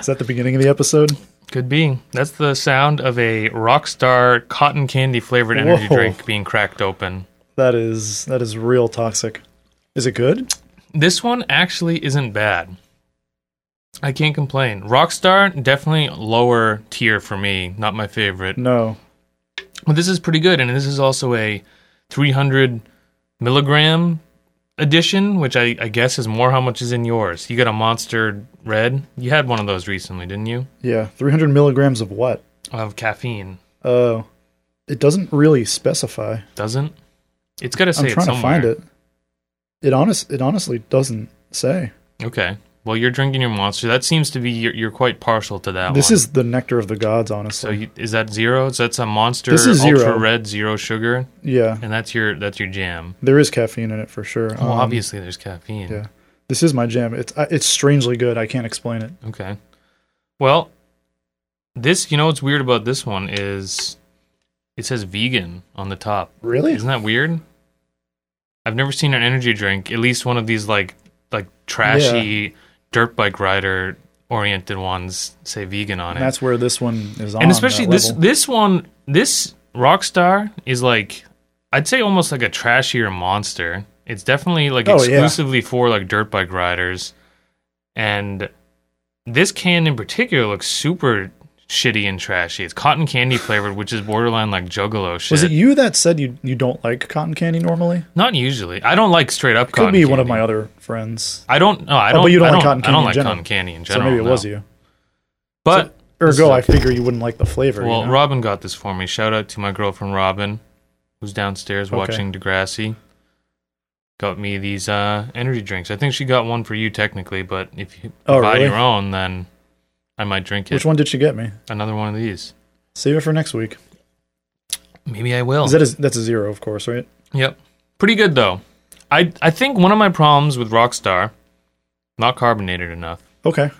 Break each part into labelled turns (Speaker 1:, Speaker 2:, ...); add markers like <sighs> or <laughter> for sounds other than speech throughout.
Speaker 1: Is that the beginning of the episode?
Speaker 2: Could be. That's the sound of a Rockstar cotton candy flavored energy
Speaker 1: Whoa.
Speaker 2: drink being cracked open.
Speaker 1: That is that is real toxic. Is it good?
Speaker 2: This one actually isn't bad. I can't complain. Rockstar definitely lower tier for me, not my favorite.
Speaker 1: No.
Speaker 2: But this is pretty good, and this is also a 300 milligram edition, which I, I guess is more how much is in yours. You got a Monster Red. You had one of those recently, didn't you?
Speaker 1: Yeah, 300 milligrams of what?
Speaker 2: Of caffeine.
Speaker 1: Oh, it doesn't really specify.
Speaker 2: Doesn't? It's got to say
Speaker 1: I'm trying
Speaker 2: it
Speaker 1: to
Speaker 2: somewhere.
Speaker 1: find it. It honest it honestly doesn't say.
Speaker 2: Okay. Well, you're drinking your Monster. That seems to be you're, you're quite partial to that
Speaker 1: this
Speaker 2: one.
Speaker 1: is the nectar of the gods,
Speaker 2: so
Speaker 1: honestly.
Speaker 2: you, is that zero? So that's a Monster
Speaker 1: This is zero.
Speaker 2: Ultra Red zero sugar,
Speaker 1: yeah,
Speaker 2: and that's your that's your jam.
Speaker 1: there is caffeine in it for sure.
Speaker 2: Well,
Speaker 1: Um,
Speaker 2: obviously there's caffeine.
Speaker 1: yeah. This is my jam. It's I- it's strangely good. I can't explain it.
Speaker 2: Okay. Well, this you know what's weird about this one is it says vegan on the top.
Speaker 1: Really?
Speaker 2: Isn't that weird? I've never seen an energy drink, at least one of these like like trashy dirt bike rider oriented ones say vegan on it.
Speaker 1: And that's where this one is on.
Speaker 2: and especially
Speaker 1: that
Speaker 2: this
Speaker 1: level.
Speaker 2: this one this Rockstar is like I'd say almost like a trashier monster. It's definitely like
Speaker 1: Oh, yeah.
Speaker 2: exclusively for like dirt bike riders. And this can in particular looks super shitty and trashy. It's cotton candy flavored, which is borderline like juggalo shit.
Speaker 1: Was it you that said you you don't like cotton candy normally?
Speaker 2: Not usually. I don't like straight up
Speaker 1: Could
Speaker 2: cotton
Speaker 1: be one of
Speaker 2: candy.
Speaker 1: my other friends.
Speaker 2: I don't no, I
Speaker 1: Oh,
Speaker 2: don't
Speaker 1: but you don't
Speaker 2: I
Speaker 1: like cotton
Speaker 2: I don't
Speaker 1: candy in
Speaker 2: like
Speaker 1: general.
Speaker 2: cotton candy in
Speaker 1: So
Speaker 2: general.
Speaker 1: maybe it
Speaker 2: no.
Speaker 1: was you.
Speaker 2: But This is
Speaker 1: Ergo, I
Speaker 2: okay.
Speaker 1: figure you wouldn't like the flavor. you
Speaker 2: Well,
Speaker 1: know?
Speaker 2: Robin got this for me. Shout out to my girlfriend Robin, who's downstairs
Speaker 1: Okay.
Speaker 2: watching Degrassi. Got me these uh, energy drinks. I think she got one for you technically, but if you
Speaker 1: Oh,
Speaker 2: buy
Speaker 1: really?
Speaker 2: your own, then I might drink it.
Speaker 1: Which one did she get me?
Speaker 2: Another one of these.
Speaker 1: Save it for next week.
Speaker 2: Maybe I will.
Speaker 1: Is that a, that's a zero, of course, right?
Speaker 2: Yep. Pretty good though. I I think one of my problems with Rockstar, not carbonated enough.
Speaker 1: Okay.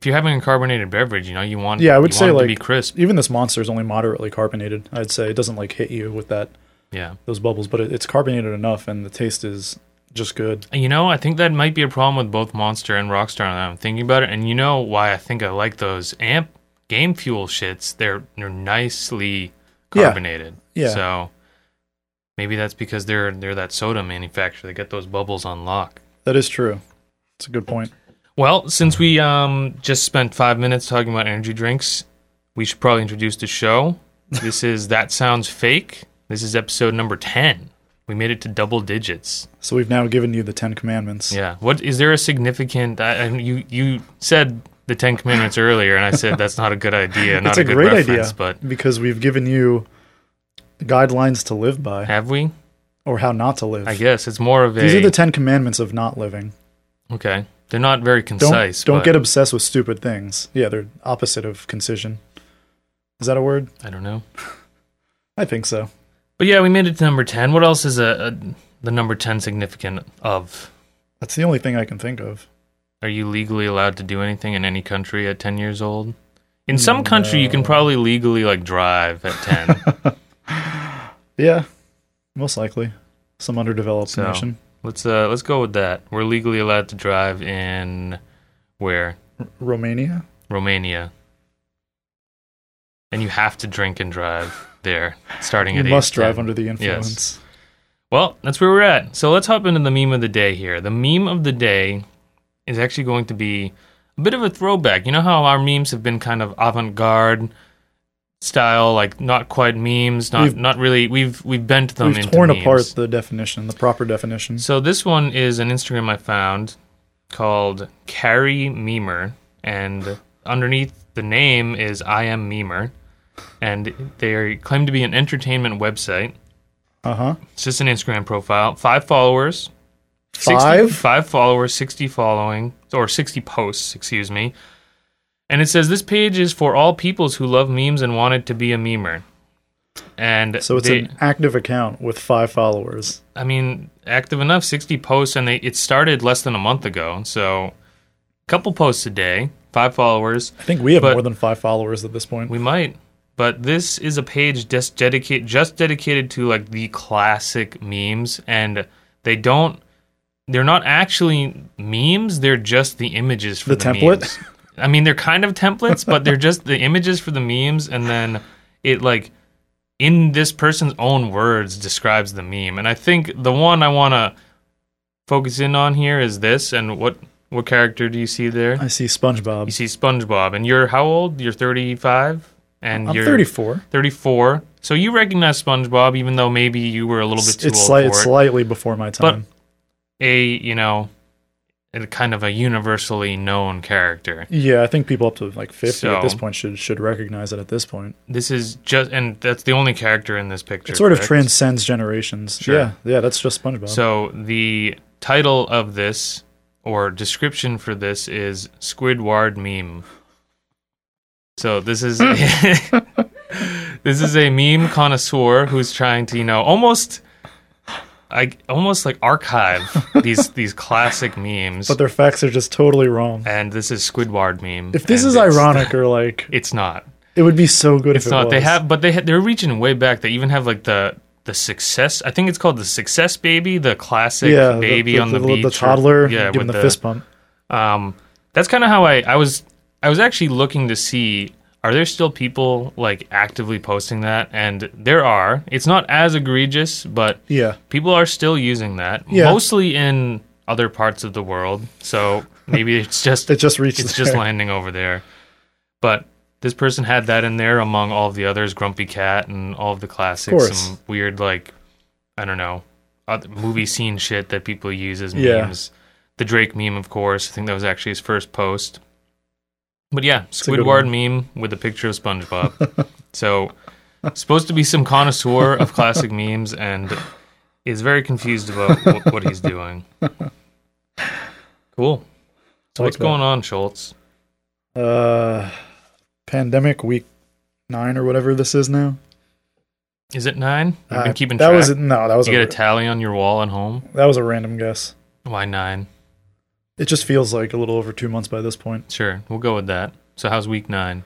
Speaker 2: If you're having a carbonated beverage, you know you want
Speaker 1: Yeah, I would
Speaker 2: you
Speaker 1: say,
Speaker 2: want it to
Speaker 1: like-
Speaker 2: be crisp.
Speaker 1: Even this monster is only moderately carbonated. I'd say it doesn't like hit you with that
Speaker 2: Yeah.
Speaker 1: those bubbles, but it, it's carbonated enough, and the taste is just good.
Speaker 2: You know, I think that might be a problem with both Monster and Rockstar now that I'm thinking about it. And you know why I think I like those amp game fuel shits. They're they're nicely
Speaker 1: Yeah.
Speaker 2: carbonated.
Speaker 1: Yeah.
Speaker 2: So maybe that's because they're they're that soda manufacturer. They get those bubbles on lock.
Speaker 1: That is true. It's a good point.
Speaker 2: Well, since we um just spent five minutes talking about energy drinks, we should probably introduce the show. This is That Sounds Fake. This is episode number ten. We made it to double digits.
Speaker 1: So we've now given you the Ten Commandments.
Speaker 2: Yeah. What is there a significant? I, I, you you said the Ten Commandments earlier, and I said that's not a good idea. Not
Speaker 1: it's
Speaker 2: a,
Speaker 1: a,
Speaker 2: good
Speaker 1: great
Speaker 2: reference,
Speaker 1: idea
Speaker 2: but
Speaker 1: because we've given you guidelines to live by
Speaker 2: have we?
Speaker 1: or how not to live.
Speaker 2: I guess it's more of a.
Speaker 1: These are the Ten Commandments of not living.
Speaker 2: okay. They're not very
Speaker 1: Don't
Speaker 2: concise.
Speaker 1: don't
Speaker 2: but
Speaker 1: get obsessed with stupid things. Yeah, they're opposite of concision. Is that a word?
Speaker 2: I don't know.
Speaker 1: I think so.
Speaker 2: But yeah, we made it to number ten. What else is a, a the number ten significant of?
Speaker 1: That's the only thing I can think of. <laughs>
Speaker 2: Are you legally allowed to do anything in any country at ten years old? In some country, you can probably legally like drive at
Speaker 1: <laughs>
Speaker 2: ten.
Speaker 1: Yeah, most likely some underdeveloped
Speaker 2: So-
Speaker 1: nation.
Speaker 2: let's uh let's go with that. We're legally allowed to drive in where
Speaker 1: Romania.
Speaker 2: Romania. And you have to drink and drive there, starting
Speaker 1: You
Speaker 2: at
Speaker 1: must
Speaker 2: 8,
Speaker 1: drive
Speaker 2: 10.
Speaker 1: under the influence.
Speaker 2: Well, that's where we're at. So let's hop into the meme of the day here. The meme of the day is actually going to be a bit of a throwback. You know how our memes have been kind of avant-garde style, like not quite memes, not
Speaker 1: We've-
Speaker 2: not really. We've we've bent them
Speaker 1: We've
Speaker 2: into
Speaker 1: torn
Speaker 2: memes.
Speaker 1: apart the definition, the proper definition.
Speaker 2: So this one is an Instagram I found called Carrie Memer, and underneath the name is I am Memer, and they claim to be an entertainment website.
Speaker 1: Uh huh.
Speaker 2: It's just an Instagram profile. Five followers. 60
Speaker 1: Five?
Speaker 2: five followers, sixty following or sixty posts, excuse me. And it says this page is for all peoples who love memes and wanted to be a memer. And
Speaker 1: So it's
Speaker 2: they-
Speaker 1: an active account with five followers.
Speaker 2: I mean, active enough, 60 posts, and they, it started less than a month ago. So, a couple posts a day, five followers.
Speaker 1: I think we have
Speaker 2: But-
Speaker 1: more than five followers at this point.
Speaker 2: We might. But this is a page just dedicated just dedicated to like the classic memes and they don't they're not actually memes, they're just the images for
Speaker 1: The
Speaker 2: the,
Speaker 1: template?
Speaker 2: memes. I mean, they're kind of templates, but they're just the images for the memes, and then it like in this person's own words describes the meme. And I think the one I want to focus in on here is this. And what what character do you see there?
Speaker 1: I see SpongeBob.
Speaker 2: You see SpongeBob, and you're how old? You're 35, and
Speaker 1: I'm
Speaker 2: you're
Speaker 1: 34.
Speaker 2: 34. So you recognize SpongeBob, even though maybe you were a little bit
Speaker 1: It's,
Speaker 2: too
Speaker 1: it's,
Speaker 2: old
Speaker 1: slight,
Speaker 2: for
Speaker 1: it's
Speaker 2: it.
Speaker 1: slightly before my time.
Speaker 2: a you know, a kind of a universally known character.
Speaker 1: yeah, I think people up to like 50 at this
Speaker 2: So-
Speaker 1: point should should recognize it at this point.
Speaker 2: This is just, and that's the only character in this picture.
Speaker 1: It sort of
Speaker 2: correct?
Speaker 1: transcends generations.
Speaker 2: Sure.
Speaker 1: Yeah, yeah, that's just SpongeBob.
Speaker 2: So the title of this or description for this is Squidward meme. So this is
Speaker 1: Hmm.
Speaker 2: <laughs> this is a meme connoisseur who's trying to you know almost I almost like archive these these classic memes.
Speaker 1: but their facts are just totally wrong.
Speaker 2: and this is Squidward meme.
Speaker 1: If this
Speaker 2: and
Speaker 1: is
Speaker 2: it's-
Speaker 1: ironic or like,
Speaker 2: it's not.
Speaker 1: it would be so good
Speaker 2: It's
Speaker 1: if it
Speaker 2: not.
Speaker 1: was.
Speaker 2: They have, but they ha- they're reaching way back. They even have like the the success. I think it's called the success baby, the classic
Speaker 1: yeah, the-
Speaker 2: baby on the,
Speaker 1: the,
Speaker 2: beach.
Speaker 1: the
Speaker 2: or-
Speaker 1: toddler
Speaker 2: yeah,
Speaker 1: giving
Speaker 2: with
Speaker 1: the, fist pump.
Speaker 2: Um, that's kind of how I I was I was actually looking to see are there still people like actively posting that, and there are. It's not as egregious, but
Speaker 1: Yeah,
Speaker 2: people are still using that
Speaker 1: Yeah.
Speaker 2: mostly in other parts of the world. So maybe
Speaker 1: <laughs>
Speaker 2: it's just
Speaker 1: it just reaches.
Speaker 2: it's just
Speaker 1: there.
Speaker 2: landing over there. But this person had that in there among all of the others, Grumpy Cat and all of the classics,
Speaker 1: course.
Speaker 2: some weird like I don't know, other movie scene shit that people use as
Speaker 1: Yeah.
Speaker 2: memes. The Drake meme, of course. I think that was actually his first post. But
Speaker 1: a
Speaker 2: yeah,
Speaker 1: good
Speaker 2: Squidward meme with a picture of
Speaker 1: <laughs>
Speaker 2: SpongeBob. so supposed to be some connoisseur of classic memes and is very confused about wh- what he's
Speaker 1: <laughs>
Speaker 2: doing. Cool. So
Speaker 1: Like
Speaker 2: what's
Speaker 1: that.
Speaker 2: going on, Schultz?
Speaker 1: Uh, pandemic week nine or whatever this is now.
Speaker 2: Is it nine? You've been
Speaker 1: Uh,
Speaker 2: keeping
Speaker 1: that
Speaker 2: track.
Speaker 1: was no, that was
Speaker 2: you
Speaker 1: a,
Speaker 2: get a tally on your wall at home.
Speaker 1: that was a random guess.
Speaker 2: Why nine?
Speaker 1: It just feels like a little over two months by this point.
Speaker 2: Sure, we'll go with that. So how's week nine?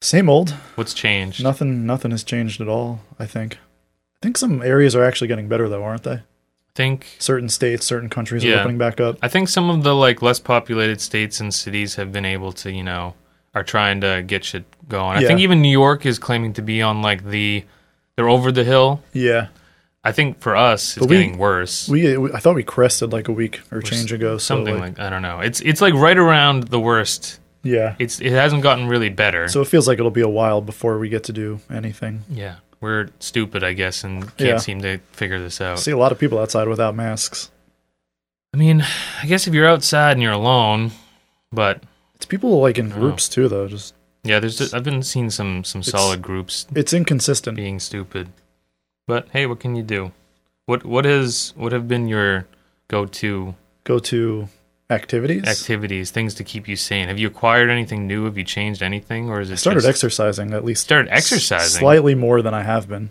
Speaker 1: Same old.
Speaker 2: What's changed?
Speaker 1: Nothing. Nothing has changed at all. I think. I think some areas are actually getting better though, aren't they?
Speaker 2: I think
Speaker 1: Certain states, certain countries
Speaker 2: Yeah.
Speaker 1: are opening back up.
Speaker 2: I think some of the like less populated states and cities have been able to, you know, are trying to get shit going. I
Speaker 1: Yeah.
Speaker 2: think even New York is claiming to be on like the they're over the hill.
Speaker 1: Yeah,
Speaker 2: I think for us it's
Speaker 1: But we-
Speaker 2: getting worse.
Speaker 1: we. we- I thought we crested like a week or change ago. so,
Speaker 2: Something like, I don't know. It's it's like right around the worst.
Speaker 1: yeah.
Speaker 2: It's it hasn't gotten really better.
Speaker 1: So it feels like it'll be a while before we get to do anything.
Speaker 2: yeah. We're stupid, I guess, and can't
Speaker 1: Yeah.
Speaker 2: seem to figure this out.
Speaker 1: I see a lot of people outside without masks.
Speaker 2: I mean, I guess if you're outside and you're alone, but
Speaker 1: It's people like
Speaker 2: Oh.
Speaker 1: in groups too, though. Just
Speaker 2: yeah, there's just, I've been seeing some some
Speaker 1: It's-
Speaker 2: solid groups
Speaker 1: it's inconsistent.
Speaker 2: being stupid. But hey, what can you do? What what is what have been your go-to
Speaker 1: Go to activities.
Speaker 2: activities, things to keep you sane? Have you acquired anything new? Have you changed anything, or is it
Speaker 1: I started
Speaker 2: just,
Speaker 1: exercising at least.
Speaker 2: started
Speaker 1: s-
Speaker 2: exercising?
Speaker 1: slightly more than I have been,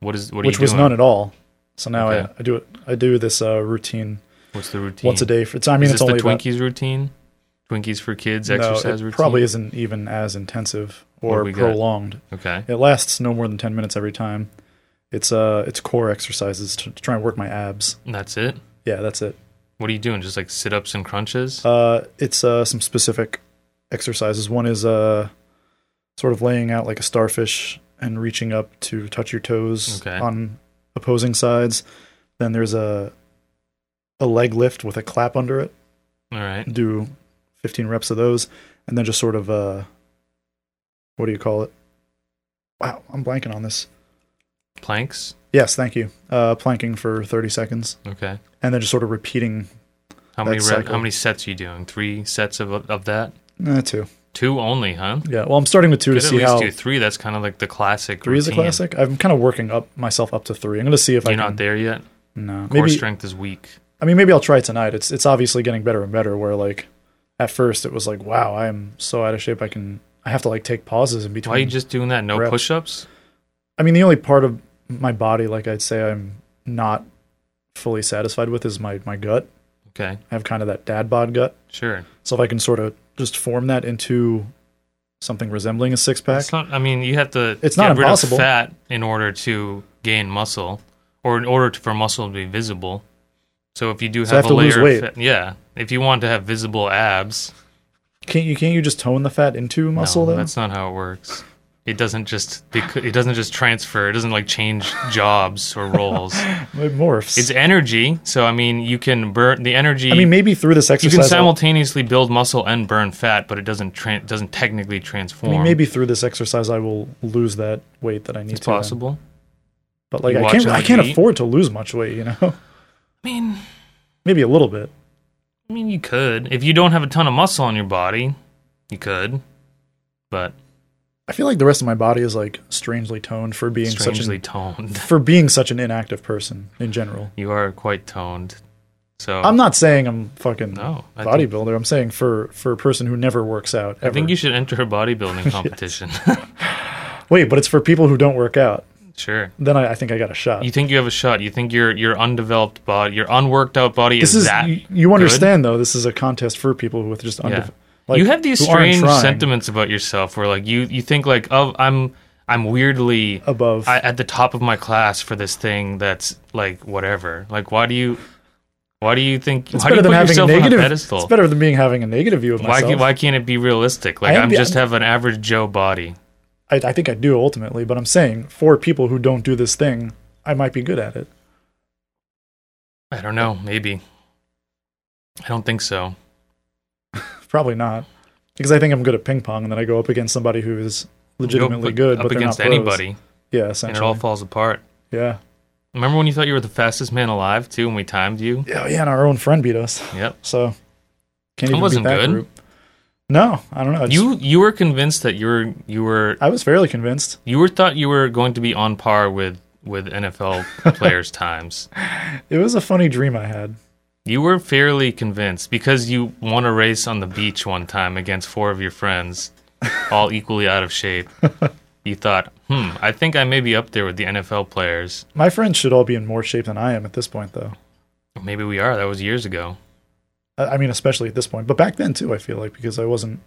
Speaker 2: what is what are
Speaker 1: which
Speaker 2: you
Speaker 1: was
Speaker 2: doing?
Speaker 1: none at all. So now
Speaker 2: Okay.
Speaker 1: I, I do it. I do this uh, routine
Speaker 2: What's the routine?
Speaker 1: once a day. For, it's, I mean,
Speaker 2: is
Speaker 1: it's
Speaker 2: this
Speaker 1: only
Speaker 2: the
Speaker 1: about-
Speaker 2: Twinkies routine? Twinkies for kids
Speaker 1: no,
Speaker 2: exercise
Speaker 1: it
Speaker 2: routine.
Speaker 1: probably isn't even as intensive
Speaker 2: do
Speaker 1: or
Speaker 2: we got?
Speaker 1: prolonged.
Speaker 2: okay.
Speaker 1: It lasts no more than ten minutes every time. It's uh, it's core exercises to, to try and work my abs.
Speaker 2: And that's it.
Speaker 1: Yeah, that's it.
Speaker 2: What are you doing? Just like sit-ups and crunches.
Speaker 1: Uh, it's uh, some specific exercises. One is uh, sort of laying out like a starfish and reaching up to touch your toes
Speaker 2: Okay.
Speaker 1: on opposing sides. Then there's a a leg lift with a clap under it.
Speaker 2: All right.
Speaker 1: Do 15 reps of those, and then just sort of uh, what do you call it? Wow, I'm blanking on this.
Speaker 2: Planks.
Speaker 1: Yes, thank you. Uh, planking for 30 seconds,
Speaker 2: Okay.
Speaker 1: and then just sort of repeating
Speaker 2: How many
Speaker 1: That
Speaker 2: rep,
Speaker 1: cycle.
Speaker 2: how many sets are you doing? Three sets of of that.
Speaker 1: eh, two.
Speaker 2: Two only, huh?
Speaker 1: Yeah. Well, I'm starting with two
Speaker 2: Could
Speaker 1: to
Speaker 2: at
Speaker 1: see
Speaker 2: least
Speaker 1: how
Speaker 2: do three. That's kind of like the classic.
Speaker 1: Three is a
Speaker 2: routine.
Speaker 1: classic. I'm kind of working up myself up to three. I'm going to see if
Speaker 2: You're
Speaker 1: I can.
Speaker 2: not there yet.
Speaker 1: No,
Speaker 2: Core
Speaker 1: maybe.
Speaker 2: strength is weak.
Speaker 1: I mean, maybe I'll try tonight. It's it's obviously getting better and better. Where like, at first it was like, wow, I am so out of shape. I can. I have to like take pauses in between.
Speaker 2: Why are you just doing that? No
Speaker 1: Reps.
Speaker 2: push-ups.
Speaker 1: I mean, the only part of my body, like I'd say, I'm not fully satisfied with is my my gut.
Speaker 2: Okay,
Speaker 1: I have kind of that dad bod gut.
Speaker 2: sure.
Speaker 1: So if I can sort of just form that into something resembling a six pack,
Speaker 2: It's not. I mean, you have to.
Speaker 1: It's
Speaker 2: get
Speaker 1: not
Speaker 2: rid
Speaker 1: impossible.
Speaker 2: Of fat in order to gain muscle, or in order to, for muscle to be visible. So if you do
Speaker 1: So I
Speaker 2: have,
Speaker 1: have to
Speaker 2: a layer,
Speaker 1: lose
Speaker 2: of
Speaker 1: weight.
Speaker 2: fat, yeah. If you want to have visible abs,
Speaker 1: Can't you can't you just tone the fat into muscle
Speaker 2: no,
Speaker 1: though?
Speaker 2: that's not how it works. It doesn't just it doesn't just transfer. It doesn't like change
Speaker 1: <laughs>
Speaker 2: jobs or roles.
Speaker 1: It morphs.
Speaker 2: It's energy. So I mean, you can burn the energy.
Speaker 1: I mean, maybe through this
Speaker 2: you
Speaker 1: exercise,
Speaker 2: can
Speaker 1: I'll-
Speaker 2: simultaneously build muscle and burn fat, but it doesn't tran doesn't technically transform.
Speaker 1: I mean, maybe through this exercise, I will lose that weight that I need
Speaker 2: it's
Speaker 1: to. then.
Speaker 2: possible.
Speaker 1: But like,
Speaker 2: You
Speaker 1: I
Speaker 2: watch
Speaker 1: can't,
Speaker 2: how
Speaker 1: I
Speaker 2: you
Speaker 1: can't
Speaker 2: eat.
Speaker 1: afford to lose much weight. You know, <laughs>
Speaker 2: I mean,
Speaker 1: maybe a little bit.
Speaker 2: I mean, you could if you don't have a ton of muscle on your body, you could. But
Speaker 1: I feel like the rest of my body is like strangely toned for being
Speaker 2: strangely
Speaker 1: such
Speaker 2: toned. <laughs>
Speaker 1: an, for being such an inactive person in general.
Speaker 2: You are quite toned. So
Speaker 1: I'm not saying I'm fucking
Speaker 2: Oh. No, I think-
Speaker 1: bodybuilder. I'm saying for for a person who never works out. Ever.
Speaker 2: I think you should enter a
Speaker 1: <laughs>
Speaker 2: bodybuilding competition. <laughs>
Speaker 1: Wait, but it's for people who don't work out.
Speaker 2: sure.
Speaker 1: Then I, I think I got a shot.
Speaker 2: You think you have a shot? You think your your undeveloped body, your unworked out body
Speaker 1: this
Speaker 2: is,
Speaker 1: is
Speaker 2: that?
Speaker 1: you,
Speaker 2: good?
Speaker 1: you understand though. This is a contest for people with just under,
Speaker 2: Yeah. you have these
Speaker 1: who aren't
Speaker 2: strange
Speaker 1: trying
Speaker 2: sentiments about yourself, where like you you think like, oh, I'm I'm weirdly
Speaker 1: above.
Speaker 2: I, at the top of my class for this thing that's like whatever. Like, why do you why do you think
Speaker 1: it's
Speaker 2: why do
Speaker 1: better than
Speaker 2: you put
Speaker 1: having a
Speaker 2: yourself
Speaker 1: negative.
Speaker 2: on a
Speaker 1: It's
Speaker 2: pedestal?
Speaker 1: better than being having a negative view of
Speaker 2: Why
Speaker 1: myself.
Speaker 2: ca- why can't it be realistic? Like
Speaker 1: am
Speaker 2: I'm
Speaker 1: the-
Speaker 2: just have an average Joe body.
Speaker 1: I, I think I do ultimately, but I'm saying for people who don't do this thing, I might be good at it.
Speaker 2: I don't know. Maybe. I don't think so.
Speaker 1: Probably not, because I think I'm good at ping pong, and then I go up against somebody who is legitimately
Speaker 2: Go
Speaker 1: good,
Speaker 2: up
Speaker 1: but they're
Speaker 2: against
Speaker 1: not pros.
Speaker 2: anybody,
Speaker 1: Yeah,
Speaker 2: and it all
Speaker 1: essentially.
Speaker 2: falls apart.
Speaker 1: yeah,
Speaker 2: Remember when you thought you were the fastest man alive too, and we
Speaker 1: <laughs>
Speaker 2: timed you?
Speaker 1: yeah, yeah. And our own friend beat us,
Speaker 2: Yep.
Speaker 1: so can't
Speaker 2: I
Speaker 1: even
Speaker 2: wasn't
Speaker 1: beat that
Speaker 2: good.
Speaker 1: group. No, I don't know. I just-
Speaker 2: You you were convinced that you were you were
Speaker 1: I was fairly convinced.
Speaker 2: you were thought you were going to be on par with with NFL players' times.
Speaker 1: It was a funny dream I had.
Speaker 2: You were fairly convinced because you won a race on the beach one time against four of your friends, all equally out of shape. You thought, hmm, I think I may be up there with the NFL players.
Speaker 1: My friends should all be in more shape than I am at this point, though.
Speaker 2: Maybe we are. That was years ago.
Speaker 1: I I mean, especially at this point, but back then too. I feel like because I wasn't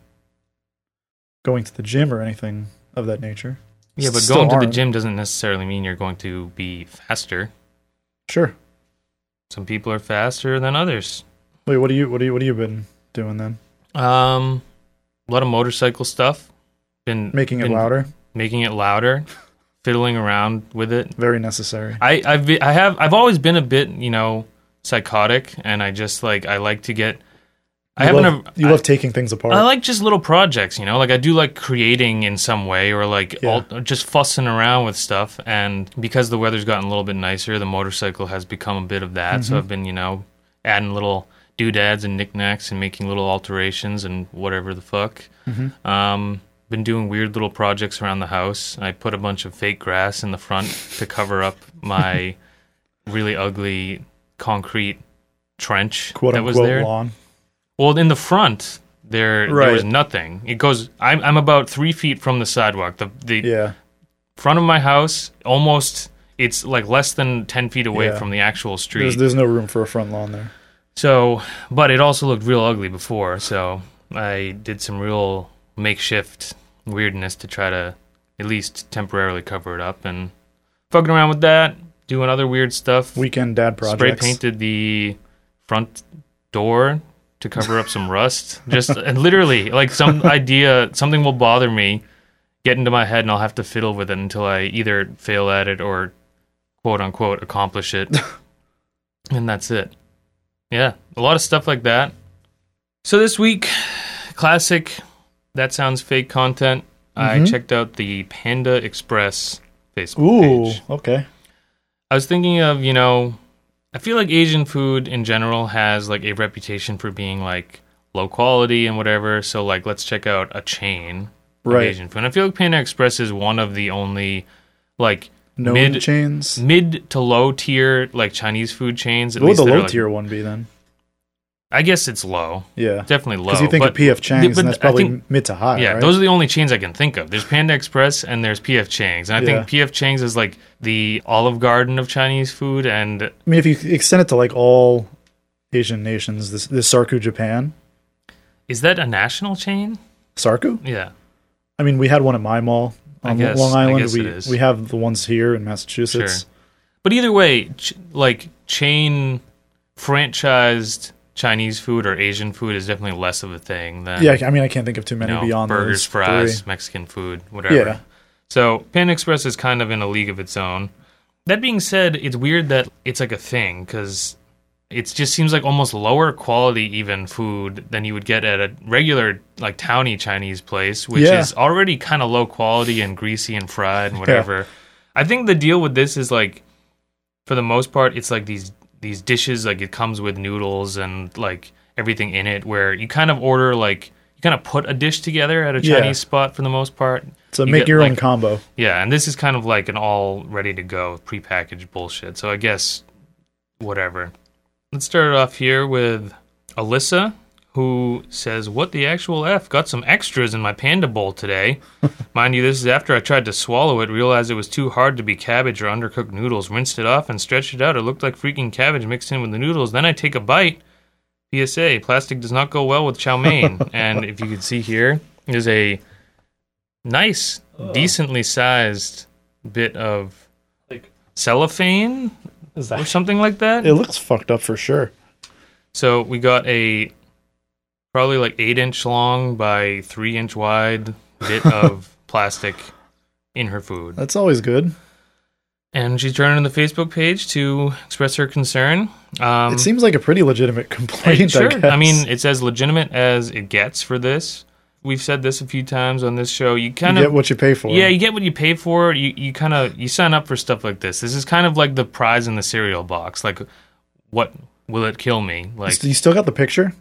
Speaker 1: going to the gym or anything of that nature.
Speaker 2: Yeah, but
Speaker 1: Still
Speaker 2: going to the
Speaker 1: aren't.
Speaker 2: gym doesn't necessarily mean you're going to be faster.
Speaker 1: Sure.
Speaker 2: Some people are faster than others.
Speaker 1: Wait, what do you what do you what have you been doing then?
Speaker 2: Um, a lot of motorcycle stuff. Been
Speaker 1: Making it
Speaker 2: been
Speaker 1: louder,
Speaker 2: making it louder, fiddling around with it.
Speaker 1: very necessary.
Speaker 2: I I've be- I have I've always been a bit you know psychotic, and I just like I like to get.
Speaker 1: you
Speaker 2: I haven't.
Speaker 1: love,
Speaker 2: ever-
Speaker 1: you
Speaker 2: I-
Speaker 1: love taking things apart.
Speaker 2: I like just little projects, you know. Like I do like creating in some way, or like
Speaker 1: Yeah.
Speaker 2: all, just fussing around with stuff. And because the weather's gotten a little bit nicer, the motorcycle has become a bit of that.
Speaker 1: Mm-hmm.
Speaker 2: So I've been, you know, adding little doodads and knickknacks and making little alterations and whatever the fuck.
Speaker 1: Mm-hmm.
Speaker 2: Um, been doing weird little projects around the house. I put a bunch of fake grass in the front to cover up
Speaker 1: <laughs>
Speaker 2: my really ugly concrete trench
Speaker 1: quote
Speaker 2: that was
Speaker 1: unquote
Speaker 2: there.
Speaker 1: lawn.
Speaker 2: Well, in the front, there there
Speaker 1: Right.
Speaker 2: was nothing. It goes. I'm I'm about three feet from the sidewalk. The the
Speaker 1: Yeah,
Speaker 2: front of my house almost. It's like less than ten feet away
Speaker 1: Yeah.
Speaker 2: from the actual street.
Speaker 1: there's there's no room for a front lawn there.
Speaker 2: so, but it also looked real ugly before. So I did some real makeshift weirdness to try to at least temporarily cover it up and fucking around with that, doing other weird stuff.
Speaker 1: Weekend dad
Speaker 2: spray
Speaker 1: projects.
Speaker 2: painted the front door to cover up some rust. Just and literally, like
Speaker 1: <laughs>
Speaker 2: some idea, something will bother me, get into my head, and I'll have to fiddle with it until I either fail at it or quote unquote
Speaker 1: <laughs>
Speaker 2: accomplish it. and that's it. Yeah, a lot of stuff like that. So this week, classic. That sounds fake content.
Speaker 1: Mm-hmm.
Speaker 2: I checked out the Panda Express Facebook
Speaker 1: Ooh,
Speaker 2: page.
Speaker 1: okay.
Speaker 2: I was thinking of, you know, I feel like Asian food in general has like a reputation for being like low quality and whatever. So like let's check out a chain of
Speaker 1: Right.
Speaker 2: Asian food. And I feel like Panda Express is one of the only like
Speaker 1: No
Speaker 2: mid
Speaker 1: chains.
Speaker 2: mid to low tier like Chinese food chains. At
Speaker 1: What would
Speaker 2: least
Speaker 1: the
Speaker 2: that are,
Speaker 1: low
Speaker 2: like-
Speaker 1: tier one be then?
Speaker 2: I guess it's low.
Speaker 1: Yeah,
Speaker 2: Definitely low.
Speaker 1: because you think of
Speaker 2: but-
Speaker 1: PF Chang's,
Speaker 2: but
Speaker 1: and that's
Speaker 2: I
Speaker 1: probably
Speaker 2: think-
Speaker 1: mid to high.
Speaker 2: yeah,
Speaker 1: right?
Speaker 2: those are the only chains I can think of. There's Panda Express and there's PF Chang's. And I think PF Chang's is like the Olive Garden of Chinese food and
Speaker 1: I mean, if you extend it to like all Asian nations, this this Sarku Japan,
Speaker 2: is that a national chain?
Speaker 1: Sarku.
Speaker 2: Yeah.
Speaker 1: I mean, we had one at my mall on
Speaker 2: guess-
Speaker 1: Long
Speaker 2: I
Speaker 1: Island.
Speaker 2: guess
Speaker 1: we
Speaker 2: it is.
Speaker 1: we have the ones here in Massachusetts.
Speaker 2: But either way, ch- like chain franchised Chinese food or Asian food is definitely less of a thing than
Speaker 1: Yeah, I mean, I can't think of too many
Speaker 2: you know,
Speaker 1: beyond
Speaker 2: burgers,
Speaker 1: those
Speaker 2: fries,
Speaker 1: three.
Speaker 2: Mexican food, whatever.
Speaker 1: Yeah.
Speaker 2: So Panda Express is kind of in a league of its own. That being said, it's weird that it's like a thing because it just seems like almost lower quality even food than you would get at a regular like towny Chinese place, which
Speaker 1: Yeah.
Speaker 2: is already kind of low quality and greasy and fried and whatever. I think the deal with this is like, for the most part, it's like these these dishes like it comes with noodles and like everything in it, where you kind of order like you kind of put a dish together at a
Speaker 1: Yeah.
Speaker 2: Chinese spot for the most part.
Speaker 1: So
Speaker 2: You
Speaker 1: make
Speaker 2: get,
Speaker 1: your own
Speaker 2: like-
Speaker 1: combo.
Speaker 2: Yeah, and this is kind of like an all ready to go prepackaged bullshit. So I guess whatever. Let's start off here with Alyssa, who says, What the actual F? Got some extras in my panda bowl today. Mind you, this is after I tried to swallow it, realized it was too hard to be cabbage or undercooked noodles, rinsed it off and stretched it out. It looked like freaking cabbage mixed in with the noodles. Then I take a bite. PSA, plastic does not go well with chow mein. and if you can see here, is a nice, decently sized bit of
Speaker 1: Like-
Speaker 2: cellophane
Speaker 1: Is <laughs>
Speaker 2: or something like that.
Speaker 1: It looks fucked up for sure.
Speaker 2: So we got a probably like eight inch long by three inch wide
Speaker 1: <laughs>
Speaker 2: bit of plastic in her food.
Speaker 1: That's always good.
Speaker 2: And she's turning to the Facebook page to express her concern. Um,
Speaker 1: it seems like a pretty legitimate complaint.
Speaker 2: Hey, sure.
Speaker 1: I, guess.
Speaker 2: I mean, it's as legitimate as it gets for this. We've said this a few times on this show. You
Speaker 1: you
Speaker 2: kind
Speaker 1: get
Speaker 2: of
Speaker 1: what you pay for.
Speaker 2: yeah, you get what you pay for. You you kind of you sign up for stuff like this. This is kind of like the prize in the cereal box. Like, what will it kill me? Like,
Speaker 1: you still got the picture.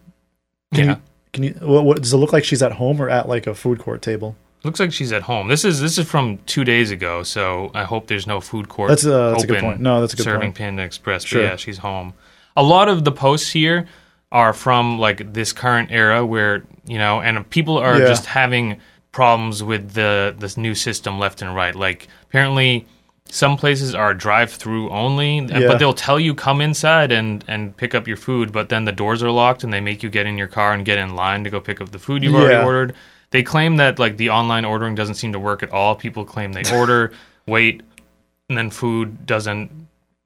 Speaker 1: Can
Speaker 2: yeah.
Speaker 1: You, can you? What, what does it look like? She's at home or at like a food court table?
Speaker 2: Looks like she's at home. This is this is from two days ago, so I hope there's no food court.
Speaker 1: That's, uh, that's a good
Speaker 2: open
Speaker 1: point. No, that's a good
Speaker 2: serving
Speaker 1: point.
Speaker 2: Panda Express.
Speaker 1: Sure.
Speaker 2: But yeah, she's home. A lot of the posts here are from like this current era where you know, and people are
Speaker 1: Yeah.
Speaker 2: just having problems with the this new system left and right. Like apparently. Some places are drive-through only, and-
Speaker 1: Yeah.
Speaker 2: but they'll tell you come inside and, and pick up your food. But then the doors are locked, and they make you get in your car and get in line to go pick up the food you've already
Speaker 1: Yeah.
Speaker 2: ordered ordered. They claim that like the online ordering doesn't seem to work at all. People claim
Speaker 1: <laughs>
Speaker 2: they order, wait, and then food doesn't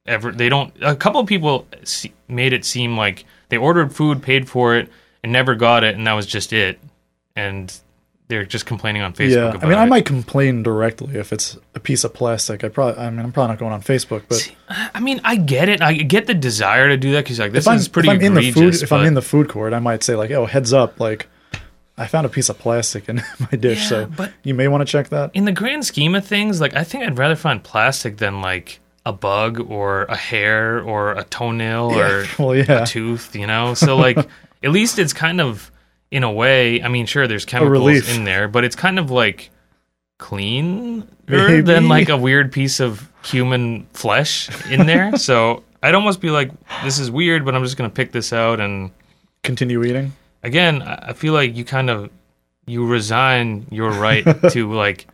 Speaker 2: ever. They don't. A couple of people se- made it seem like they ordered food, paid for it, and never got it, and that was just it. And they're just complaining on Facebook.
Speaker 1: yeah.
Speaker 2: about
Speaker 1: I mean, I
Speaker 2: it.
Speaker 1: might complain directly if it's a piece of plastic. I probably. I mean, I'm probably not going on Facebook, but
Speaker 2: I mean, I get it. I get the desire to do that because like this
Speaker 1: if I'm,
Speaker 2: is pretty
Speaker 1: if I'm in the
Speaker 2: egregious.
Speaker 1: food, if I'm
Speaker 2: but-
Speaker 1: in the food court, I might say like, "Oh, heads up! Like, I found a piece of plastic in <laughs> my dish,
Speaker 2: Yeah,
Speaker 1: so
Speaker 2: but-
Speaker 1: you may want to check that."
Speaker 2: in the grand scheme of things, like I think I'd rather find plastic than like a bug or a hair or a toenail or
Speaker 1: <laughs> Well, yeah,
Speaker 2: a tooth, you know?
Speaker 1: <laughs>
Speaker 2: So like at least it's kind of in a way, I mean sure there's chemicals
Speaker 1: relief.
Speaker 2: in there, but it's kind of like clean
Speaker 1: Maybe.
Speaker 2: than like a weird piece of human flesh
Speaker 1: <laughs>
Speaker 2: in there. so I'd almost be like this is weird, but I'm just going to pick this out and
Speaker 1: continue eating.
Speaker 2: again, I I feel like you kind of you resign
Speaker 1: <laughs>
Speaker 2: your right to like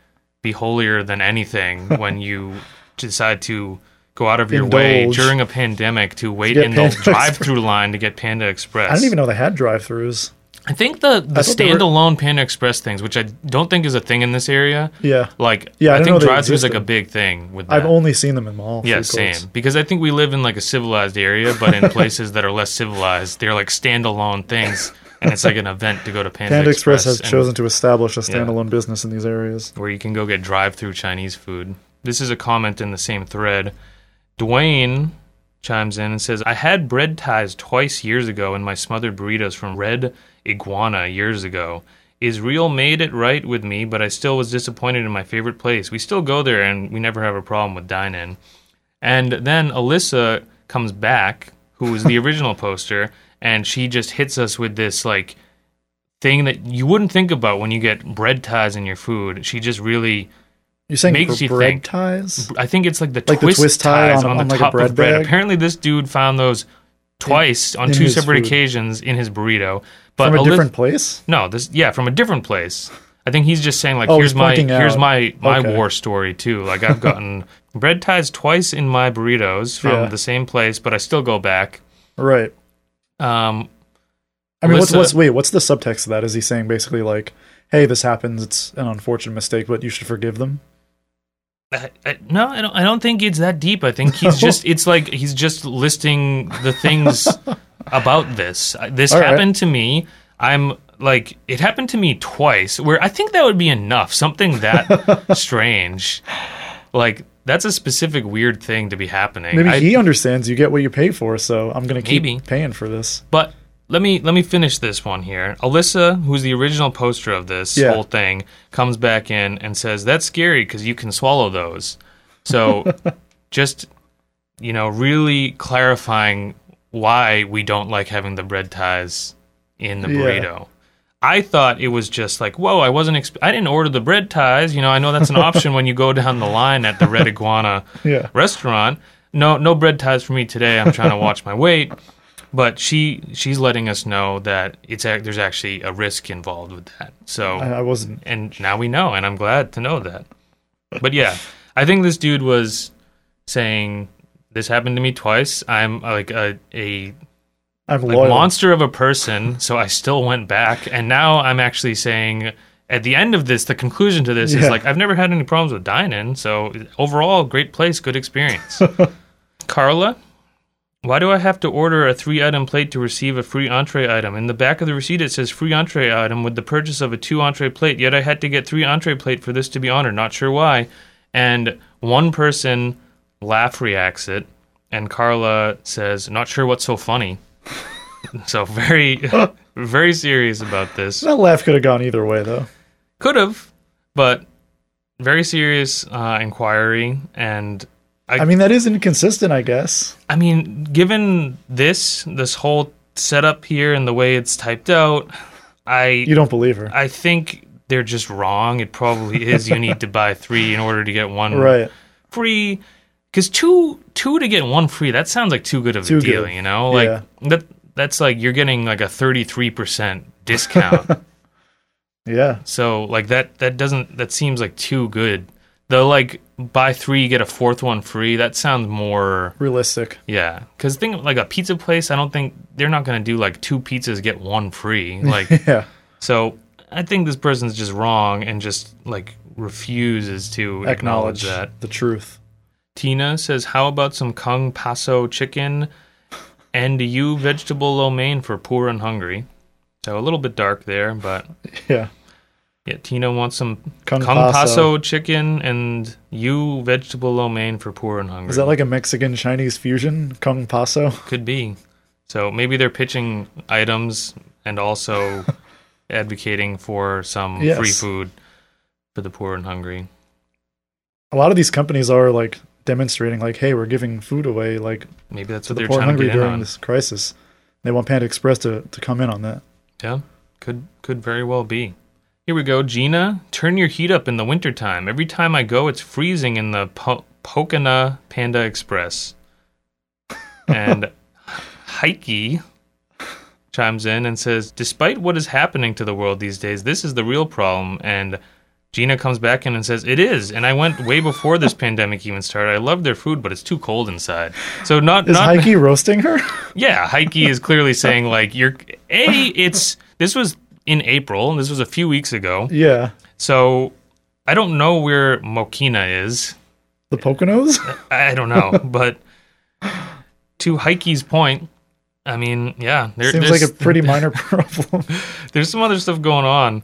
Speaker 2: be holier than anything when you decide to go out of your way
Speaker 1: Indulge.
Speaker 2: during a pandemic to wait
Speaker 1: get
Speaker 2: in
Speaker 1: Panda
Speaker 2: the drive-through line to get Panda Express.
Speaker 1: I didn't even know they had drive-throughs.
Speaker 2: I think the the
Speaker 1: I thought they were-
Speaker 2: standalone Panda Express things, which I don't think is a thing in this area.
Speaker 1: Yeah,
Speaker 2: Like
Speaker 1: Yeah, I
Speaker 2: I
Speaker 1: didn't know
Speaker 2: think
Speaker 1: they
Speaker 2: drive-through is like a
Speaker 1: existed.
Speaker 2: big thing with that.
Speaker 1: I've only seen them in mall.
Speaker 2: Yeah,
Speaker 1: food
Speaker 2: same.
Speaker 1: courts.
Speaker 2: Because I think we live in like a civilized area, but
Speaker 1: <laughs>
Speaker 2: in places that are less civilized, they're like standalone things, and it's like an event to go to Panda,
Speaker 1: Panda Express has
Speaker 2: and-
Speaker 1: chosen to establish a standalone business in these areas.
Speaker 2: where you can go get drive-through Chinese food. This is a comment in the same thread. Dwayne chimes in and says, "I had bread ties twice years ago in my smothered burritos from Red Iguana years ago. Israel made it right with me, but I still was disappointed in my favorite place. We still go there, and we never have a problem with dine-in." And then Alyssa comes back, who was the <laughs> original poster, and she just hits us with this like thing that you wouldn't think about when you get bread ties in your food. She just really
Speaker 1: You're saying
Speaker 2: Makes
Speaker 1: for
Speaker 2: you
Speaker 1: bread
Speaker 2: think.
Speaker 1: ties?
Speaker 2: I think it's like the,
Speaker 1: Like the
Speaker 2: twist,
Speaker 1: twist tie
Speaker 2: ties
Speaker 1: on
Speaker 2: on,
Speaker 1: a- on
Speaker 2: the
Speaker 1: like a
Speaker 2: top
Speaker 1: bread
Speaker 2: of bread.
Speaker 1: bag?
Speaker 2: Apparently this dude found those twice on
Speaker 1: in
Speaker 2: two
Speaker 1: his
Speaker 2: separate
Speaker 1: food.
Speaker 2: occasions in his burrito. But
Speaker 1: From a
Speaker 2: Alyssa-
Speaker 1: different place?
Speaker 2: no, this yeah, from a different place. I think he's just saying like,
Speaker 1: Oh,
Speaker 2: here's
Speaker 1: he's
Speaker 2: my
Speaker 1: pointing
Speaker 2: here's
Speaker 1: out.
Speaker 2: my my
Speaker 1: Okay.
Speaker 2: war story too. Like
Speaker 1: <laughs>
Speaker 2: I've gotten bread ties twice in my burritos from
Speaker 1: Yeah.
Speaker 2: the same place, but I still go back.
Speaker 1: Right.
Speaker 2: Um,
Speaker 1: I mean, what's,
Speaker 2: Alyssa-
Speaker 1: what's wait? What's the subtext of that? Is he saying basically like, "Hey, this happens. It's an unfortunate mistake, but you should forgive them"?
Speaker 2: I, I, no, I don't. I don't think it's that deep. I
Speaker 1: <laughs>
Speaker 2: think he's just. It's like he's just listing the things about this. Uh, This
Speaker 1: All right.
Speaker 2: happened to me. I'm like it happened to me twice. Where I think that would be enough. Something
Speaker 1: <laughs>
Speaker 2: that strange, like that's a specific weird thing to be happening.
Speaker 1: Maybe
Speaker 2: I-
Speaker 1: he understands you get what you pay for, so I'm gonna keep
Speaker 2: Maybe.
Speaker 1: paying for this.
Speaker 2: But let me let me finish this one here. Alyssa, who's the original poster of this
Speaker 1: Yeah.
Speaker 2: whole thing, comes back in and says, "That's scary because you can swallow those."
Speaker 1: <laughs>
Speaker 2: So, just you know, really clarifying why we don't like having the bread ties in the
Speaker 1: Yeah.
Speaker 2: burrito. I thought it was just like, whoa, I wasn't. Exp- I didn't order the bread ties. You know, I know
Speaker 1: <laughs>
Speaker 2: that's an option when you go down the line at the Red Iguana
Speaker 1: Yeah.
Speaker 2: restaurant. No, no bread ties for me today. I'm trying to watch my weight. But she she's letting us know that it's ac- there's actually a risk involved with that. So
Speaker 1: I, I wasn't.
Speaker 2: and now we know, and I'm glad to know that. But yeah, I think this dude was saying this happened to me twice. I'm uh, like a, a
Speaker 1: I'm
Speaker 2: like
Speaker 1: loyal.
Speaker 2: monster of a person, so I still went back, and now I'm actually saying at the end of this, the conclusion to this
Speaker 1: Yeah.
Speaker 2: is like I've never had any problems with dining, so overall, great place,
Speaker 1: <laughs>
Speaker 2: good experience. Carla, why do I have to order a three-item plate to receive a free entree item? In the back of the receipt, it says free entree item with the purchase of a two-entree plate. Yet I had to get three entree plate for this to be honored. Not sure why. And one person laugh reacts it, and Carla says, "Not sure what's so funny." <laughs> so very, <laughs> very serious about this.
Speaker 1: that laugh could have gone either way, though.
Speaker 2: Could have, but very serious uh, inquiry and.
Speaker 1: I mean, that is inconsistent, I guess.
Speaker 2: I mean, given this this whole setup here and the way it's typed out, I
Speaker 1: You don't believe her,
Speaker 2: I think they're just wrong. It probably is you
Speaker 1: <laughs>
Speaker 2: need to buy 3 in order to get one
Speaker 1: right?
Speaker 2: free cuz 2 2 to get one free, that sounds like too good of
Speaker 1: Too
Speaker 2: a deal,
Speaker 1: good.
Speaker 2: you know? Like
Speaker 1: Yeah.
Speaker 2: that that's like you're getting like a 33%
Speaker 1: <laughs>
Speaker 2: discount.
Speaker 1: Yeah,
Speaker 2: so like that that doesn't that seems like too good. Though like buy 3 get a fourth one free, that sounds more
Speaker 1: realistic. <laughs>
Speaker 2: yeah, because think of, like a pizza place. I don't think they're not gonna do like two pizzas get one <laughs> free. Like
Speaker 1: Yeah,
Speaker 2: so, I think this person's just wrong and just like refuses to
Speaker 1: acknowledge
Speaker 2: acknowledge, that.
Speaker 1: the truth.
Speaker 2: Tina says, "How about some kung paso chicken and you vegetable lo mein for poor and hungry?" So a little bit dark there, but
Speaker 1: Yeah,
Speaker 2: yeah, Tina wants some
Speaker 1: Kung
Speaker 2: kung,
Speaker 1: Paso.
Speaker 2: paso chicken and you vegetable lo mein for poor and hungry.
Speaker 1: is that like a Mexican Chinese fusion? Kung Paso.
Speaker 2: Could be. So maybe they're pitching items
Speaker 1: <laughs>
Speaker 2: and also advocating for some
Speaker 1: Yes.
Speaker 2: free food for the poor and hungry.
Speaker 1: A lot of these companies are like demonstrating, like, "Hey, we're giving food away, like
Speaker 2: Maybe that's
Speaker 1: to
Speaker 2: what
Speaker 1: the
Speaker 2: they're
Speaker 1: poor and
Speaker 2: trying to
Speaker 1: hungry
Speaker 2: get in
Speaker 1: during
Speaker 2: on.
Speaker 1: this crisis." They want Panda Express to to come in on that.
Speaker 2: Yeah, could could very well be. Here we go, Gina. Turn your heat up in the wintertime. Every time I go, it's freezing in the po- Pocono Panda
Speaker 1: <laughs>
Speaker 2: Express. And Heike chimes in and says, "Despite what is happening to the world these days, this is the real problem." And Gina comes back in and says, "It is." And I went way before this <laughs> pandemic even started. I love their food, but it's too cold inside. So not
Speaker 1: Is
Speaker 2: not
Speaker 1: Heike roasting
Speaker 2: <laughs>
Speaker 1: her?
Speaker 2: yeah, Heike
Speaker 1: <laughs>
Speaker 2: is clearly saying like you're a. It's this was in April. This was a few weeks ago.
Speaker 1: yeah,
Speaker 2: So I don't know where Mokina is.
Speaker 1: the Poconos.
Speaker 2: I
Speaker 1: <laughs>
Speaker 2: don't know, but to Heike's point, I mean, yeah, there,
Speaker 1: Seems
Speaker 2: there's
Speaker 1: like a
Speaker 2: <laughs>
Speaker 1: pretty minor problem.
Speaker 2: there's some other stuff going on.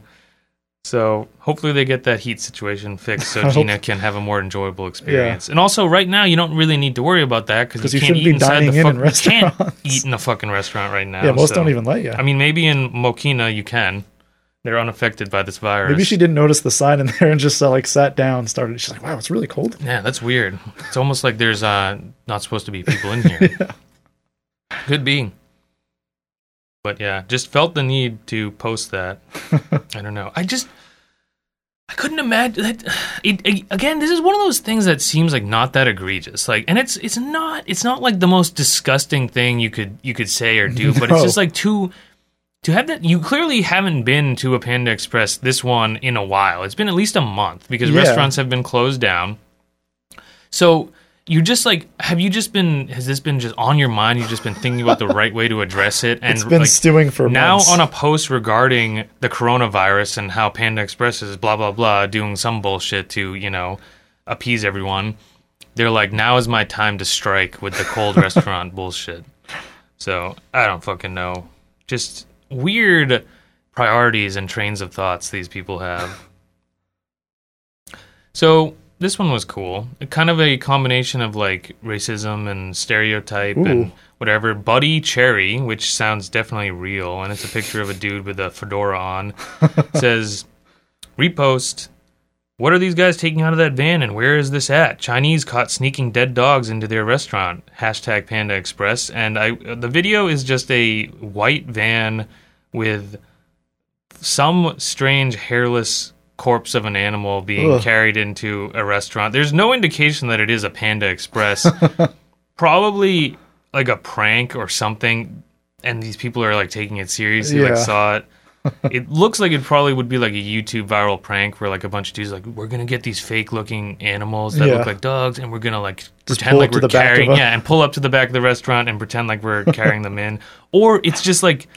Speaker 2: So hopefully they get that heat situation fixed
Speaker 1: <laughs>
Speaker 2: so
Speaker 1: hope-
Speaker 2: Gina can have a more enjoyable experience. And also, right now you don't really need to worry about that because
Speaker 1: 'Cause
Speaker 2: you,
Speaker 1: you
Speaker 2: can't
Speaker 1: shouldn't
Speaker 2: eat
Speaker 1: be
Speaker 2: inside
Speaker 1: dining
Speaker 2: the
Speaker 1: in
Speaker 2: fuck-
Speaker 1: in
Speaker 2: You can't
Speaker 1: restaurants.
Speaker 2: eat in a fucking restaurant right now.
Speaker 1: yeah, most
Speaker 2: so-
Speaker 1: don't even let you.
Speaker 2: I mean, maybe in Mokina you can. They're unaffected by this virus.
Speaker 1: Maybe she didn't notice the sign in <laughs> there and just uh, like sat down, and started. She's like, "Wow, it's really cold."
Speaker 2: Yeah, that's weird. It's almost like there's uh, not supposed to be people
Speaker 1: <laughs>
Speaker 2: in here. Could be. But yeah, just felt the need to
Speaker 1: <laughs>
Speaker 2: post that. I don't know. I just I couldn't imagine that. It, it- again, this is one of those things that seems like not that egregious. Like, and it's it's not it's not like the most disgusting thing you could you could say or do. But it's
Speaker 1: No.
Speaker 2: just like too to have that. You clearly haven't been to a Panda Express this one in a while. It's been at least a month because
Speaker 1: Yeah.
Speaker 2: restaurants have been closed down. So you're just like, have you just been? Has this been just on your mind? You've just been thinking about
Speaker 1: <laughs>
Speaker 2: the right way to address it, and
Speaker 1: It's been
Speaker 2: like,
Speaker 1: stewing for
Speaker 2: now
Speaker 1: months.
Speaker 2: on a post regarding the coronavirus and how Panda Express is blah blah blah doing some bullshit to you know appease everyone. They're like, now is my time to strike with
Speaker 1: <laughs>
Speaker 2: the cold restaurant bullshit. So I don't fucking know. Just weird priorities and trains of thoughts these people have. so this one was cool. Kind of a combination of like racism and stereotype and
Speaker 1: Ooh.
Speaker 2: whatever. Buddy Cherry, which sounds definitely real, and it's a picture of a dude with a fedora on, says, repost. What are these guys taking out of that van and where is this at? Chinese caught sneaking dead dogs into their restaurant. Hashtag Panda Express. And I, the video is just a white van with some strange hairless corpse of an animal being
Speaker 1: Ugh.
Speaker 2: carried into a restaurant. There's no indication that it is a Panda
Speaker 1: <laughs>
Speaker 2: Express. Probably like a prank or something. And these people are like taking it seriously, like
Speaker 1: Yeah.
Speaker 2: saw it. it looks like it probably would be like a YouTube viral prank where like a bunch of dudes are like we're gonna get these fake looking animals that
Speaker 1: Yeah.
Speaker 2: look like dogs and we're gonna like
Speaker 1: Just
Speaker 2: pretend
Speaker 1: pull
Speaker 2: like
Speaker 1: up to
Speaker 2: we're
Speaker 1: the back of
Speaker 2: carrying
Speaker 1: a-
Speaker 2: <laughs> yeah and pull up to the back of the restaurant and pretend like we're carrying them in or it's just like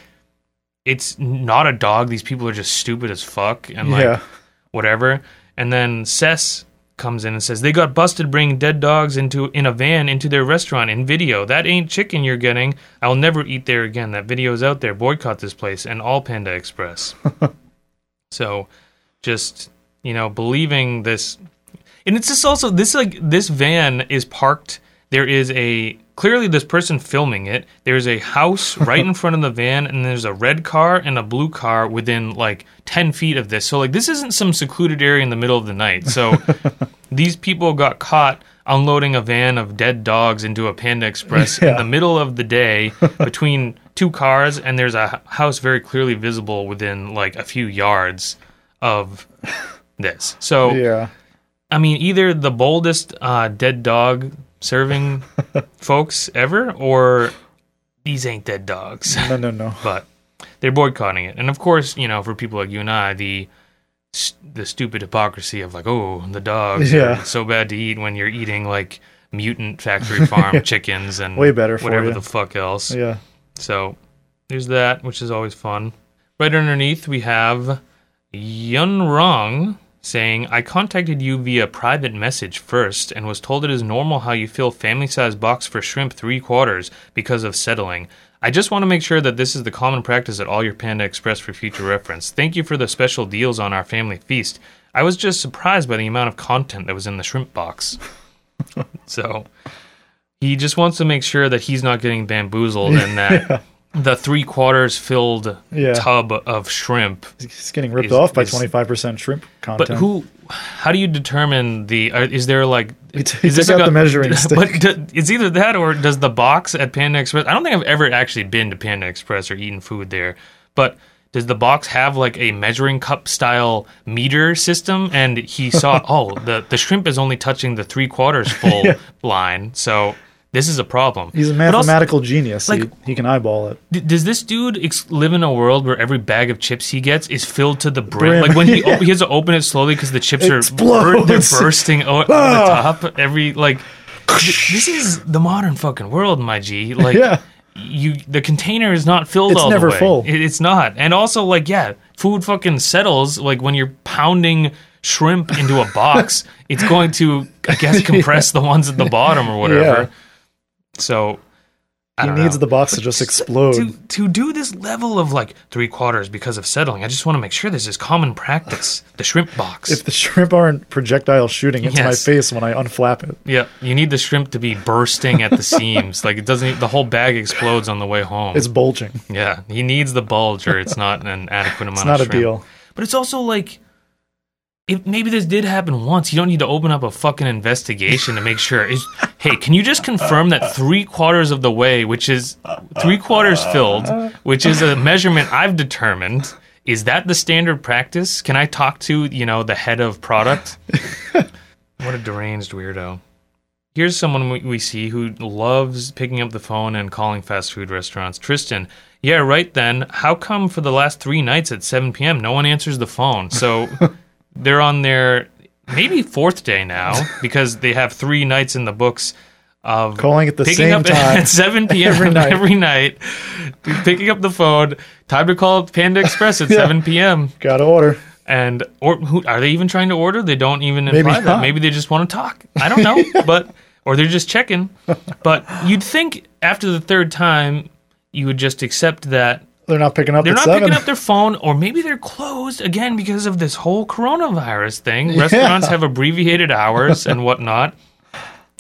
Speaker 2: it's not a dog these people are just stupid as fuck and like
Speaker 1: yeah.
Speaker 2: whatever. And then Sess comes in and says they got busted bringing dead dogs into in a van into their restaurant in video. That ain't chicken you're getting. I'll never eat there again. That video's out there. Boycott this place and all Panda Express. so, just you know, believing this, and it's just also this like this van is parked. There is a clearly this person filming it. There's a house right in front of the van, and there's a red car and a blue car within like ten feet of this. So like this isn't some secluded area in the middle of the night. So these people got caught unloading a van of dead dogs into a Panda Express in
Speaker 1: Yeah.
Speaker 2: the middle of the day between two cars, and there's a h- house very clearly visible within like a few yards of this. So
Speaker 1: Yeah.
Speaker 2: I mean, either the boldest uh, dead dog
Speaker 1: <laughs>
Speaker 2: serving folks ever, or these ain't dead dogs. <laughs>
Speaker 1: No, no, no.
Speaker 2: but they're boycotting it, and of course, you know, for people like you and I, the s- the stupid hypocrisy of like, oh, the dogs
Speaker 1: Yeah.
Speaker 2: are so bad to eat when you're eating like mutant
Speaker 1: <laughs>
Speaker 2: factory farm chickens and
Speaker 1: Way better for
Speaker 2: whatever
Speaker 1: you.
Speaker 2: the fuck else.
Speaker 1: Yeah.
Speaker 2: So there's that, which is always fun. Right underneath, we have Yun Rong saying, I contacted you via private message first and was told it is normal how you fill family size box for shrimp three quarters because of settling. I just want to make sure that this is the common practice at all your Panda Express for future reference. Thank you for the special deals on our family feast. I was just surprised by the amount of content that was in the shrimp box. so he just wants to make sure that he's not getting bamboozled and that the three quarters filled
Speaker 1: Yeah.
Speaker 2: tub of shrimp.
Speaker 1: He's getting ripped
Speaker 2: Is-
Speaker 1: off by
Speaker 2: is-
Speaker 1: twenty five percent shrimp
Speaker 2: But
Speaker 1: content.
Speaker 2: who? How do you determine the? Are, is there like?
Speaker 1: He t- he took out the measuring stick.
Speaker 2: <laughs> But do, it's either that or does the box at Panda Express? I don't think I've ever actually been to Panda Express or eaten food there. But does the box have like a measuring cup style meter system?
Speaker 1: <laughs>
Speaker 2: And he saw, oh, the the shrimp is only touching the three quarters full line, so this is a problem.
Speaker 1: He's a
Speaker 2: But also-
Speaker 1: mathematical genius.
Speaker 2: like-
Speaker 1: he, he can eyeball it.
Speaker 2: D- does this dude ex- live in a world where every bag of chips he gets is filled to the brim?
Speaker 1: Brim,
Speaker 2: Like
Speaker 1: <laughs>
Speaker 2: when he, o- he has to open it slowly because the chips are bur- they're
Speaker 1: Explodes.
Speaker 2: bursting out,
Speaker 1: Ah.
Speaker 2: the top. Every like, th-
Speaker 1: <laughs>
Speaker 2: this is the modern fucking world, my g. Like,
Speaker 1: Yeah.
Speaker 2: you the container is not filled.
Speaker 1: It's
Speaker 2: all
Speaker 1: never
Speaker 2: the way.
Speaker 1: full.
Speaker 2: It- it's not, and also like yeah, food fucking settles. Like when you're pounding shrimp into a
Speaker 1: <laughs>
Speaker 2: box, it's going to I guess compress the ones at the bottom or whatever.
Speaker 1: Yeah.
Speaker 2: So. I
Speaker 1: He
Speaker 2: don't
Speaker 1: needs
Speaker 2: know
Speaker 1: the box to just explode.
Speaker 2: to to do this level of like three quarters because of settling. I just want to make sure this is common practice. The shrimp box.
Speaker 1: if the shrimp aren't projectile shooting into my
Speaker 2: Yes.
Speaker 1: face when I unflap it.
Speaker 2: yeah, you need the shrimp to be bursting at the <laughs> seams. Like it doesn't. e- The whole bag explodes on the way home.
Speaker 1: It's bulging. It's
Speaker 2: yeah, he needs the bulge, or it's not an adequate amount.
Speaker 1: not
Speaker 2: of
Speaker 1: a
Speaker 2: shrimp.
Speaker 1: deal.
Speaker 2: But it's also like. If maybe this did happen once, you don't need to open up a fucking investigation to make sure. Is, <laughs> hey, can you just confirm that three quarters of the way, which is three quarters filled, which is a measurement I've determined, is that the standard practice? Can I talk to you know the head of product? <laughs> what a deranged weirdo. Here's someone we, we see who loves picking up the phone and calling fast food restaurants. Tristan, yeah, right then. How come for the last three nights at 7 p.m., no one answers the phone?
Speaker 1: <laughs>
Speaker 2: So they're on their maybe fourth day now because they have three nights in the books of
Speaker 1: Calling at the
Speaker 2: picking
Speaker 1: same
Speaker 2: up <laughs>
Speaker 1: time
Speaker 2: at 7 p.m.
Speaker 1: every
Speaker 2: every
Speaker 1: night. <laughs>
Speaker 2: night. picking up the phone. Time to call Panda Express at 7 p.m.
Speaker 1: <laughs> Gotta order.
Speaker 2: and or who are they even trying to order? They don't even
Speaker 1: Maybe
Speaker 2: imply that.
Speaker 1: not.
Speaker 2: Maybe they just want to talk. I don't
Speaker 1: <laughs>
Speaker 2: know, but or they're just checking. But you'd think after the third time, you would just accept that
Speaker 1: They're not picking up
Speaker 2: they're
Speaker 1: at
Speaker 2: not
Speaker 1: seven.
Speaker 2: picking up their phone, or maybe they're closed again because of this whole coronavirus thing. Restaurants have abbreviated hours and whatnot.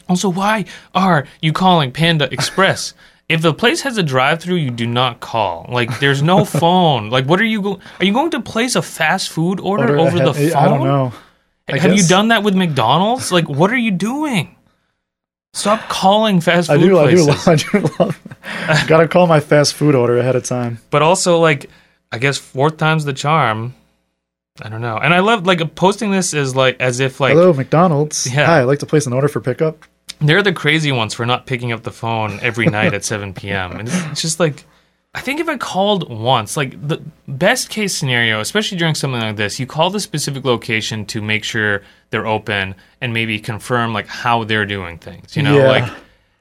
Speaker 2: Also, why are you calling Panda Express? If the place has a drive-through, you do not call. Like, there's
Speaker 1: <laughs>
Speaker 2: no phone. Like, what are you going? Are you going to place a fast food order,
Speaker 1: Order
Speaker 2: over the
Speaker 1: ahead- <laughs>
Speaker 2: phone?
Speaker 1: I don't know. I
Speaker 2: have you
Speaker 1: guess.
Speaker 2: done that with McDonald's? Like, what are you doing? Stop calling fast
Speaker 1: I
Speaker 2: food
Speaker 1: do. I do.
Speaker 2: places.
Speaker 1: Love, <laughs> I do love. Gotta call my fast food order ahead of time.
Speaker 2: but also like i guess fourth time's the charm i don't know and i love like posting this is like as if like
Speaker 1: Hello, McDonald's.
Speaker 2: Yeah.
Speaker 1: Hi, I'd like to place an order for pickup.
Speaker 2: they're the crazy ones for not picking up the phone every night at 7 p.m and it's it's just like i think if i called once like the best case scenario especially during something like this you call the specific location to make sure they're open and maybe confirm like how they're doing things you know
Speaker 1: Yeah.
Speaker 2: like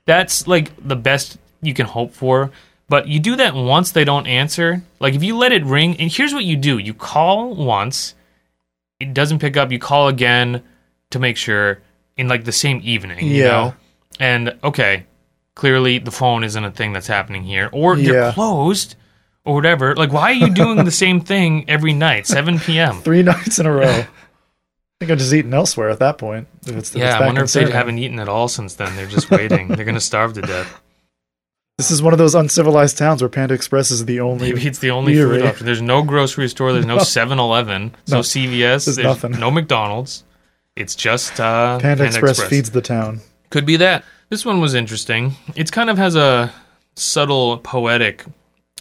Speaker 2: that's like the best you can hope for. But you do that once they don't answer. Like if you let it ring, and here's what you do: you call once, it doesn't pick up. You call again to make sure in like the same evening. You
Speaker 1: Yeah.
Speaker 2: know? And okay, clearly the phone isn't a thing that's happening here, or they're
Speaker 1: Yeah.
Speaker 2: closed, or whatever. Like why are you doing the same thing every night, 7
Speaker 1: <laughs>
Speaker 2: p.m.
Speaker 1: Three nights in a row.
Speaker 2: <laughs>
Speaker 1: I think I'm just eating elsewhere at that point. If it's, if it's
Speaker 2: Yeah, I
Speaker 1: that
Speaker 2: wonder if they
Speaker 1: concerning.
Speaker 2: haven't eaten at all since then. They're just waiting. They're gonna starve to death.
Speaker 1: <laughs> This is one of those uncivilized towns where Panda Express is the only.
Speaker 2: Maybe it's the only
Speaker 1: You're
Speaker 2: food
Speaker 1: right.
Speaker 2: option. There's no grocery store. There's no 7 Eleven. There's no,
Speaker 1: No,
Speaker 2: CVS. There's
Speaker 1: there's nothing.
Speaker 2: no McDonald's. It's just uh,
Speaker 1: Panda, Express, feeds the town.
Speaker 2: Could be that. This one was interesting. It's kind of has a subtle poetic,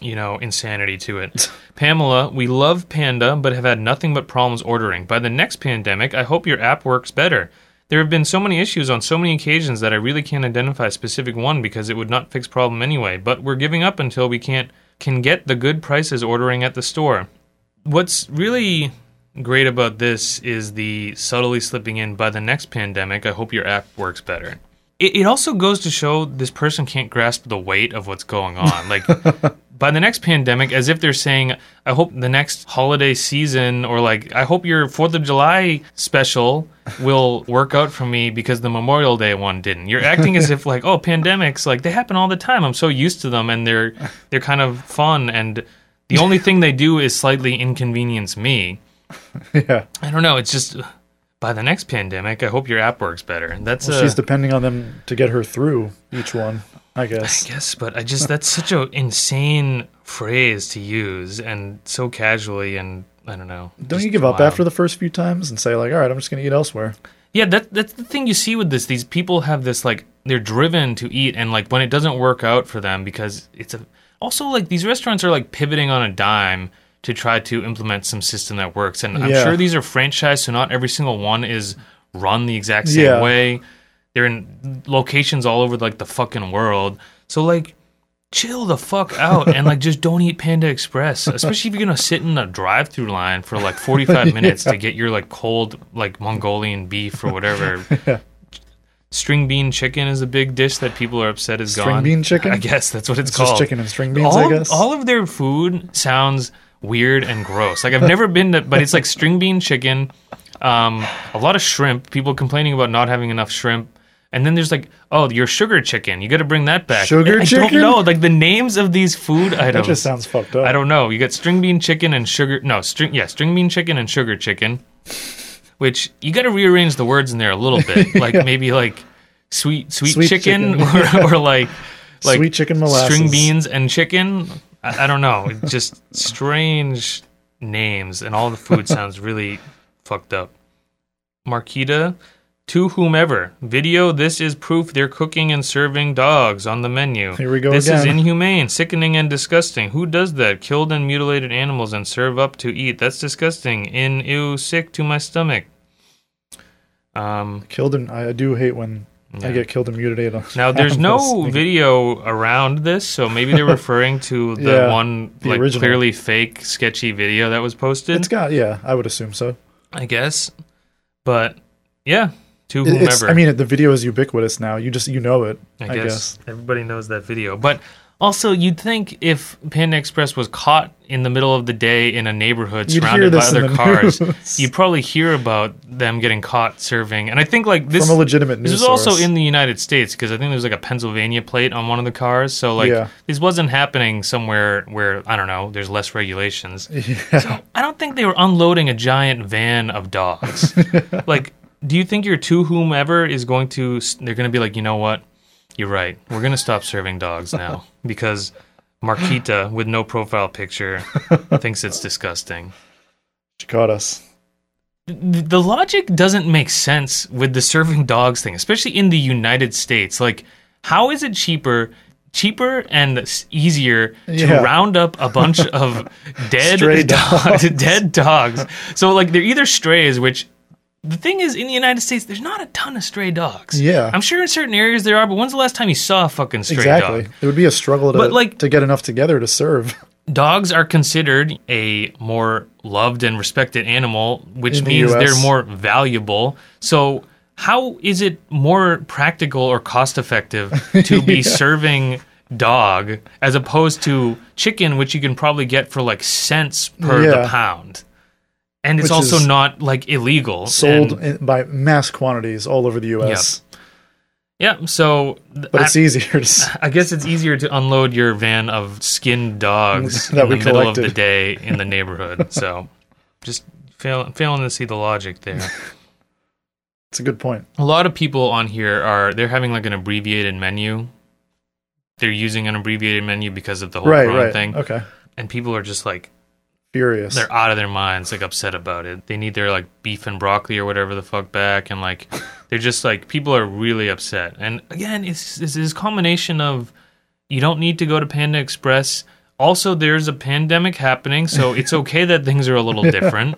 Speaker 2: you know, insanity to it. Pamela, we love Panda, but have had nothing but problems ordering. By the next pandemic, I hope your app works better. There have been so many issues on so many occasions that I really can't identify a specific one because it would not fix problem anyway. But we're giving up until we can't can get the good prices ordering at the store what's really great about this is the subtly slipping in by the next pandemic i hope your app works better it, it also goes to show this person can't grasp the weight of what's going
Speaker 1: <laughs>
Speaker 2: on like by the next pandemic as if they're saying i hope the next holiday season or like i hope your fourth of july special will work out for me because the memorial day one didn't you're acting as if like oh pandemics like they happen all the time i'm so used to them and they're they're kind of fun and
Speaker 1: <laughs>
Speaker 2: the only thing they do is slightly inconvenience me
Speaker 1: yeah.
Speaker 2: i don't know it's just ugh, by the next pandemic i hope your app works better that's
Speaker 1: Well,
Speaker 2: uh,
Speaker 1: she's depending on them to get her through each one, I
Speaker 2: I
Speaker 1: guess.
Speaker 2: guess, but I just that's such an insane phrase to use and so casually and I don't know.
Speaker 1: Don't you give up after the first few times and say like, "All right, I'm just going to eat elsewhere."
Speaker 2: Yeah, that that's the thing you see with this. These people have this like they're driven to eat and like when it doesn't work out for them because it's a also like these restaurants are like pivoting on a dime to try to implement some system that works. And I'm
Speaker 1: Yeah.
Speaker 2: sure these are franchised, so not every single one is run the exact same
Speaker 1: Yeah.
Speaker 2: way. They're in locations all over like the fucking world. So like chill the fuck out and like just don't eat Panda Express, especially if you're gonna sit in a drive-through line for like
Speaker 1: <laughs>
Speaker 2: 45 minutes to get your like cold like Mongolian beef
Speaker 1: <laughs>
Speaker 2: or whatever. String bean chicken is a big dish that people are upset is
Speaker 1: String
Speaker 2: gone.
Speaker 1: bean chicken?
Speaker 2: I guess that's what it's,
Speaker 1: It's
Speaker 2: called.
Speaker 1: just chicken and string beans,
Speaker 2: all,
Speaker 1: I guess.
Speaker 2: all of their food sounds weird and gross. Like I've never been to, but it's like string bean chicken, um, a lot of shrimp. People complaining about not having enough shrimp. And then there's like, oh, your sugar chicken. You got to bring that back.
Speaker 1: Sugar
Speaker 2: I don't
Speaker 1: chicken?
Speaker 2: know. Like the names of these food
Speaker 1: That
Speaker 2: items.
Speaker 1: just sounds fucked up.
Speaker 2: I don't know. You got string bean chicken and sugar. No, string. Yeah, string bean chicken and sugar chicken. Which you got to rearrange the words in there a little
Speaker 1: <laughs>
Speaker 2: bit. Like maybe like sweet sweet,
Speaker 1: Sweet
Speaker 2: chicken,
Speaker 1: chicken,
Speaker 2: Or, <laughs> or like
Speaker 1: <laughs>
Speaker 2: like
Speaker 1: Sweet chicken
Speaker 2: string
Speaker 1: molasses.
Speaker 2: beans and chicken. I, I don't know. It's just strange names and all
Speaker 1: <laughs>
Speaker 2: the food sounds really fucked up. Marquita to whomever video this is proof they're cooking and serving dogs on the menu
Speaker 1: Here we go
Speaker 2: this is
Speaker 1: again.
Speaker 2: inhumane sickening and disgusting who does that killed and mutilated animals and serve up to eat that's disgusting in ew sick to my stomach um
Speaker 1: Killed and I I do hate when I get killed and mutilated. on
Speaker 2: now
Speaker 1: <laughs>
Speaker 2: there's no
Speaker 1: animals.
Speaker 2: video around this so
Speaker 1: <laughs>
Speaker 2: maybe they're referring to the
Speaker 1: Yeah,
Speaker 2: one
Speaker 1: the
Speaker 2: like
Speaker 1: original.
Speaker 2: clearly fake sketchy video that was posted
Speaker 1: It's got yeah, I would assume so.
Speaker 2: i guess but yeah to
Speaker 1: It-
Speaker 2: whomever
Speaker 1: It's, I mean, the video is ugubiquitous now. You just you know it.
Speaker 2: I guess, everybody knows that video. But Also, you'd think if Panda Express was caught in the middle of the day in a neighborhood
Speaker 1: You'd hear
Speaker 2: surrounded by
Speaker 1: this in
Speaker 2: other
Speaker 1: the
Speaker 2: cars,
Speaker 1: news.
Speaker 2: you'd probably hear about them getting caught serving. And I think like this
Speaker 1: from a legitimate news
Speaker 2: this was
Speaker 1: source.
Speaker 2: also in the United States because I think there was like a Pennsylvania plate on one of the cars. So like
Speaker 1: Yeah.
Speaker 2: this wasn't happening somewhere where I don't know. There's less regulations.
Speaker 1: <laughs> Yeah.
Speaker 2: I don't think they were unloading a giant van of dogs. like, do you think your to whomever is going to? They're going to be like, you know what? You're right. We're going to stop serving dogs now because Marquita with no profile picture thinks it's disgusting.
Speaker 1: She caught us.
Speaker 2: Th- The logic doesn't make sense with the serving dogs thing, especially in the United States. Like, how is it cheaper? Cheaper and s- easier to
Speaker 1: Yeah.
Speaker 2: round up a
Speaker 1: <laughs>
Speaker 2: bunch of dead
Speaker 1: Stray
Speaker 2: <laughs> dogs, dead dogs. So like they're either strays, which the thing is in the United States, there's not a ton of stray dogs.
Speaker 1: Yeah.
Speaker 2: I'm sure in certain areas there are, but when's the last time you saw a fucking stray
Speaker 1: Exactly.
Speaker 2: dog?
Speaker 1: It would be a struggle to
Speaker 2: But, like-
Speaker 1: to get enough together to serve. <laughs>
Speaker 2: Dogs are considered a more loved and respected animal, which
Speaker 1: In the
Speaker 2: means
Speaker 1: US.
Speaker 2: they're more valuable. So how is it more practical or cost effective
Speaker 1: <laughs>
Speaker 2: to be serving dog as opposed to chicken, which you can probably get for like cents per
Speaker 1: Yeah.
Speaker 2: the pound? And it's
Speaker 1: Which
Speaker 2: also
Speaker 1: is
Speaker 2: not like illegal.
Speaker 1: Sold
Speaker 2: And-
Speaker 1: in, by mass quantities all over the U.S.
Speaker 2: yeah. So th-
Speaker 1: But
Speaker 2: I-
Speaker 1: it's easier. To, s- <laughs>
Speaker 2: I guess it's easier to unload your van of skinned
Speaker 1: <laughs>
Speaker 2: dogs
Speaker 1: That
Speaker 2: in the
Speaker 1: we
Speaker 2: middle of the
Speaker 1: collected.
Speaker 2: day in the neighborhood. So just fail, failing to see the logic there.
Speaker 1: it's a good point.
Speaker 2: A lot of people on here are they're having like an abbreviated menu. They're using an abbreviated menu because of the whole
Speaker 1: Right.
Speaker 2: Chrome
Speaker 1: Right.
Speaker 2: thing,
Speaker 1: Okay.
Speaker 2: and people are just like
Speaker 1: Furious.
Speaker 2: they're out of their minds, like upset about it. They need their like beef and broccoli or whatever the fuck back,
Speaker 1: <laughs>
Speaker 2: and like they're just like people are really upset. And again, it's, it's this combination of you don't need to go to Panda Express. Also, there's a pandemic
Speaker 1: <laughs>
Speaker 2: happening, so it's okay that things are a little different.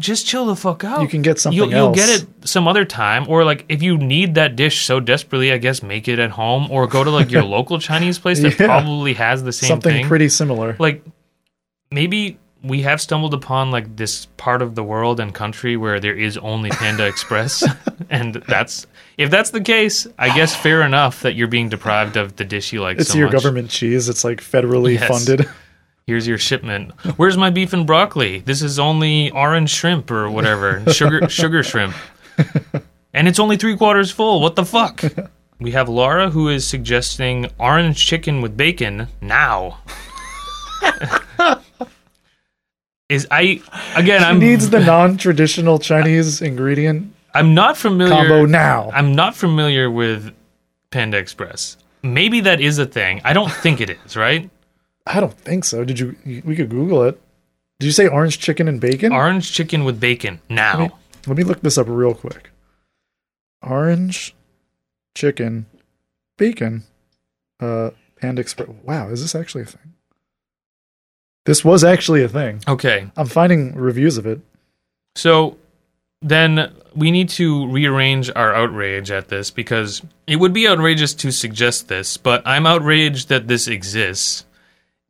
Speaker 2: Just chill the fuck out.
Speaker 1: You can get something
Speaker 2: You'll, you'll get
Speaker 1: else.
Speaker 2: it some other time, or like if you need that dish so desperately, I guess make it at home or go to like
Speaker 1: <laughs>
Speaker 2: your local Chinese place that
Speaker 1: Yeah.
Speaker 2: probably has the same
Speaker 1: Something
Speaker 2: thing
Speaker 1: pretty similar.
Speaker 2: like maybe we have stumbled upon like this part of the world and country where there is only Panda
Speaker 1: <laughs>
Speaker 2: Express and that's if that's the case, I guess fair enough that you're being deprived of the dish you like
Speaker 1: It's
Speaker 2: so
Speaker 1: your
Speaker 2: much.
Speaker 1: government cheese. It's like federally
Speaker 2: Yes.
Speaker 1: funded. <laughs>
Speaker 2: Here's your shipment. Where's my beef and broccoli? This is only orange shrimp
Speaker 1: <laughs>
Speaker 2: or whatever. Sugar sugar shrimp. And it's only three quarters full. What the fuck? We have Laura who is suggesting orange chicken with bacon now. <laughs> is I again I'm
Speaker 1: Needs the non-traditional Chinese ingredient
Speaker 2: I'm not familiar
Speaker 1: combo now.
Speaker 2: I'm not familiar with Panda Express. Maybe that is a thing. I don't think it
Speaker 1: <laughs>
Speaker 2: is, right?
Speaker 1: I don't think so. Did you? We could Google it. Did you say orange chicken and bacon?
Speaker 2: Orange chicken with bacon now.
Speaker 1: Let me, let me look this up real quick. Orange chicken bacon uh Panda Express. Wow, is this actually a thing? This was actually a thing.
Speaker 2: Okay.
Speaker 1: I'm finding reviews of it.
Speaker 2: So then we need to rearrange our outrage at this because it would be outrageous to suggest this, but I'm outraged that this exists.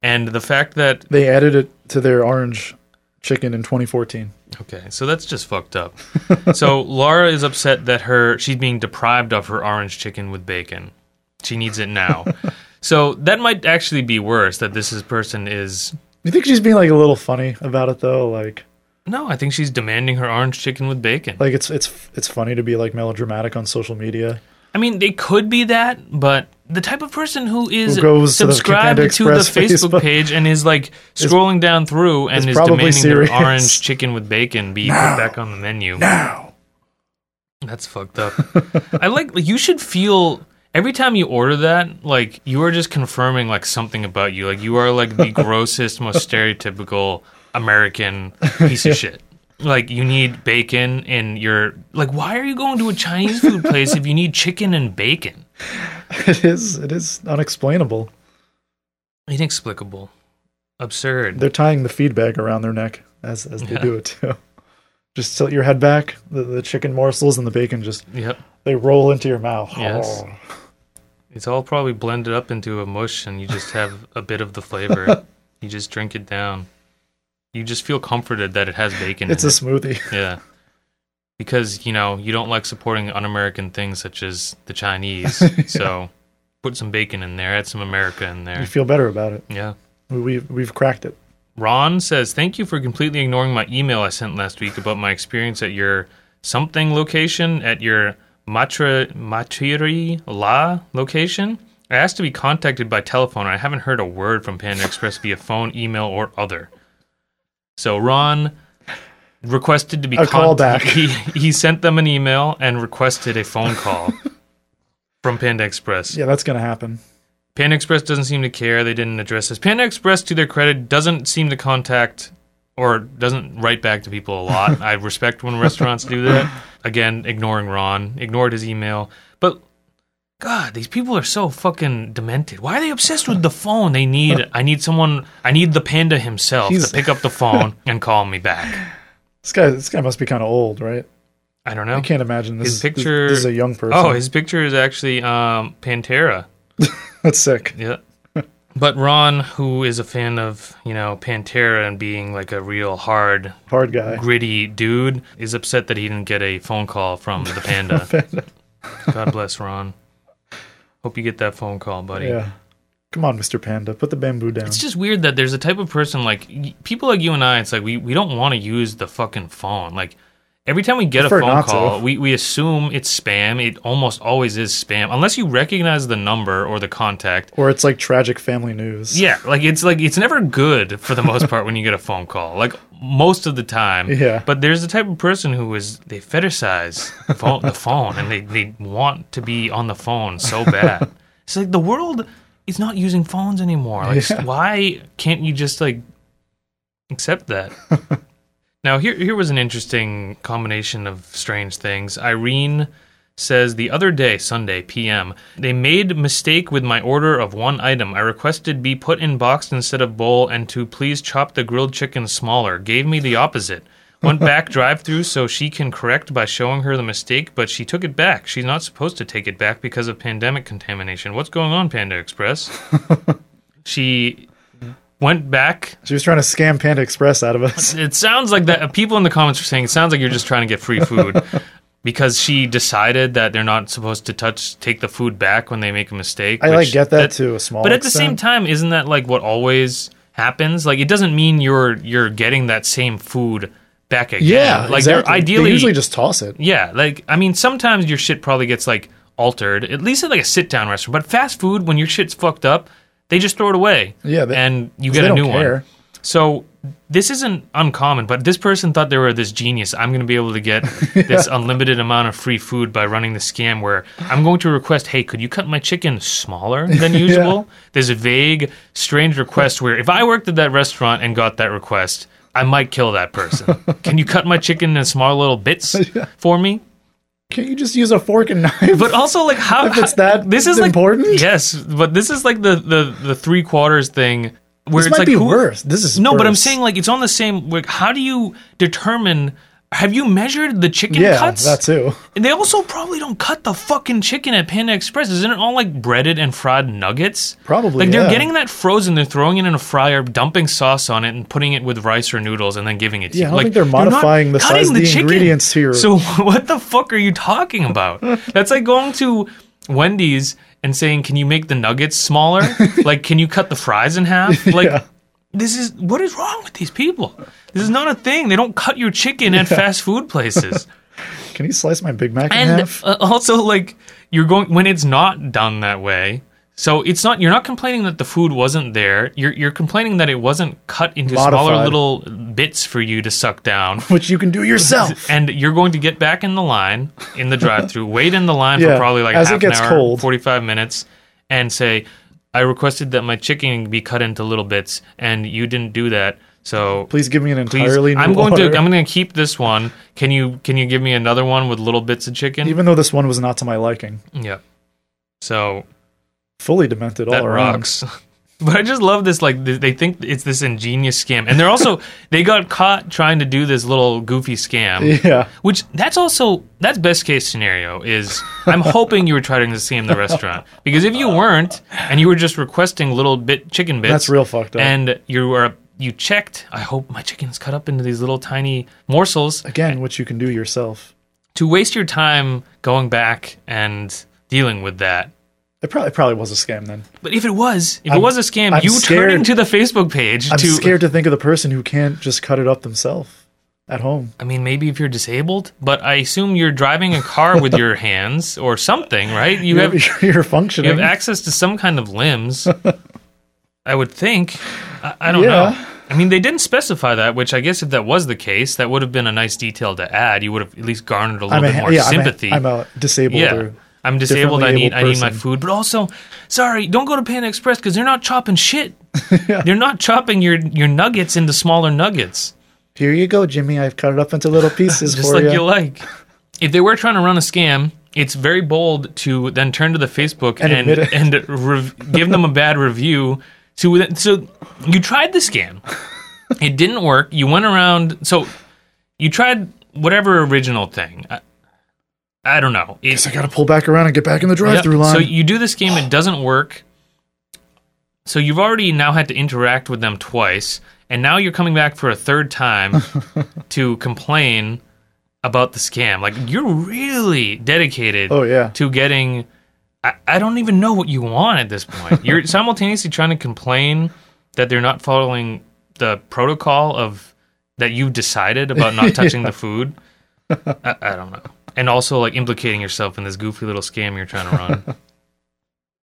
Speaker 2: And the fact that
Speaker 1: They added it to their orange chicken in 2014.
Speaker 2: okay, so that's just fucked up. so Laura is upset that her she's being deprived of her orange chicken with bacon. She needs it now. so that might actually be worse that this is person is
Speaker 1: You think she's being like a little funny about it though? Like
Speaker 2: no, I think she's demanding her orange chicken with bacon.
Speaker 1: like it's it's it's funny to be like melodramatic on social media.
Speaker 2: I mean, it could be that, but the type of person who is
Speaker 1: Who goes to the
Speaker 2: subscribed to the,
Speaker 1: Panda Express
Speaker 2: Facebook,
Speaker 1: Facebook-
Speaker 2: page and is like scrolling down through and
Speaker 1: is
Speaker 2: is,
Speaker 1: probably
Speaker 2: demanding
Speaker 1: serious.
Speaker 2: their orange chicken with bacon be put back on the menu.
Speaker 1: Now.
Speaker 2: That's fucked up. <laughs> I like, like, you should feel every time you order that, like you are just confirming like something about you. Like you are
Speaker 1: <laughs>
Speaker 2: like the grossest, most stereotypical American piece of shit. Like you need bacon and you're like, why are you going to a Chinese food place if you need chicken and bacon?
Speaker 1: <laughs> It is it is unexplainable.
Speaker 2: inexplicable, absurd.
Speaker 1: They're tying the feedback around their neck as as they do it too. Just tilt your head back. The, the chicken morsels and the bacon just
Speaker 2: yep,
Speaker 1: they roll into your mouth.
Speaker 2: Yes.
Speaker 1: Oh.
Speaker 2: it's all probably blended up into a mush, and you just
Speaker 1: <laughs>
Speaker 2: have a bit of the flavor. you just drink it down. You just feel comforted that it has bacon.
Speaker 1: It's a
Speaker 2: in
Speaker 1: smoothie. <laughs>
Speaker 2: it. yeah,
Speaker 1: <laughs>
Speaker 2: because you know you don't like supporting un-American things such as the Chinese, so put some bacon in there, add some America in
Speaker 1: You
Speaker 2: there.
Speaker 1: feel better about it.
Speaker 2: Yeah.
Speaker 1: We- We've we've cracked it.
Speaker 2: Ron says, Thank you for completely ignoring my email I sent last week about my experience at your something location, at your Matra, Matiri La location. I asked to be contacted by telephone. and I haven't heard a word from Panda Express via phone, email, or other. So Ron requested to be
Speaker 1: A
Speaker 2: con-
Speaker 1: callback.
Speaker 2: <laughs> He, he sent them an email and requested a phone call from Panda Express.
Speaker 1: Yeah, that's gonna happen.
Speaker 2: Panda Express doesn't seem to care. They didn't address this. Panda Express, to their credit, doesn't seem to contact or doesn't write back to people
Speaker 1: <laughs>
Speaker 2: a lot. I respect when restaurants do that. Again, ignoring Ron, ignored his email. But God, these people are so fucking demented. Why are they obsessed with the phone? They need I need someone I need the panda himself
Speaker 1: He's-
Speaker 2: to pick up
Speaker 1: <laughs>
Speaker 2: the phone and call me back.
Speaker 1: This guy this guy must be kind of old, right?
Speaker 2: I don't know.
Speaker 1: I can't imagine this.
Speaker 2: His
Speaker 1: is,
Speaker 2: picture-
Speaker 1: This, is a young person. <laughs>
Speaker 2: Oh, his picture is actually um, Pantera.
Speaker 1: that's sick.
Speaker 2: Yeah. <laughs> But Ron, who is a fan of, you know, Pantera and being like a real hard,
Speaker 1: Hard guy.
Speaker 2: gritty dude, is upset that he didn't get a phone call from the
Speaker 1: <laughs>
Speaker 2: panda. God bless Ron. Hope you get that phone call, buddy.
Speaker 1: Yeah. Come on, Mr. Panda, put the bamboo down.
Speaker 2: It's just weird that there's a type of person like y- people like you and I. It's like we, we don't want to use the fucking phone. Like every time we get a
Speaker 1: Prefer
Speaker 2: phone
Speaker 1: not to.
Speaker 2: call, we, we assume it's spam. It almost always is spam, unless you recognize the number or the contact.
Speaker 1: or it's like tragic family news.
Speaker 2: Yeah, like it's like it's never good for the most part when you get a phone call. Like most of the time.
Speaker 1: Yeah.
Speaker 2: But there's the type of person who is they fetishize phone, the phone and they, they want to be on the phone so bad. it's like the world is not using phones anymore. Like
Speaker 1: Yeah.
Speaker 2: why can't you just like accept that? now here here was an interesting combination of strange things. Irene says the other day sunday pm they made mistake with my order of one item i requested be put in box instead of bowl and to please chop the grilled chicken smaller gave me the opposite went back drive through so she can correct by showing her the mistake but she took it back she's not supposed to take it back because of pandemic contamination what's going on panda express she went back
Speaker 1: She was trying to scam Panda Express out of
Speaker 2: <laughs>
Speaker 1: us.
Speaker 2: it sounds like that uh, people in the comments were saying it sounds like you're just trying to get
Speaker 1: <laughs>
Speaker 2: free food because she decided that they're not supposed to touch take the food back when they make a mistake.
Speaker 1: I like
Speaker 2: which-
Speaker 1: get that, to a small
Speaker 2: But at the same
Speaker 1: extent.
Speaker 2: time, isn't that like what always happens? Like it doesn't mean you're you're getting that same food back again.
Speaker 1: Yeah,
Speaker 2: like
Speaker 1: exactly.
Speaker 2: they're ideally
Speaker 1: they usually just toss it.
Speaker 2: yeah, like I mean, sometimes your shit probably gets like altered. At least at like a sit down restaurant, but fast food when your shit's fucked up, they just throw it away.
Speaker 1: Yeah, they-
Speaker 2: and you
Speaker 1: they
Speaker 2: get a
Speaker 1: don't
Speaker 2: new one.
Speaker 1: care.
Speaker 2: So this isn't uncommon, but this person thought they were this genius. I'm going to be able
Speaker 1: <laughs>
Speaker 2: to get this unlimited amount of free food by running the scam where I'm going to request, hey, could you cut my chicken smaller
Speaker 1: <laughs>
Speaker 2: than usual? There's a vague, strange request where if I worked at that restaurant and got that request, I might kill
Speaker 1: <laughs>
Speaker 2: that person. Can you cut my chicken in small little bits for me?
Speaker 1: Can't you just use a fork and <laughs> knife?
Speaker 2: But also, like, how
Speaker 1: If it's
Speaker 2: how-
Speaker 1: that
Speaker 2: this is Like,
Speaker 1: important?
Speaker 2: yes, but this is like the the the three quarters thing where
Speaker 1: this
Speaker 2: it's
Speaker 1: might
Speaker 2: like
Speaker 1: be
Speaker 2: who-
Speaker 1: worse. This is
Speaker 2: No, but I'm
Speaker 1: worse.
Speaker 2: saying like it's on the same. Like, how do you determine? Have you measured the chicken
Speaker 1: yeah,
Speaker 2: cuts?
Speaker 1: that too.
Speaker 2: and they also probably don't cut the fucking chicken at Panda Express. Isn't it all like breaded and fried nuggets?
Speaker 1: Probably,
Speaker 2: Like they're
Speaker 1: yeah.
Speaker 2: getting that frozen. They're throwing it in a fryer, dumping sauce on it, and putting it with rice or noodles, and then giving it to
Speaker 1: Yeah,
Speaker 2: you.
Speaker 1: I don't
Speaker 2: like
Speaker 1: think they're
Speaker 2: you're not
Speaker 1: modifying the
Speaker 2: cutting
Speaker 1: size of the
Speaker 2: chicken.
Speaker 1: ingredients here.
Speaker 2: So <laughs> what the fuck are you talking about? That's like going to Wendy's and saying, "Can you make the
Speaker 1: <laughs>
Speaker 2: nuggets smaller? like, can you cut the fries in half? Like."
Speaker 1: Yeah.
Speaker 2: This is what is wrong with these people. This is not a thing. They don't cut your chicken at fast food places.
Speaker 1: Can you slice my Big Mac in
Speaker 2: and
Speaker 1: half? <laughs>
Speaker 2: uh, also like you're going when it's not done that way so it's not you're not complaining that the food wasn't there you're, you're complaining that it wasn't cut into smaller
Speaker 1: Modified.
Speaker 2: little bits for you to suck down
Speaker 1: Which you can do yourself.
Speaker 2: <laughs> and you're going to get back in the line in the drive-through wait in the line for
Speaker 1: Yeah,
Speaker 2: probably like
Speaker 1: as it
Speaker 2: half
Speaker 1: gets
Speaker 2: an hour
Speaker 1: cold.
Speaker 2: 45 minutes and say i requested that my chicken be cut into little bits and you didn't do that so
Speaker 1: Please give me an
Speaker 2: please,
Speaker 1: entirely new
Speaker 2: i'm going
Speaker 1: order.
Speaker 2: to i'm going to keep this one can you can you give me another one with little bits of chicken
Speaker 1: Even though this one was not to my liking.
Speaker 2: yeah. So
Speaker 1: Fully demented
Speaker 2: that
Speaker 1: all around.
Speaker 2: rocks. <laughs> But I just love this. Like th- they think it's this ingenious scam, and they're also <laughs> they got caught trying to do this little goofy scam.
Speaker 1: <laughs> Yeah.
Speaker 2: Which that's also that's best case scenario is I'm hoping you were trying to scam
Speaker 1: <laughs>
Speaker 2: the restaurant because if you weren't and you were just requesting little bit chicken bits,
Speaker 1: That's real fucked up.
Speaker 2: And you were you checked. I hope my chicken's cut up into these little tiny morsels.
Speaker 1: Again, which you can do yourself.
Speaker 2: To waste your time going back and dealing with that
Speaker 1: It probably it probably was a scam then.
Speaker 2: But if it was, if
Speaker 1: I'm-
Speaker 2: it was a scam,
Speaker 1: I'm
Speaker 2: you
Speaker 1: scared.
Speaker 2: turning to the Facebook page
Speaker 1: I'm
Speaker 2: to.
Speaker 1: scared to think of the person who can't just cut it up themselves at home.
Speaker 2: I mean, maybe if you're disabled, but I assume you're driving a car with
Speaker 1: <laughs>
Speaker 2: your hands or something, right? You have
Speaker 1: you're
Speaker 2: you
Speaker 1: functioning.
Speaker 2: have access to some kind of
Speaker 1: <laughs>
Speaker 2: limbs. I would think. I, I don't
Speaker 1: Yeah.
Speaker 2: know. I mean, they didn't specify that, which I guess if that was the case, that would have been a nice detail to add. You would have at least garnered a little bit more
Speaker 1: yeah, I'm a-
Speaker 2: sympathy.
Speaker 1: I'm a, disabled.
Speaker 2: yeah.
Speaker 1: Or,
Speaker 2: I'm disabled. I
Speaker 1: differently
Speaker 2: need I
Speaker 1: abled
Speaker 2: need my
Speaker 1: person.
Speaker 2: food, but also, sorry, don't go to Panda Express because they're not
Speaker 1: <laughs>
Speaker 2: chopping shit. They're not chopping your your nuggets into smaller nuggets,
Speaker 1: Here you go, Jimmy. I've cut it up into little pieces
Speaker 2: <laughs> just
Speaker 1: for
Speaker 2: like
Speaker 1: you.
Speaker 2: you like. If they were trying to run a scam, it's very bold to then turn to the Facebook
Speaker 1: And
Speaker 2: and
Speaker 1: admit it.
Speaker 2: and, rev- give them a bad review. So then- so you tried the scam, it didn't work. You went around, so you tried whatever original thing. I, I don't know. It's
Speaker 1: I gotta pull back around and get back in the
Speaker 2: Yep.
Speaker 1: drive-through line.
Speaker 2: So you do this game, it doesn't work. So you've already now had to interact with them twice, and now you're coming back for a
Speaker 1: <laughs>
Speaker 2: third time to complain about the scam. Like you're really dedicated
Speaker 1: oh yeah,
Speaker 2: to getting. I, I don't even know what you want at this point. You're simultaneously trying to complain that they're not following the protocol of that you've decided about not touching the food. I, I don't know. And also like implicating yourself in this goofy little scam you're trying to run.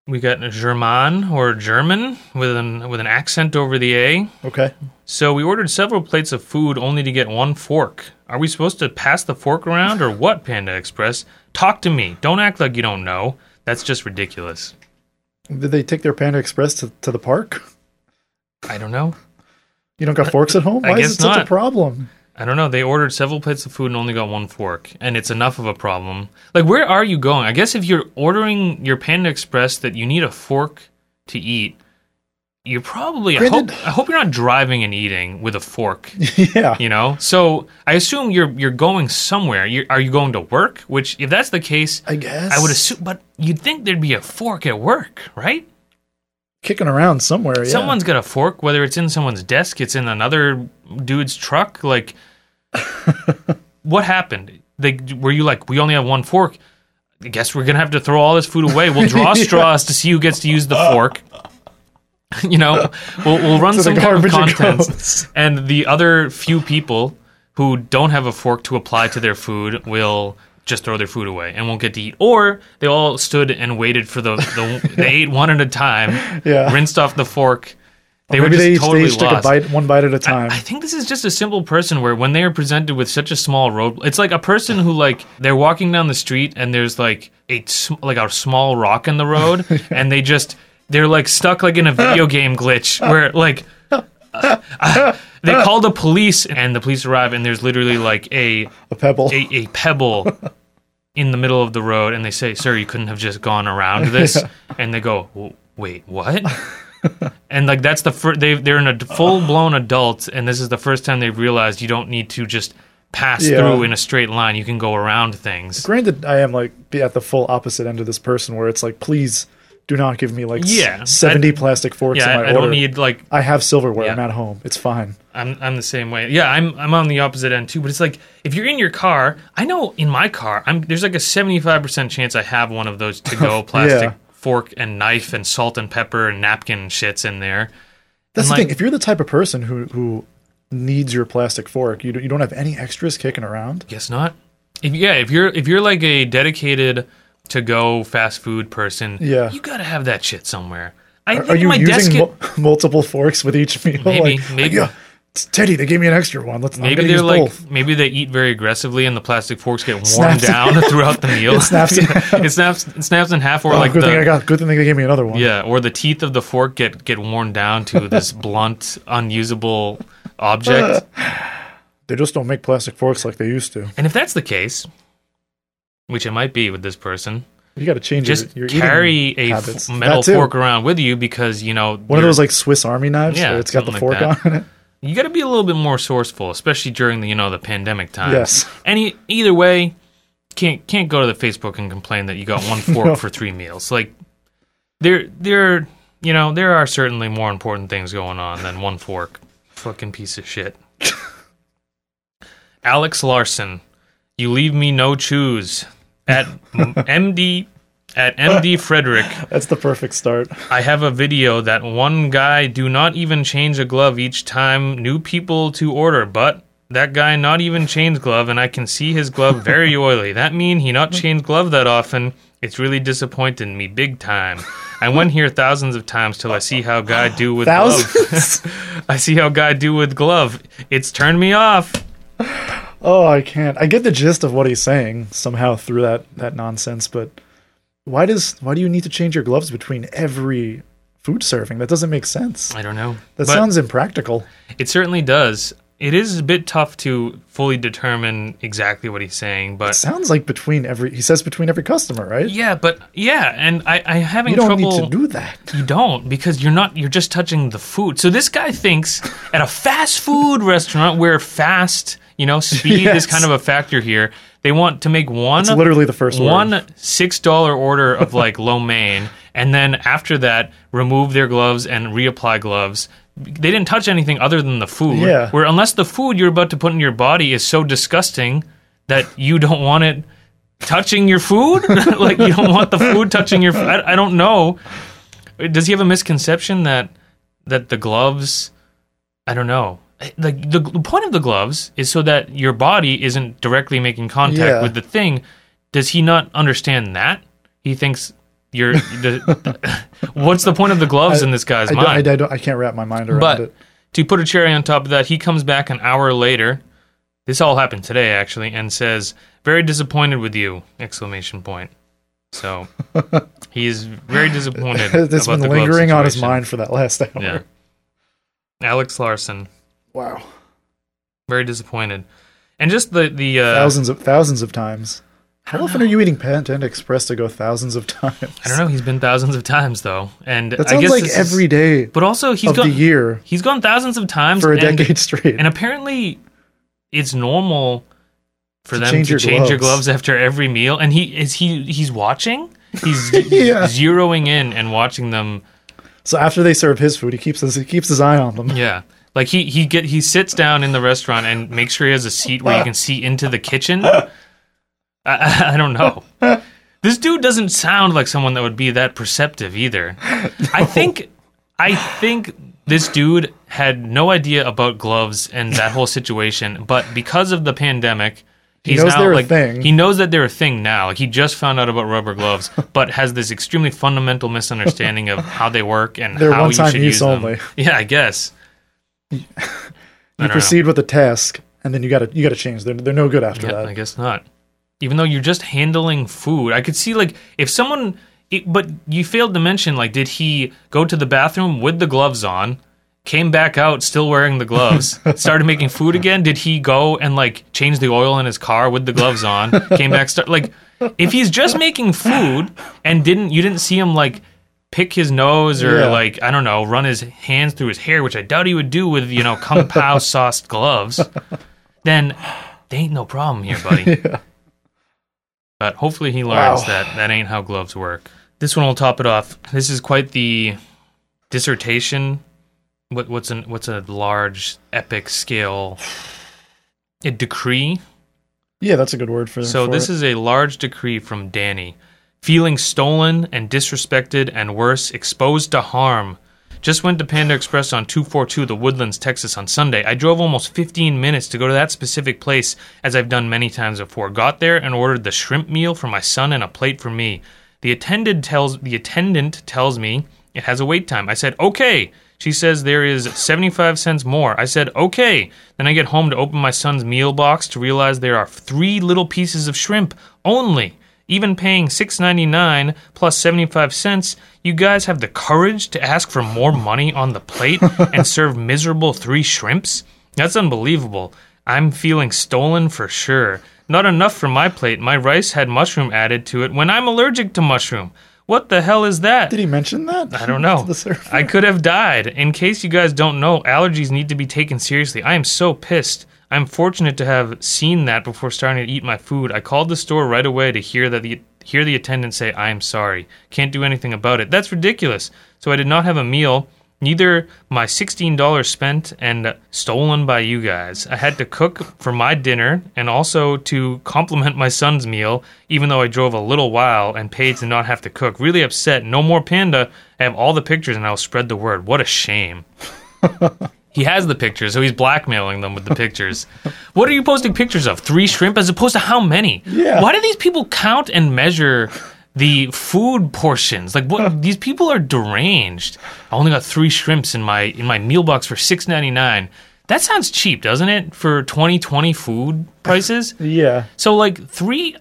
Speaker 2: we got a German or German with an with an accent over the A.
Speaker 1: okay.
Speaker 2: So we ordered several plates of food only to get one fork. Are we supposed to pass the fork around or what, Panda Express? Talk to me. Don't act like you don't know. That's just ridiculous.
Speaker 1: Did they take their Panda Express to, to the park?
Speaker 2: I don't know.
Speaker 1: You don't got forks at home?
Speaker 2: I
Speaker 1: Why
Speaker 2: guess
Speaker 1: is it such a
Speaker 2: not.
Speaker 1: problem? <laughs>
Speaker 2: I don't know. They ordered several plates of food and only got one fork, and it's enough of a problem. Like, where are you going? I guess if you're ordering your Panda Express that you need a fork to eat, you're probably. I hope,
Speaker 1: Granted-
Speaker 2: I hope you're not driving and eating with a fork.
Speaker 1: yeah.
Speaker 2: you know so i assume you're you're going somewhere you're, are you going to work which if that's the case
Speaker 1: I guess.
Speaker 2: i would assume but you'd think there'd be a fork at work right
Speaker 1: kicking around somewhere. Yeah.
Speaker 2: someone's got a fork whether it's in someone's desk it's in another dude's truck
Speaker 1: <laughs>
Speaker 2: like what happened they were you like we only have one fork i guess we're gonna have to throw all this food away
Speaker 1: <laughs>
Speaker 2: we'll draw straws to see who gets to use the fork <laughs> you know we'll, we'll run
Speaker 1: To the
Speaker 2: some kind of
Speaker 1: garbage it
Speaker 2: contents
Speaker 1: goes.
Speaker 2: and the other few people who don't have a fork to apply to their food will just throw their food away and won't get to eat or they all stood and waited for the, the
Speaker 1: <laughs>
Speaker 2: they ate one at a time
Speaker 1: Yeah.
Speaker 2: rinsed off the fork they were
Speaker 1: Maybe
Speaker 2: just
Speaker 1: they each,
Speaker 2: totally
Speaker 1: they each took a
Speaker 2: lost
Speaker 1: bite, one bite at a time.
Speaker 2: I think this is just a simple person where when they are presented with such a small road, it's like a person who like they're walking down the street and there's like a sm- like a small rock in the road and they just they're like stuck like in a video game glitch where like uh, uh, they call the police and the police arrive and there's literally like a
Speaker 1: a pebble.
Speaker 2: a, a pebble in the middle of the road and they say, Sir, you couldn't have just gone around this. And they go, "W- Wait, what? and like that's the first, they, they're an ad- full blown adult, and this is the first time they've realized you don't need to just pass
Speaker 1: Yeah.
Speaker 2: through in a straight line. You can go around things.
Speaker 1: Granted, I am like be at the full opposite end of this person where it's like, please do not give me like s-
Speaker 2: Yeah.
Speaker 1: 70 plastic forks
Speaker 2: Yeah,
Speaker 1: in my
Speaker 2: I, I
Speaker 1: order.
Speaker 2: don't need like
Speaker 1: I have silverware.
Speaker 2: Yeah.
Speaker 1: I'm at home. It's fine.
Speaker 2: I'm I'm the same way. Yeah, I'm I'm on the opposite end too. But it's like if you're in your car, I know in my car, I'm there's like a 75% chance I have one of those
Speaker 1: <laughs>
Speaker 2: to go plastic
Speaker 1: Yeah.
Speaker 2: fork and knife and salt and pepper and napkin and shits in there.
Speaker 1: That's
Speaker 2: And,
Speaker 1: the
Speaker 2: like-
Speaker 1: thing. If you're the type of person who who needs your plastic fork, you don't, you don't have any extras kicking around.
Speaker 2: Guess not. If yeah, if you're if you're like a dedicated to go fast food person,
Speaker 1: Yeah.
Speaker 2: you gotta have that shit somewhere. I
Speaker 1: Are,
Speaker 2: think
Speaker 1: are you
Speaker 2: my desk
Speaker 1: using
Speaker 2: at-
Speaker 1: mul- <laughs> multiple forks with each meal?
Speaker 2: Maybe,
Speaker 1: Like,
Speaker 2: maybe.
Speaker 1: yeah, it's Teddy, they gave me an extra one. Let's
Speaker 2: maybe
Speaker 1: maybe
Speaker 2: they're
Speaker 1: use
Speaker 2: like
Speaker 1: both.
Speaker 2: maybe they eat very aggressively and the plastic forks
Speaker 1: <laughs>
Speaker 2: get worn
Speaker 1: Snaps.
Speaker 2: down <laughs> throughout
Speaker 1: <laughs>
Speaker 2: the meal. It
Speaker 1: snaps in
Speaker 2: <laughs> it snaps it snaps in half or
Speaker 1: Oh,
Speaker 2: like
Speaker 1: good
Speaker 2: the,
Speaker 1: thing I got. Good thing they gave me another one.
Speaker 2: Yeah, or the teeth of the fork get get worn down to
Speaker 1: <laughs>
Speaker 2: this blunt, unusable
Speaker 1: Uh.
Speaker 2: object.
Speaker 1: They just don't make plastic forks like they used to.
Speaker 2: And if that's the case, which it might be with this person,
Speaker 1: You got to change
Speaker 2: just
Speaker 1: your, your eating
Speaker 2: carry a f-
Speaker 1: habits.
Speaker 2: metal
Speaker 1: That too.
Speaker 2: fork around with you because you know
Speaker 1: One of
Speaker 2: you're-
Speaker 1: those like Swiss Army knives.
Speaker 2: Yeah,
Speaker 1: Yeah, it's got the
Speaker 2: something
Speaker 1: fork
Speaker 2: like that.
Speaker 1: on it. <laughs>
Speaker 2: you got to be a little bit more sourceful, especially during the you know the pandemic time.
Speaker 1: Yes.
Speaker 2: Any either way, can't can't go to the Facebook and complain that you got one
Speaker 1: <laughs>
Speaker 2: fork
Speaker 1: No.
Speaker 2: for three meals. Like there there you know there are certainly more important things going on than one fork. Fucking piece of shit. <laughs> Alex Larson, you leave me no choose at MD at MD Frederick.
Speaker 1: That's the perfect start.
Speaker 2: I have a video that one guy do not even change a glove each time new people to order, but that guy not even change glove and I can see
Speaker 1: <laughs>
Speaker 2: his glove very oily. That mean he not change glove that often. It's really disappointing me big time. I went here thousands of times till I see how guy do with <laughs>
Speaker 1: Thousands? <laughs>
Speaker 2: glove. I see how guy do with glove. It's turned me off.
Speaker 1: Oh, I can't. I get the gist of what he's saying somehow through that that nonsense, but why does why do you need to change your gloves between every food serving? That doesn't make sense.
Speaker 2: I don't know.
Speaker 1: That
Speaker 2: But-
Speaker 1: sounds impractical.
Speaker 2: It certainly does. It is a bit tough to fully determine exactly what he's saying, but
Speaker 1: Sounds like between every he says between every customer, right?
Speaker 2: yeah, but yeah, and I, I'm having
Speaker 1: You don't
Speaker 2: trouble.
Speaker 1: need to do that.
Speaker 2: you don't because you're not. You're just touching the food. So this
Speaker 1: <laughs>
Speaker 2: guy thinks at a fast food restaurant where fast, you know, speed
Speaker 1: Yes.
Speaker 2: is kind of a factor here. They want to make one
Speaker 1: It's literally the first word.
Speaker 2: one six dollar order of like <laughs> lo mein, and then after that, remove their gloves and reapply gloves. They didn't touch anything other than the food.
Speaker 1: Yeah.
Speaker 2: Where unless the food you're about to put in your body is so disgusting that you don't want it touching your food, <laughs> like you don't want the food touching your. Food. I, I don't know. Does he have a misconception that that the gloves? I don't know. The, the the point of the gloves is so that your body isn't directly making contact
Speaker 1: Yeah.
Speaker 2: with the thing. Does he not understand that? He thinks you're. <laughs> the, <laughs> what's the point of the gloves in this guy's
Speaker 1: I don't,
Speaker 2: mind?
Speaker 1: I, I don't. I can't wrap my mind around
Speaker 2: But
Speaker 1: it. <laughs>
Speaker 2: to put a cherry on top of that, he comes back an hour later. This all happened today, actually, and says, "Very disappointed with you!" Exclamation point.
Speaker 1: <laughs>
Speaker 2: So he is very disappointed.
Speaker 1: It's
Speaker 2: about
Speaker 1: been
Speaker 2: the glove
Speaker 1: lingering on his
Speaker 2: situation.
Speaker 1: mind for that last hour.
Speaker 2: Yeah. Alex Larson,
Speaker 1: Wow.
Speaker 2: very disappointed, and just the the uh,
Speaker 1: Thousands of thousands of times. How often are you eating Panda Express to go thousands of times?
Speaker 2: I don't know. He's been thousands of times though, and
Speaker 1: That
Speaker 2: I
Speaker 1: sounds
Speaker 2: guess
Speaker 1: like
Speaker 2: this is-
Speaker 1: every day
Speaker 2: But also, he's
Speaker 1: of the
Speaker 2: gone.
Speaker 1: year
Speaker 2: he's gone thousands of times
Speaker 1: for a
Speaker 2: and-
Speaker 1: decade <laughs> straight.
Speaker 2: And apparently, it's normal for
Speaker 1: To
Speaker 2: them
Speaker 1: change
Speaker 2: to
Speaker 1: your
Speaker 2: change your
Speaker 1: gloves.
Speaker 2: gloves after every meal. And he is he he's watching. He's
Speaker 1: <laughs> Yeah.
Speaker 2: zeroing in and watching them.
Speaker 1: so after they serve his food, he keeps his he keeps his eye on them.
Speaker 2: Yeah, like he he get he sits down in the restaurant and makes sure he has a seat where you can see into the kitchen. I, I, I don't know. This dude doesn't sound like someone that would be that perceptive either. I think I think this dude had no idea about gloves and that whole situation, but because of the pandemic, he's
Speaker 1: knows
Speaker 2: now
Speaker 1: they're a
Speaker 2: like
Speaker 1: thing.
Speaker 2: he knows that they're a thing now. Like he just found out about
Speaker 1: <laughs>
Speaker 2: rubber gloves, but has this extremely fundamental misunderstanding of how they work and
Speaker 1: They're
Speaker 2: how you
Speaker 1: one-time
Speaker 2: should
Speaker 1: use
Speaker 2: use them.
Speaker 1: only.
Speaker 2: Yeah, I guess. I
Speaker 1: You
Speaker 2: don't know.
Speaker 1: proceed with the task, and then you got to you got to change. They're they're no good after
Speaker 2: Yeah,
Speaker 1: that.
Speaker 2: I guess not. Even though you're just handling food, I could see like if someone. It, but you failed to mention like, did he go to the bathroom with the gloves on? Came back out still wearing
Speaker 1: <laughs>
Speaker 2: the gloves. started making food again. Did he go and like change the oil in his car with the gloves on? Came back start like if he's just making food and didn't you didn't see him like pick his nose or
Speaker 1: Yeah.
Speaker 2: like I don't know run his hands through his hair, which I doubt he would do with you know kung pao sauced gloves then they ain't no problem here,
Speaker 1: <laughs>
Speaker 2: buddy. But hopefully he learns
Speaker 1: Wow.
Speaker 2: that that ain't how gloves work. This one will top it off. This is quite the dissertation. What, what's an what's a large epic scale? A decree.
Speaker 1: Yeah, that's a good word for
Speaker 2: So
Speaker 1: for
Speaker 2: this
Speaker 1: it.
Speaker 2: is a large decree from Danny. Feeling stolen and disrespected and worse, exposed to harm. Just went to Panda Express on 242 The Woodlands, Texas on Sunday. I drove almost 15 minutes to go to that specific place as I've done many times before. Got there and ordered the shrimp meal for my son and a plate for me. The attendant tells the attendant tells me it has a wait time. I said, "Okay." She says there is 75 cents more. I said, "Okay." Then I get home to open my son's meal box to realize there are 3 little pieces of shrimp only. Even paying $6.99 plus 75 cents, you guys have the courage to ask for more money on the plate and serve miserable three shrimps? That's unbelievable. I'm feeling stolen for sure. Not enough for my plate. My rice had mushroom added to it when I'm allergic to mushroom. What the hell is that?
Speaker 1: Did he mention that?
Speaker 2: I
Speaker 1: <laughs>
Speaker 2: don't know.
Speaker 1: the server.
Speaker 2: I could have died. In case you guys don't know, allergies need to be taken seriously. I am so pissed. I'm fortunate to have seen that before starting to eat my food. I called the store right away to hear that the hear the attendant say, "I am sorry. Can't do anything about it." That's ridiculous. So I did not have a meal Neither my $16 spent and stolen by you guys. I had to cook for my dinner and also to complement my son's meal, even though I drove a little while and paid to not have to cook. Really upset. No more panda. I have all the pictures and I'll spread the word. What a shame. he has the pictures, so he's blackmailing them with
Speaker 1: <laughs>
Speaker 2: the pictures. what are you posting pictures of? Three shrimp as opposed to how many?
Speaker 1: Yeah.
Speaker 2: Why do these people count and measure the food portions? Like
Speaker 1: <laughs>
Speaker 2: what these people are deranged. I only got three shrimps in my in my meal box for six ninety nine. That sounds cheap, doesn't it? For twenty twenty food
Speaker 1: <laughs>
Speaker 2: prices?
Speaker 1: Yeah.
Speaker 2: So like three,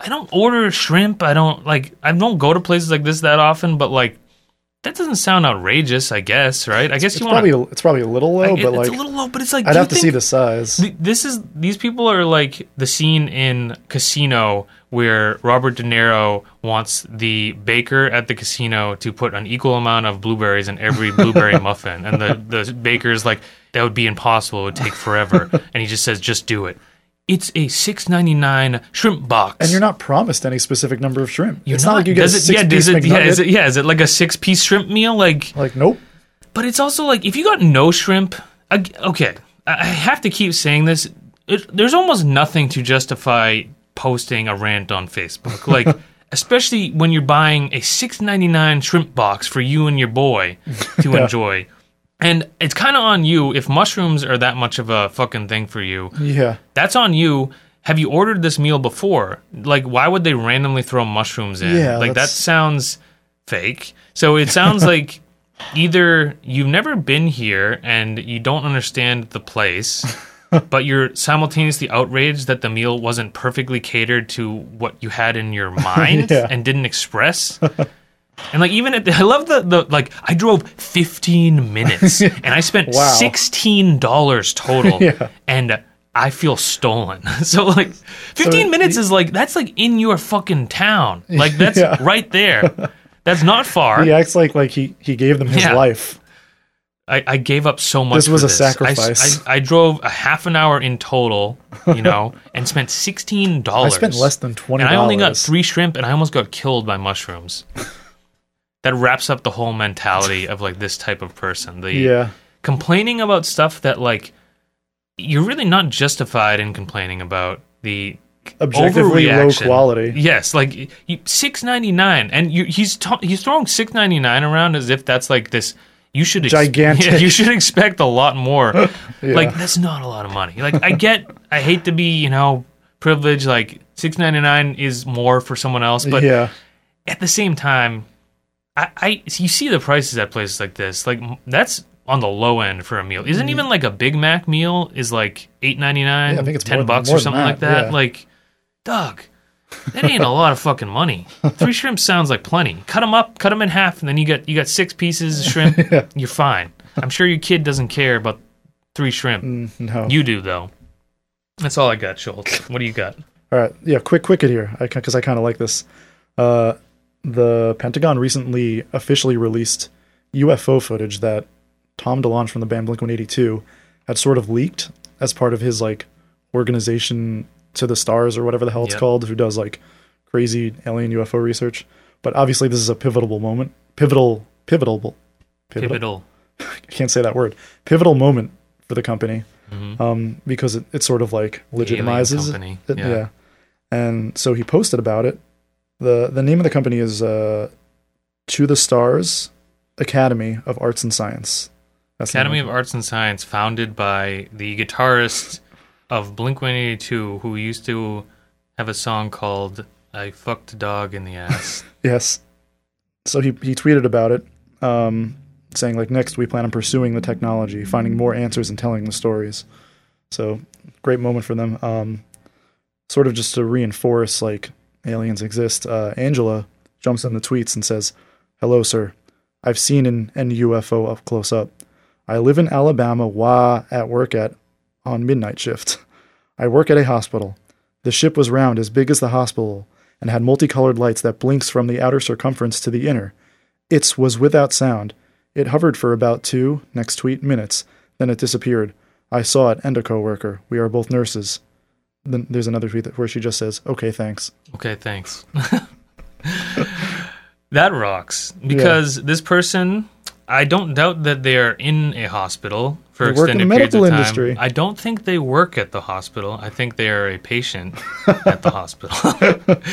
Speaker 2: I don't order shrimp. I don't like. I don't go to places like this that often. But like, that doesn't sound outrageous. I guess right. I guess
Speaker 1: It's
Speaker 2: you want
Speaker 1: probably it's probably a little low, Oh,
Speaker 2: It-
Speaker 1: but
Speaker 2: it's
Speaker 1: like
Speaker 2: a little low, but it's like
Speaker 1: I'd
Speaker 2: do you
Speaker 1: have to see
Speaker 2: think
Speaker 1: the size.
Speaker 2: th- This is these people are like the scene in Casino where Robert De Niro wants the baker at the casino to put an equal amount of blueberries
Speaker 1: <laughs>
Speaker 2: in every blueberry muffin, and the the baker's like that would be impossible. It would take forever, and he just says, "Just do it." It's a six ninety nine shrimp box.
Speaker 1: and you're not promised any specific number of shrimp.
Speaker 2: You're
Speaker 1: it's not, like you get
Speaker 2: does
Speaker 1: a
Speaker 2: it-
Speaker 1: six
Speaker 2: yeah,
Speaker 1: piece
Speaker 2: does it,
Speaker 1: McNugget.
Speaker 2: yeah, is it, yeah, is it like a six piece shrimp meal? Like,
Speaker 1: Like nope.
Speaker 2: but it's also like if you got no shrimp, ag- okay, I I have to keep saying this. It, there's almost nothing to justify posting a rant on Facebook, like especially when you're buying a 6.99 shrimp box for you and your boy to enjoy. And it's kind of on you if mushrooms are that much of a fucking thing for you.
Speaker 1: Yeah.
Speaker 2: That's on you. Have you ordered this meal before? Like, why would they randomly throw mushrooms in?
Speaker 1: Yeah,
Speaker 2: like that
Speaker 1: that's-
Speaker 2: sounds fake. So
Speaker 1: <laughs>
Speaker 2: it sounds like either you've never been here and you don't understand the
Speaker 1: <laughs>
Speaker 2: place, but you're simultaneously outraged that the meal wasn't perfectly catered to what you had
Speaker 1: <laughs>
Speaker 2: in your mind
Speaker 1: Yeah.
Speaker 2: and didn't express. And like even at the, I love the, the like I drove
Speaker 1: <laughs>
Speaker 2: 15 minutes and I spent
Speaker 1: Wow.
Speaker 2: sixteen dollars
Speaker 1: <laughs>
Speaker 2: total,
Speaker 1: Yeah.
Speaker 2: and I feel stolen. <laughs> so like, fifteen minutes is like that's like in your
Speaker 1: <laughs>
Speaker 2: fucking town. Like that's
Speaker 1: Yeah. <laughs>
Speaker 2: right there. That's not far.
Speaker 1: He acts like like he he gave them his
Speaker 2: Yeah.
Speaker 1: life.
Speaker 2: I, I gave up so much.
Speaker 1: This was
Speaker 2: for
Speaker 1: a
Speaker 2: I s-
Speaker 1: sacrifice.
Speaker 2: I, I drove a half an hour in total,
Speaker 1: <laughs>
Speaker 2: you know, and spent sixteen
Speaker 1: I
Speaker 2: dollars.
Speaker 1: spent less than twenty.
Speaker 2: and I only got three shrimp, and I almost got killed
Speaker 1: <laughs>
Speaker 2: by mushrooms. that wraps up the whole mentality of like this type of person. The
Speaker 1: Yeah.
Speaker 2: complaining about stuff that like you're really not justified in complaining about the
Speaker 1: Objectively low
Speaker 2: overreaction.
Speaker 1: quality.
Speaker 2: Yes, like you, six ninety nine, and you, he's ta- he's throwing six ninety nine around as if that's like this. You should ex-
Speaker 1: Gigantic.
Speaker 2: Yeah, <laughs> you should expect a lot more.
Speaker 1: <laughs> Yeah.
Speaker 2: Like that's not a lot of money. Like I get, I hate to be you know privileged. Like six ninety nine is more for someone else, but
Speaker 1: yeah. <laughs>
Speaker 2: at the same time, I, I you see the prices at places like this. Like m- that's on the low end for a meal. Isn't even like a Big Mac meal is like eight ninety
Speaker 1: Mm-hmm.
Speaker 2: nine,
Speaker 1: Yeah, I think it's
Speaker 2: ten
Speaker 1: more than-
Speaker 2: bucks
Speaker 1: more
Speaker 2: or
Speaker 1: than
Speaker 2: something
Speaker 1: that,
Speaker 2: like that.
Speaker 1: yeah.
Speaker 2: Like, Doug, that ain't a lot of fucking
Speaker 1: <laughs>
Speaker 2: money. Three shrimp sounds like plenty. Cut them up, cut them in half, and then you got you got six pieces of
Speaker 1: <laughs>
Speaker 2: shrimp. You're fine. I'm sure your kid doesn't care about three shrimp.
Speaker 1: Mm, No.
Speaker 2: You do though. That's all I got, Schultz. What do you got?
Speaker 1: All right. Yeah. Quick, quick it here. I because I kind of like this. Uh, the Pentagon recently officially released UFO footage that Tom DeLonge from the band Blink One Eighty Two had sort of leaked as part of his like organization to the stars or whatever the hell it's
Speaker 2: Yep.
Speaker 1: called, who does like crazy alien UFO research. But obviously, this is a pivotal moment. Pivotal. Pivotal. Pivotal.
Speaker 2: Pivotal.
Speaker 1: I can't say that word. Pivotal moment for the company, um, because it, it sort of like legitimizes
Speaker 2: Mm-hmm. company,
Speaker 1: it-
Speaker 2: yeah.
Speaker 1: Yeah. and so he posted about it. the The name of the company is uh, To the Stars Academy of Arts and Science. That's the
Speaker 2: Academy
Speaker 1: name
Speaker 2: of Arts and Science, founded by the guitarist of Blink 182, who used to have a song called I Fucked a Dog in the
Speaker 1: <laughs>
Speaker 2: Ass.
Speaker 1: Yes. So he, he tweeted about it, um, saying, like, next we plan on pursuing the technology, finding more answers and telling the stories. So great moment for them. Um, sort of just to reinforce, like, aliens exist, uh, Angela jumps in the tweets and says, Hello, sir. I've seen an, an UFO up close up. I live in Alabama, wah, at work at on midnight shift. I work at a hospital. The ship was round, as big as the hospital, and had multicolored lights that blinks from the outer circumference to the inner. Its was without sound. It hovered for about two, next tweet, minutes. Then it disappeared. I saw it and a coworker. We are both nurses. Then there's another tweet that- where she just says, "Okay, thanks."
Speaker 2: okay, <laughs> thanks. that rocks because this person I don't doubt that they are in a hospital for
Speaker 1: They work in
Speaker 2: extended
Speaker 1: the
Speaker 2: periods
Speaker 1: medical
Speaker 2: of time.
Speaker 1: industry.
Speaker 2: I don't think they work at the hospital. I think they are a patient
Speaker 1: <laughs>
Speaker 2: at the hospital.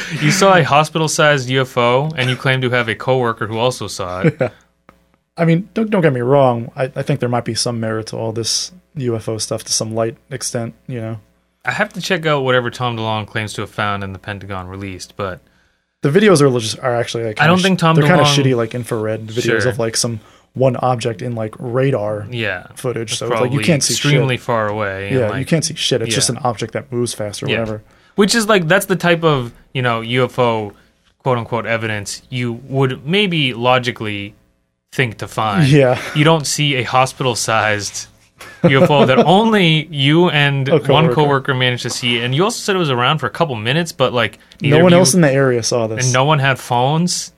Speaker 2: <laughs> you saw a hospital-sized UFO, and you claim to have a coworker who also saw it.
Speaker 1: I mean, don't don't get me wrong. I, I think there might be some merit to all this UFO stuff to some light extent. You know,
Speaker 2: I have to check out whatever Tom DeLong claims to have found and the Pentagon released, but
Speaker 1: the videos are just are actually like.
Speaker 2: I don't think Tom
Speaker 1: They're kind of
Speaker 2: DeLonge-
Speaker 1: shitty, like infrared videos
Speaker 2: Sure.
Speaker 1: of like some one object in like radar
Speaker 2: yeah,
Speaker 1: footage. So it's
Speaker 2: probably
Speaker 1: like you can't see
Speaker 2: extremely far away.
Speaker 1: shit.
Speaker 2: and,
Speaker 1: Yeah,
Speaker 2: like,
Speaker 1: you can't see shit. It's
Speaker 2: yeah.
Speaker 1: just an object that moves fast or
Speaker 2: Yeah.
Speaker 1: whatever. <laughs>
Speaker 2: which is like that's the type of you know UFO quote unquote evidence you would maybe logically think to find.
Speaker 1: Yeah.
Speaker 2: you don't see a hospital sized
Speaker 1: <laughs>
Speaker 2: UFO that only you and one
Speaker 1: coworker.
Speaker 2: coworker managed to see, and you also said it was around for a couple minutes, but like neither
Speaker 1: no
Speaker 2: of
Speaker 1: one
Speaker 2: you-
Speaker 1: else in the area saw this.
Speaker 2: and no one had phones.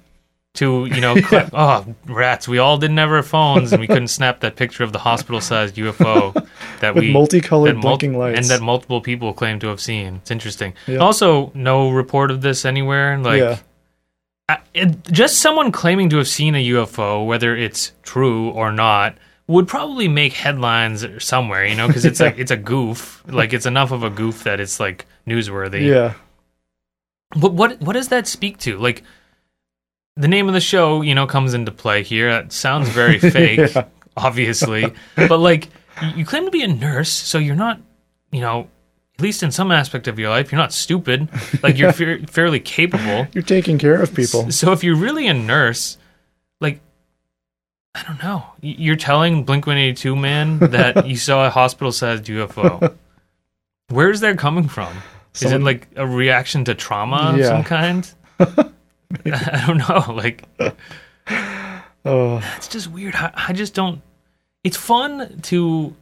Speaker 2: To
Speaker 1: <laughs>
Speaker 2: you know, cl- oh rats! We all didn't ever have phones, and we couldn't snap that picture of the hospital-sized UFO
Speaker 1: <laughs>
Speaker 2: that
Speaker 1: With
Speaker 2: we
Speaker 1: multicolored
Speaker 2: that mul-
Speaker 1: blinking lights.
Speaker 2: and that multiple people claim to have seen. It's interesting.
Speaker 1: Yeah.
Speaker 2: Also, no report of this anywhere. Like,
Speaker 1: yeah,
Speaker 2: I, it, just someone claiming to have seen a UFO, whether it's true or not, would probably make headlines or somewhere. You know, because it's
Speaker 1: Yeah. <laughs>
Speaker 2: like it's a goof. Like it's enough of a goof that it's like newsworthy.
Speaker 1: yeah.
Speaker 2: But what what does that speak to? Like the name of the show, you know, comes into play here. That sounds very fake,
Speaker 1: Yeah.
Speaker 2: obviously. but like you- you claim to be a nurse, so you're not, you know, at least in some aspect of your life, you're not stupid. Like you're fair fairly capable.
Speaker 1: You're taking care of people.
Speaker 2: So if you're really a nurse, like I don't know, Y- you're telling Blink One Eighty Two
Speaker 1: <laughs>
Speaker 2: man that you saw a hospital-sized UFO. Where is that coming from? is
Speaker 1: Someone-
Speaker 2: it like a reaction to trauma of
Speaker 1: Yeah.
Speaker 2: some
Speaker 1: <laughs>
Speaker 2: kind? <laughs> I don't know. Like
Speaker 1: Oh,
Speaker 2: it's just weird. I, I just don't. It's fun to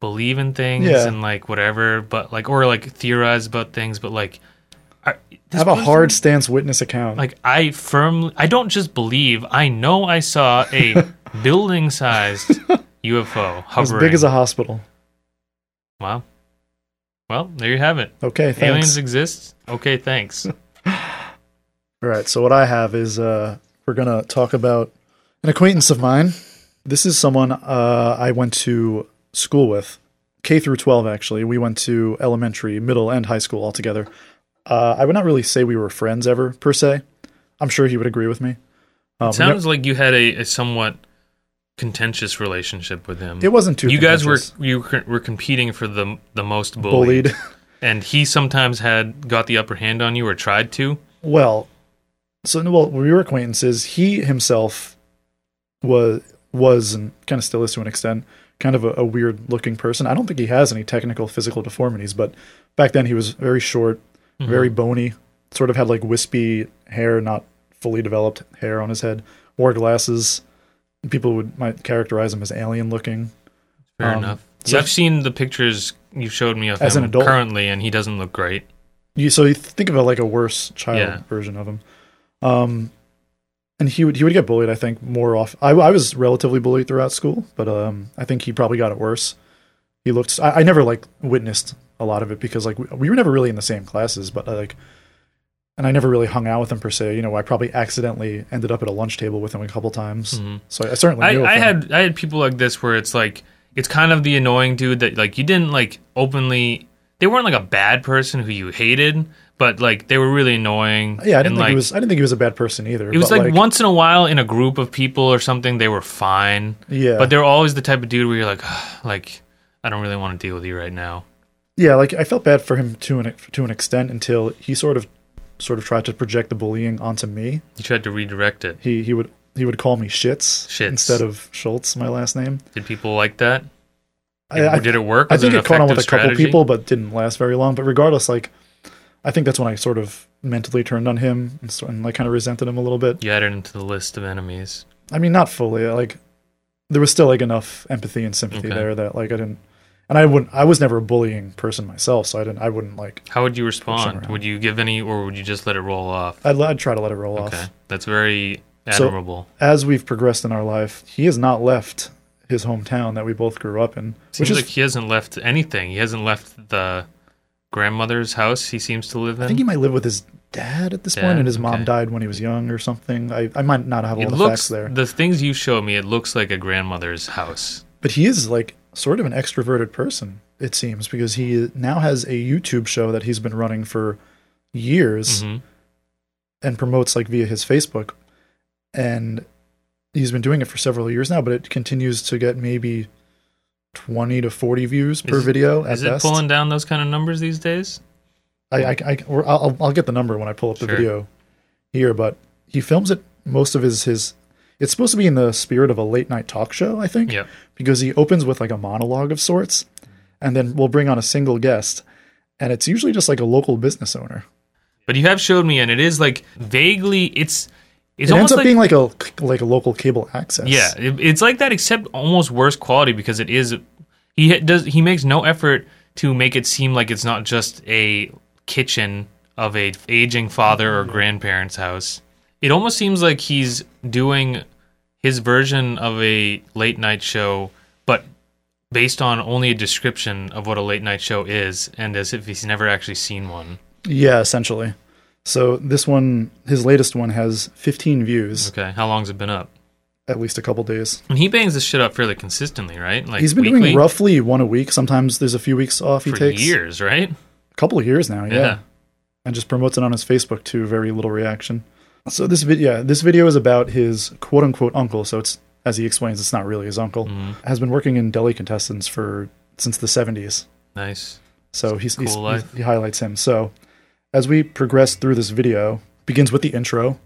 Speaker 2: believe in things
Speaker 1: Yeah.
Speaker 2: and like whatever, but like or like theorize about things, but like. I this
Speaker 1: have a
Speaker 2: person-
Speaker 1: hard stance witness account.
Speaker 2: like I firmly I don't just believe, I know I saw
Speaker 1: <laughs>
Speaker 2: a building sized UFO
Speaker 1: as
Speaker 2: hovering.
Speaker 1: big as a hospital.
Speaker 2: wow. Well, there you have it.
Speaker 1: Okay, thanks. Oh,
Speaker 2: Aliens exist.
Speaker 1: <laughs>
Speaker 2: Okay, thanks.
Speaker 1: All right. So what I have is uh, we're gonna talk about an acquaintance of mine. This is someone uh, I went to school with, K through twelve. Actually, we went to elementary, middle, and high school all together. Uh, I would not really say we were friends ever per se. I'm sure he would agree with me. Um, we
Speaker 2: Sounds like you had a, a somewhat contentious relationship with him.
Speaker 1: ne- it wasn't too.
Speaker 2: you guys were
Speaker 1: contentious.
Speaker 2: you c- were competing for the the most bullied,
Speaker 1: bullied.
Speaker 2: and he sometimes had got the upper hand on you or tried to.
Speaker 1: Well, so no, well, we were acquaintances. He himself was was and kind of still is to an extent, kind of a, a weird looking person. I don't think he has any technical physical deformities, but back then he was very short, very bony, sort of had like wispy hair, not fully developed hair on his head. Wore glasses. People would might characterize him as alien looking.
Speaker 2: Fair
Speaker 1: Um,
Speaker 2: enough.
Speaker 1: so-
Speaker 2: So I've seen the pictures you showed me of
Speaker 1: As
Speaker 2: him
Speaker 1: an adult?
Speaker 2: currently, and he doesn't look great.
Speaker 1: You so you think of it like a worse child
Speaker 2: Yeah.
Speaker 1: version of him. Um, and he would he would get bullied. I think more off. I, I was relatively bullied throughout school, but um, I think he probably got it worse. He looked. I, I never like witnessed a lot of it because like we, we were never really in the same classes, but like, and I never really hung out with him per se. You know, I probably accidentally ended up at a lunch table with him a couple times. So I, I certainly knew. of
Speaker 2: Mm-hmm. I, I
Speaker 1: him.
Speaker 2: had I had people like this where it's like it's kind of the annoying dude that like you didn't like openly they weren't like a bad person who you hated, but like they were really annoying.
Speaker 1: Yeah, I didn't
Speaker 2: and,
Speaker 1: think
Speaker 2: like,
Speaker 1: he was. I didn't think he was a bad person either.
Speaker 2: It was
Speaker 1: but,
Speaker 2: like, once in a while in a group of people or something they were fine,
Speaker 1: Yeah.
Speaker 2: but they're always the type of dude where you're like, "Ugh, like I don't really want to deal with you right now.
Speaker 1: yeah, like I felt bad for him to an to an extent until he sort of sort of tried to project the bullying onto me.
Speaker 2: You tried to redirect it.
Speaker 1: He he would he would call me Shits,
Speaker 2: Shits.
Speaker 1: instead of Schultz, my last name.
Speaker 2: Did people like that?
Speaker 1: I, I,
Speaker 2: Did it work?
Speaker 1: I
Speaker 2: Was
Speaker 1: think
Speaker 2: an
Speaker 1: it caught on with a
Speaker 2: effective
Speaker 1: couple
Speaker 2: strategy?
Speaker 1: people, but didn't last very long. But regardless, like I think that's when I sort of mentally turned on him and, so, and like kind of resented him a little bit.
Speaker 2: You added into the list of enemies.
Speaker 1: I mean, not fully. Like there was still like enough empathy and sympathy
Speaker 2: Okay.
Speaker 1: there that like I didn't. And I wouldn't. I was never a bullying person myself, so I didn't. I wouldn't like.
Speaker 2: How would you
Speaker 1: around.
Speaker 2: respond? Would you give any, or would you just let it roll off?
Speaker 1: I'd, I'd try to let it roll off.
Speaker 2: Okay, that's very
Speaker 1: So-
Speaker 2: admirable.
Speaker 1: as we've progressed in our life, he has not left his hometown that we both grew up in,
Speaker 2: Seems
Speaker 1: which is
Speaker 2: like he hasn't left anything. He hasn't left the grandmother's house. He seems to live in.
Speaker 1: I think he might live with his dad at this
Speaker 2: Dad,
Speaker 1: point, and his mom
Speaker 2: okay.
Speaker 1: died when he was young or something. I, I might not have all
Speaker 2: It
Speaker 1: the
Speaker 2: looks
Speaker 1: facts there,
Speaker 2: the things you show me. It looks like a grandmother's house.
Speaker 1: but he is like sort of an extroverted person. It seems because he now has a YouTube show that he's been running for years
Speaker 2: Mhm.
Speaker 1: and promotes like via his Facebook, and he's been doing it for several years now. But it continues to get maybe twenty to forty views per
Speaker 2: Is-
Speaker 1: video at
Speaker 2: Is it
Speaker 1: best.
Speaker 2: pulling down those kind of numbers these days?
Speaker 1: I, I, I or I'll, I'll- I'll get the number when I pull up the
Speaker 2: Sure.
Speaker 1: video here, but he films it most of his his. It's supposed to be in the spirit of a late night talk show, I think,
Speaker 2: Yep.
Speaker 1: because he opens with like a monologue of sorts, and then we'll bring on a single guest, and it's usually just like a local business owner.
Speaker 2: But you have showed me, and it is like vaguely. It's it's
Speaker 1: it ends
Speaker 2: almost
Speaker 1: up
Speaker 2: like
Speaker 1: being like a like a local cable access.
Speaker 2: yeah. it- it's like that, except almost worse quality because it is. He ha- does. He makes no effort to make it seem like it's not just a kitchen of a aging father or grandparent's house. It almost seems like he's doing his version of a late night show, but based on only a description of what a late night show is, and as if he's never actually seen one.
Speaker 1: yeah, essentially. So this one, his latest one, has 15 views,
Speaker 2: Okay, how long's it been up? Mm-hmm.
Speaker 1: at least a couple days.
Speaker 2: And he bangs this shit up fairly consistently, right? Like
Speaker 1: He's been
Speaker 2: weekly
Speaker 1: doing roughly one a week. Sometimes there's a few weeks off. He
Speaker 2: for
Speaker 1: takes
Speaker 2: years, right?
Speaker 1: a couple of years now. yeah. and just promotes it on his Facebook too. Very little reaction. So this video, yeah, this video is about his quote unquote uncle. So it's as he explains, it's not really his uncle.
Speaker 2: Mm-hmm.
Speaker 1: Has been working in deli contestants for since the seventies.
Speaker 2: Nice.
Speaker 1: So he's, he's-
Speaker 2: Cool
Speaker 1: he's-
Speaker 2: life.
Speaker 1: he highlights him. So as we progress through this video, begins with the intro,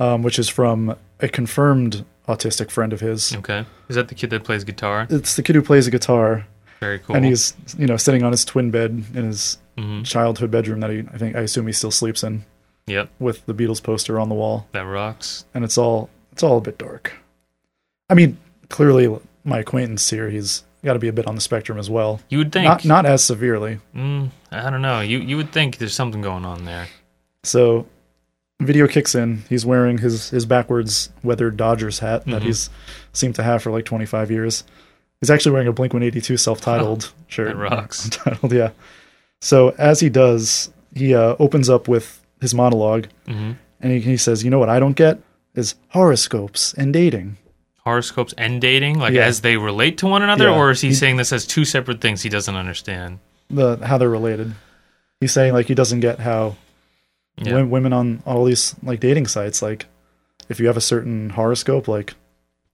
Speaker 1: um, which is from a confirmed autistic friend of his.
Speaker 2: Okay. Is that the kid that plays guitar?
Speaker 1: It's the kid who plays the guitar,
Speaker 2: Very cool.
Speaker 1: and he's you know sitting on his twin bed in his
Speaker 2: Mhm.
Speaker 1: childhood bedroom that he I think I assume he still sleeps in
Speaker 2: Yep.
Speaker 1: with the Beatles poster on the wall.
Speaker 2: That rocks.
Speaker 1: and it's all it's all a bit dark. I mean, clearly my acquaintance here, he's got to be a bit on the spectrum as well.
Speaker 2: You would think.
Speaker 1: Not not as severely.
Speaker 2: mm, I don't know. You you would think there's something going on there.
Speaker 1: So video kicks in. He's wearing his his backwards weathered Dodgers hat that
Speaker 2: Mm-hmm.
Speaker 1: he's seemed to have for like 25 years. He's actually wearing a Blink-182
Speaker 2: <laughs>
Speaker 1: self-titled shirt. <laughs>
Speaker 2: That rocks.
Speaker 1: Self-titled, yeah. So as he does, he uh, opens up with his monologue
Speaker 2: Mhm.
Speaker 1: and he, he says, "You know what I don't get is horoscopes and dating."
Speaker 2: Horoscopes and dating, like
Speaker 1: Yeah.
Speaker 2: as they relate to one another,
Speaker 1: Yeah.
Speaker 2: or is he
Speaker 1: He-
Speaker 2: saying this as two separate things he doesn't understand?
Speaker 1: the how they're related. He's saying like he doesn't get how
Speaker 2: Yeah.
Speaker 1: wo- women on all these like dating sites like if you have a certain horoscope like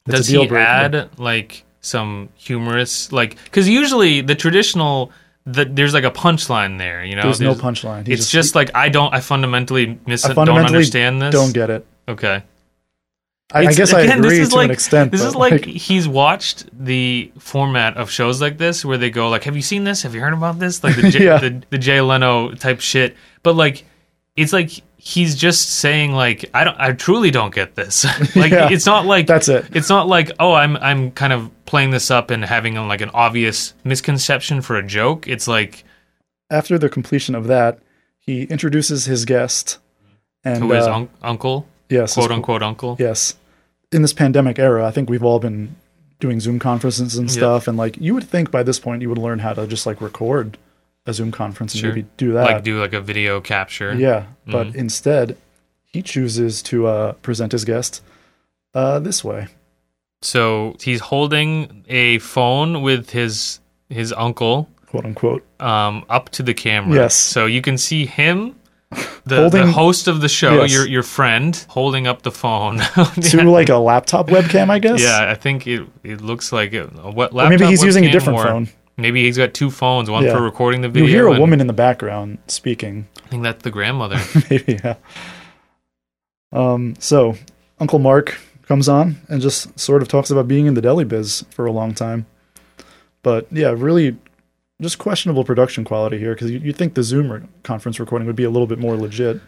Speaker 1: it's
Speaker 2: Does
Speaker 1: a deal
Speaker 2: he
Speaker 1: breaker.
Speaker 2: add like some humorous, like because usually the traditional that there's like a punchline there, you know?
Speaker 1: there's no punchline. He
Speaker 2: It's just, like I don't. I fundamentally miss.
Speaker 1: I
Speaker 2: don't
Speaker 1: fundamentally
Speaker 2: understand this.
Speaker 1: don't get it.
Speaker 2: Okay.
Speaker 1: I, I
Speaker 2: It's-
Speaker 1: guess I
Speaker 2: again,
Speaker 1: agree to an extent.
Speaker 2: This
Speaker 1: but,
Speaker 2: is like, he's watched the format of shows like this where they go like, "Have you seen this? Have you heard about this?" Like
Speaker 1: <laughs>
Speaker 2: the J-
Speaker 1: Yeah.
Speaker 2: the, the Jay Leno type shit. But like, it's like he's just saying like, "I don't. I truly don't get this." <laughs> like
Speaker 1: Yeah.
Speaker 2: it's not like
Speaker 1: that's it.
Speaker 2: It's not like oh, I'm I'm kind of playing this up and having like an obvious misconception for a joke. It's like
Speaker 1: After the completion of that, he introduces his guest and
Speaker 2: who is
Speaker 1: uh,
Speaker 2: un- uncle,
Speaker 1: yes, his-
Speaker 2: quote unquote uncle.
Speaker 1: Yes. In this pandemic era, I think we've all been doing Zoom conferences and stuff and like you would think by this point you would learn how to just like record a Zoom conference and
Speaker 2: Sure.
Speaker 1: maybe do that.
Speaker 2: Like do Mm-hmm. like a video capture.
Speaker 1: Yeah, but instead, he chooses to uh, present his guest uh, this way.
Speaker 2: So he's holding a phone with his his uncle
Speaker 1: "Quote
Speaker 2: <laughs>
Speaker 1: unquote."
Speaker 2: um, up to the camera.
Speaker 1: Yes.
Speaker 2: So you can see him, the,
Speaker 1: Holding-
Speaker 2: the host of the show,
Speaker 1: Yes.
Speaker 2: your your friend, holding up the phone. <laughs>
Speaker 1: To like a laptop webcam, I guess.
Speaker 2: yeah, I think it it looks like it, a what
Speaker 1: Or
Speaker 2: laptop.
Speaker 1: maybe he's using a
Speaker 2: webcam
Speaker 1: different
Speaker 2: or-
Speaker 1: phone.
Speaker 2: Maybe he's got two phones, one
Speaker 1: Yeah.
Speaker 2: for recording the
Speaker 1: You
Speaker 2: video.
Speaker 1: hear a
Speaker 2: and-
Speaker 1: woman in the background speaking.
Speaker 2: I think that's the grandmother. <laughs>
Speaker 1: maybe, <laughs> yeah. Um, so, Uncle Mark comes on and just sort of talks about being in the deli biz for a long time. But yeah, really just questionable production quality here because you'd think the Zoom re- conference recording would be a little bit more legit.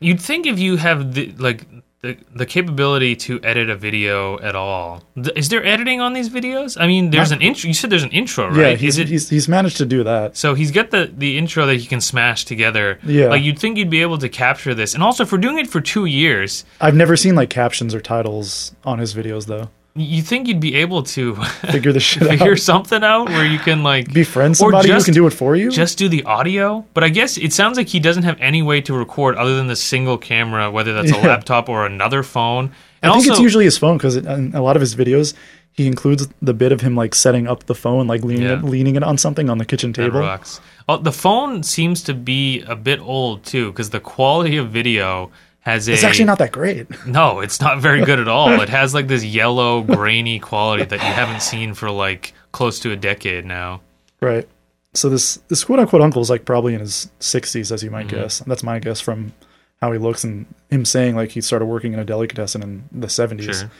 Speaker 2: You'd think if you have the like the, the capability to edit a video at all, th- is there editing on these videos? I mean, there's an intro. You said there's an intro, right?
Speaker 1: Yeah, he's,
Speaker 2: is it
Speaker 1: he's, he's managed to do that.
Speaker 2: So he's got the the intro that he can smash together.
Speaker 1: Yeah.
Speaker 2: Like you'd think you'd be able to capture this. And also for doing it for two years, <laughs>
Speaker 1: I've never seen like captions or titles on his videos though.
Speaker 2: you think you'd be able to <laughs>
Speaker 1: Figure this shit <laughs>
Speaker 2: figure
Speaker 1: out.
Speaker 2: something out where you can like
Speaker 1: Befriend somebody
Speaker 2: just-
Speaker 1: who can do it for you.
Speaker 2: just do the audio. But I guess it sounds like he doesn't have any way to record other than the single camera, whether that's a
Speaker 1: Yeah.
Speaker 2: laptop or another phone. And
Speaker 1: I think
Speaker 2: also,
Speaker 1: it's usually his phone because in a lot of his videos he includes the bit of him like setting up the phone, like leaning
Speaker 2: Yeah.
Speaker 1: it, leaning it on something on the kitchen
Speaker 2: that
Speaker 1: table.
Speaker 2: rocks. Oh, the phone seems to be a bit old too, because the quality of video has a
Speaker 1: It's actually not that great. <laughs>
Speaker 2: no, it's not very good at all. It has like this yellow, grainy quality that you haven't seen for like close to a decade now.
Speaker 1: Right. So this this quote unquote uncle is like probably in his sixties, as you
Speaker 2: Mm-hmm.
Speaker 1: might guess. That's my guess from how he looks and him saying like he started working in a delicatessen in the seventies.
Speaker 2: Sure.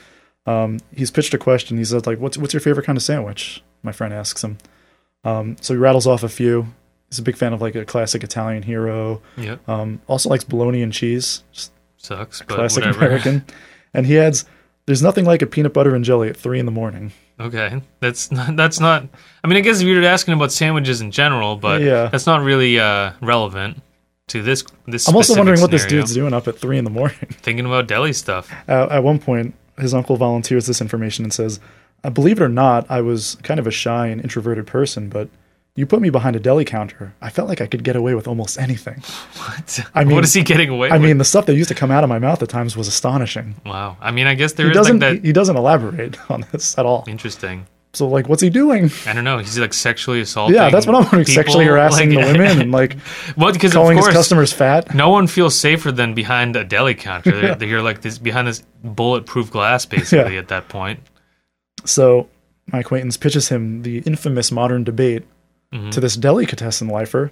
Speaker 1: Um, he's pitched a question. He says like, "What's what's your favorite kind of sandwich?" My friend asks him. Um, so he rattles off a few. He's a big fan of like a classic Italian hero.
Speaker 2: Yep.
Speaker 1: Um, also likes bologna and cheese, just
Speaker 2: Oh, Sucks, but
Speaker 1: classic
Speaker 2: whatever. <laughs>
Speaker 1: American. And he adds, "There's nothing like a peanut butter and jelly at three in the morning."
Speaker 2: Okay, that's not, that's not. I mean, I guess we were asking about sandwiches in general, but
Speaker 1: Yeah.
Speaker 2: that's not really uh, relevant to this. This
Speaker 1: I'm also
Speaker 2: specific
Speaker 1: wondering what this
Speaker 2: scenario.
Speaker 1: dude's doing up at three in the morning. <laughs>
Speaker 2: thinking about deli stuff. <laughs>
Speaker 1: Uh, at one point, his uncle volunteers this information and says, "Uh, "Believe it or not, I was kind of a shy and introverted person, but you put me behind a deli counter. I felt like I could get away with almost anything.
Speaker 2: What?
Speaker 1: I mean-
Speaker 2: what is he getting away
Speaker 1: I
Speaker 2: with?
Speaker 1: mean, the stuff that used to come out of my mouth at times was astonishing.
Speaker 2: wow. I mean, I guess there
Speaker 1: He
Speaker 2: is
Speaker 1: doesn't.
Speaker 2: like that.
Speaker 1: he- he doesn't elaborate <laughs> on this at all.
Speaker 2: Interesting.
Speaker 1: So, like, what's he doing? <laughs>
Speaker 2: I don't know. He's like sexually assaulting.
Speaker 1: Yeah, that's what I'm <laughs> wondering. Sexually
Speaker 2: people,
Speaker 1: harassing
Speaker 2: like-
Speaker 1: the women and like
Speaker 2: <laughs> Well, because of
Speaker 1: calling his
Speaker 2: course,
Speaker 1: customers fat.
Speaker 2: no one feels safer than behind a deli counter. They're, they're like this behind this bulletproof glass, basically. At that point,
Speaker 1: So my acquaintance pitches him the infamous modern debate
Speaker 2: Mm-hmm.
Speaker 1: to this delicatessen lifer.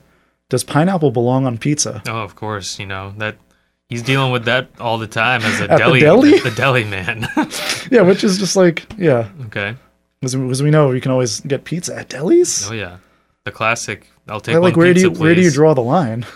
Speaker 1: Does pineapple belong on pizza?
Speaker 2: Oh, of course, you know that he's dealing with that all the time as a
Speaker 1: the
Speaker 2: deli,
Speaker 1: deli?
Speaker 2: the deli man. <laughs>
Speaker 1: Yeah, which is just like, yeah,
Speaker 2: okay,
Speaker 1: because we know you can always get pizza at delis.
Speaker 2: oh yeah, the classic. I'll take
Speaker 1: Like,
Speaker 2: one
Speaker 1: like, where do
Speaker 2: pizza,
Speaker 1: you where do you
Speaker 2: please.
Speaker 1: draw the line?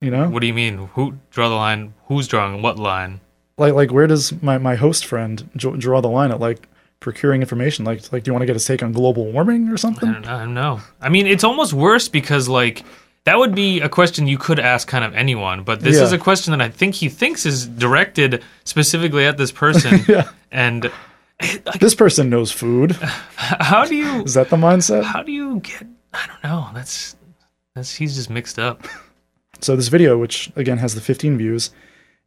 Speaker 1: You know,
Speaker 2: What do you mean? Who draw the line? Who's drawing what line?
Speaker 1: like like where does my, my host friend jo- draw the line at like procuring information? Like like do you want to get his take on global warming or
Speaker 2: I
Speaker 1: something?
Speaker 2: don't, know, I don't know. I mean, it's almost worse because like that would be a question you could ask kind of anyone, but this
Speaker 1: Yeah.
Speaker 2: is a question that I think he thinks is directed specifically at this person.
Speaker 1: <laughs> Yeah.
Speaker 2: And
Speaker 1: This person knows food.
Speaker 2: how do you
Speaker 1: Is that the mindset?
Speaker 2: how do you get? I don't know. That's that's he's just mixed up.
Speaker 1: So this video, which again has the 15 views,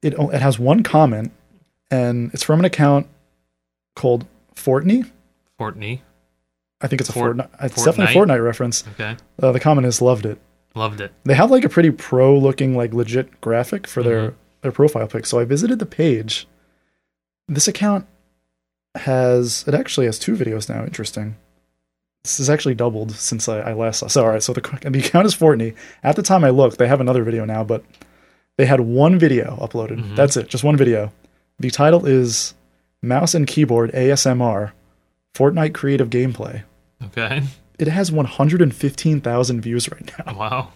Speaker 1: it o- it has one comment, and it's from an account called Fortney.
Speaker 2: Courtney.
Speaker 1: I think it's a
Speaker 2: Fort-
Speaker 1: Fortnite. It's definitely a
Speaker 2: Fortnite?
Speaker 1: Fortnite reference.
Speaker 2: Okay.
Speaker 1: Uh, the comment is loved it.
Speaker 2: Loved it.
Speaker 1: they have like a pretty pro looking like legit graphic for their their profile pic so i visited the page this account has it actually has two videos now interesting this is actually doubled since i, I last saw so all right so the, <laughs> the account is fortney at the time i looked they have another video now but they had one video uploaded that's it just one video the title is mouse and keyboard asmr fortnite creative gameplay
Speaker 2: Okay.
Speaker 1: it has 115000 views right now
Speaker 2: Wow.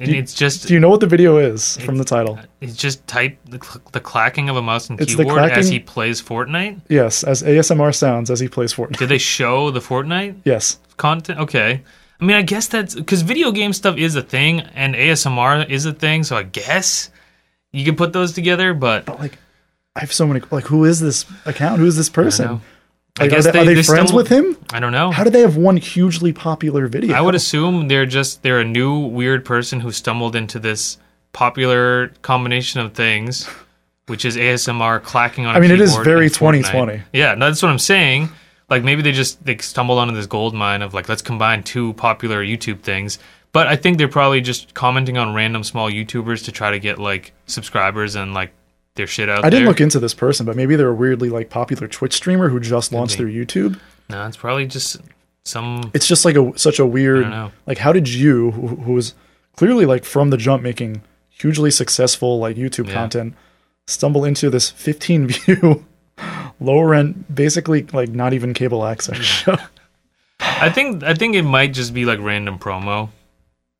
Speaker 2: And
Speaker 1: Do you-
Speaker 2: it's just
Speaker 1: Do you know what the video is from the title?
Speaker 2: it's just type the, cl- the clacking of a mouse and
Speaker 1: It's the
Speaker 2: keyboard as
Speaker 1: clacking-
Speaker 2: he plays Fortnite.
Speaker 1: Yes, as ASMR sounds as he plays
Speaker 2: <laughs>
Speaker 1: Fortnite.
Speaker 2: Did they show the Fortnite
Speaker 1: Yes.
Speaker 2: content? Okay. I mean, I guess that's because video game stuff is a thing and ASMR is a thing, so I guess you can put those together. But I
Speaker 1: But like I have so many like who is this account? Who is this person?
Speaker 2: know.
Speaker 1: Like,
Speaker 2: guess
Speaker 1: are they, are they
Speaker 2: they're
Speaker 1: friends
Speaker 2: still-
Speaker 1: with him?
Speaker 2: I don't know.
Speaker 1: How do they have one hugely popular video?
Speaker 2: I would assume they're just they're a new weird person who stumbled into this popular combination of things, which is ASMR clacking on. I
Speaker 1: I mean, it is very 2020.
Speaker 2: Yeah, no, that's what I'm saying. Like maybe they just they stumbled onto this gold mine of like let's combine two popular YouTube things. But I think they're probably just commenting on random small YouTubers to try to get like subscribers and like their shit out
Speaker 1: I
Speaker 2: there.
Speaker 1: didn't look into this person, but maybe they're a weirdly like popular Twitch streamer who just launched their YouTube.
Speaker 2: no, it's probably just some.
Speaker 1: It's just like a such a weird
Speaker 2: don't know.
Speaker 1: like how did you who, who was clearly like from the jump making hugely successful like YouTube
Speaker 2: Yeah.
Speaker 1: content stumble into this 15 <laughs> view lower end basically like not even cable access show. <laughs>
Speaker 2: I think I think it might just be like random promo,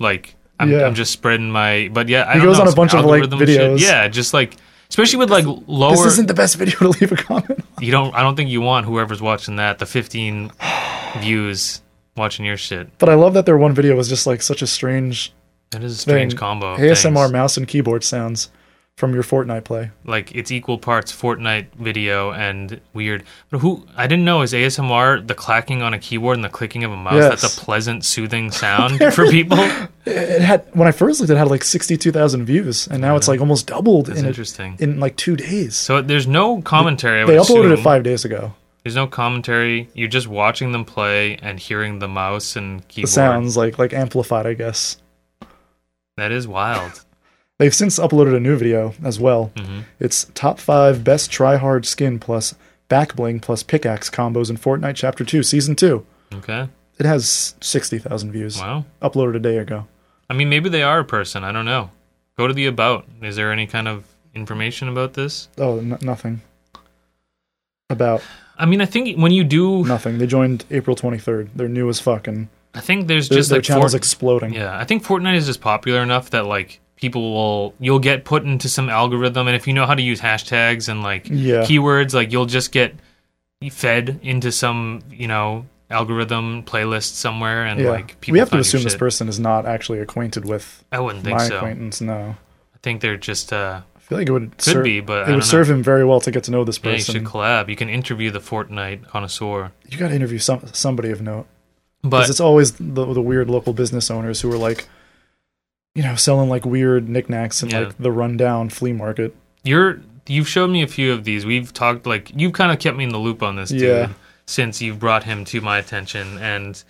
Speaker 2: like I'm,
Speaker 1: Yeah.
Speaker 2: I'm just spreading my. But yeah, I
Speaker 1: He
Speaker 2: don't
Speaker 1: goes
Speaker 2: know,
Speaker 1: on a
Speaker 2: some
Speaker 1: bunch of, like,
Speaker 2: algorithm shit.
Speaker 1: videos.
Speaker 2: Yeah, just like especially with like lower.
Speaker 1: This isn't the best video to leave a comment. on.
Speaker 2: you don't. I don't think you want whoever's watching that the 15 <sighs> views watching your shit.
Speaker 1: But I love that their one video was just like such a strange
Speaker 2: That is a strange
Speaker 1: thing.
Speaker 2: combo. of
Speaker 1: ASMR
Speaker 2: things.
Speaker 1: mouse and keyboard sounds. from your Fortnite play.
Speaker 2: Like it's equal parts Fortnite video and weird. But who I didn't know is ASMR the clacking on a keyboard and the clicking of a mouse. That's
Speaker 1: Yes.
Speaker 2: a pleasant,
Speaker 1: <laughs>
Speaker 2: soothing sound for people.
Speaker 1: It had when I first looked, it had like sixty two thousand views, and now it's like almost doubled
Speaker 2: That's
Speaker 1: in a-
Speaker 2: interesting.
Speaker 1: in like two days.
Speaker 2: so there's no commentary. I would
Speaker 1: They uploaded it
Speaker 2: assume.
Speaker 1: five days ago.
Speaker 2: There's no commentary. You're just watching them play and hearing the mouse and
Speaker 1: The
Speaker 2: keyboard.
Speaker 1: sounds like like amplified, I guess.
Speaker 2: That is wild.
Speaker 1: They've since uploaded a new video as well.
Speaker 2: Mm-hmm.
Speaker 1: It's top five best try hard skin plus back bling plus pickaxe combos in Fortnite Chapter Two, Season Two.
Speaker 2: Okay.
Speaker 1: It has sixty thousand views.
Speaker 2: Wow.
Speaker 1: Uploaded a day ago.
Speaker 2: I mean, maybe they are a person. I don't know. Go to the about. Is there any kind of information about this?
Speaker 1: Oh, n- nothing. About
Speaker 2: I mean, I think when you do,
Speaker 1: nothing. They joined April twenty third. They're new as fuck, and
Speaker 2: I think there's
Speaker 1: their,
Speaker 2: just
Speaker 1: their
Speaker 2: like
Speaker 1: channel's
Speaker 2: Fort-
Speaker 1: exploding.
Speaker 2: yeah. I think Fortnite is just popular enough that like people will you'll get put into some algorithm, and if you know how to use hashtags and like
Speaker 1: Yeah.
Speaker 2: keywords, like you'll just get fed into some you know algorithm playlist somewhere, and
Speaker 1: Yeah.
Speaker 2: like people
Speaker 1: we have to
Speaker 2: find your
Speaker 1: assume this
Speaker 2: shit.
Speaker 1: person is not actually acquainted with
Speaker 2: I wouldn't think
Speaker 1: my
Speaker 2: so.
Speaker 1: acquaintance. No,
Speaker 2: I think they're just uh,
Speaker 1: I feel like it would
Speaker 2: could
Speaker 1: serve,
Speaker 2: be, but I
Speaker 1: it
Speaker 2: don't
Speaker 1: would
Speaker 2: know.
Speaker 1: serve him very well to get to know this
Speaker 2: yeah, you should
Speaker 1: person.
Speaker 2: collab. You can interview the Fortnite connoisseur,
Speaker 1: you got to interview some somebody of note because
Speaker 2: but
Speaker 1: it's always the, the weird local business owners who are like, you know, selling like weird knickknacks and
Speaker 2: Yeah.
Speaker 1: like the rundown flea market.
Speaker 2: you're you've showed me a few of these. We've talked like you've kind of kept me in the loop on this dude
Speaker 1: Yeah.
Speaker 2: since you've brought him to my attention, and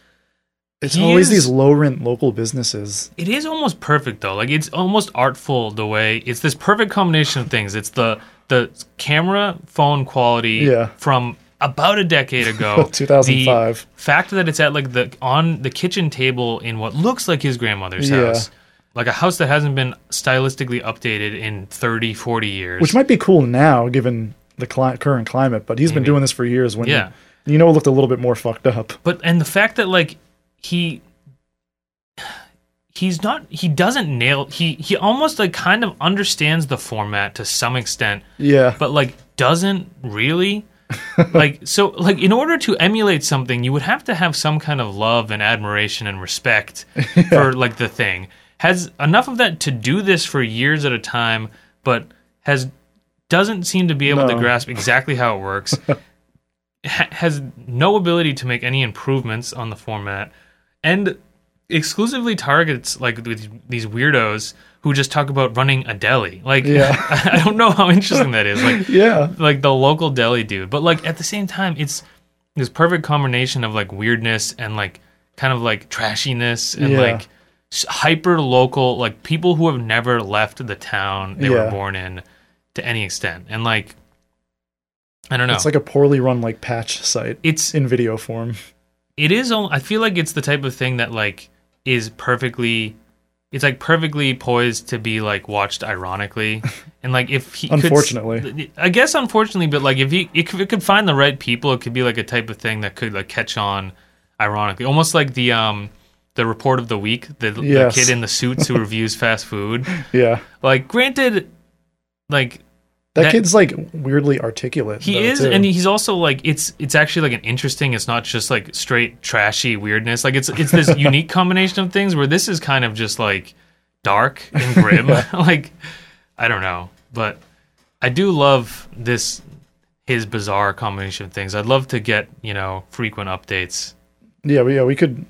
Speaker 1: It's
Speaker 2: He
Speaker 1: always these
Speaker 2: is-
Speaker 1: low rent local businesses.
Speaker 2: it is almost perfect though. Like it's almost artful the way it's this perfect combination of things. It's the the camera phone quality
Speaker 1: Yeah.
Speaker 2: from about a decade
Speaker 1: <laughs>
Speaker 2: ago,
Speaker 1: 2005.
Speaker 2: The fact that it's at like the on the kitchen table in what looks like his grandmother's
Speaker 1: Yeah.
Speaker 2: house. Like a house that hasn't been stylistically updated in 30, 40 years.
Speaker 1: which might be cool now given the cli- current climate. But he's been doing this for years. When
Speaker 2: Yeah.
Speaker 1: you, you know, it looked a little bit more fucked up.
Speaker 2: but and the fact that like he he's not he doesn't nail he he almost like kind of understands the format to some extent
Speaker 1: Yeah,
Speaker 2: but like doesn't
Speaker 1: <laughs>
Speaker 2: really like so like in order to emulate something you would have to have some kind of love and admiration
Speaker 1: <laughs>
Speaker 2: and respect for like the thing has enough of that to do this for years at a time but has doesn't seem to be able to
Speaker 1: No.
Speaker 2: grasp exactly how it
Speaker 1: <laughs>
Speaker 2: works ha- has no ability to make any improvements on the format and exclusively targets like with these weirdos who just talk about running a deli like
Speaker 1: Yeah.
Speaker 2: <laughs> I don't know how interesting that is. Like
Speaker 1: yeah.
Speaker 2: like the local deli dude. But like at the same time, it's this perfect combination of like weirdness and like kind of like trashiness and
Speaker 1: Yeah.
Speaker 2: like hyper local like people who have never left the town they were
Speaker 1: Yeah.
Speaker 2: born in to any extent. And like I don't know.
Speaker 1: It's like a poorly run like patch site
Speaker 2: it's
Speaker 1: in video form.
Speaker 2: it is al- i feel like it's the type of thing that like is perfectly it's like perfectly poised to be like watched
Speaker 1: <laughs>
Speaker 2: ironically and like if he could s-
Speaker 1: Unfortunately.
Speaker 2: i guess unfortunately but like if he if it could find the right people it could be like a type of thing that could like catch on ironically almost like the um the report of the week the,
Speaker 1: Yes.
Speaker 2: the kid in the suits who reviews fast food
Speaker 1: <laughs> Yeah,
Speaker 2: like granted like
Speaker 1: that,
Speaker 2: That-
Speaker 1: kid's like weirdly articulate.
Speaker 2: he
Speaker 1: though,
Speaker 2: is,
Speaker 1: too.
Speaker 2: and he's also like it's it's actually like an interesting. It's not just like straight trashy weirdness. Like it's
Speaker 1: <laughs>
Speaker 2: it's this unique combination of things where this is kind of just like dark and grim. <laughs> like I don't know, but I do love this his bizarre combination of things. I'd love to get you know frequent updates.
Speaker 1: yeah, we, yeah, we could.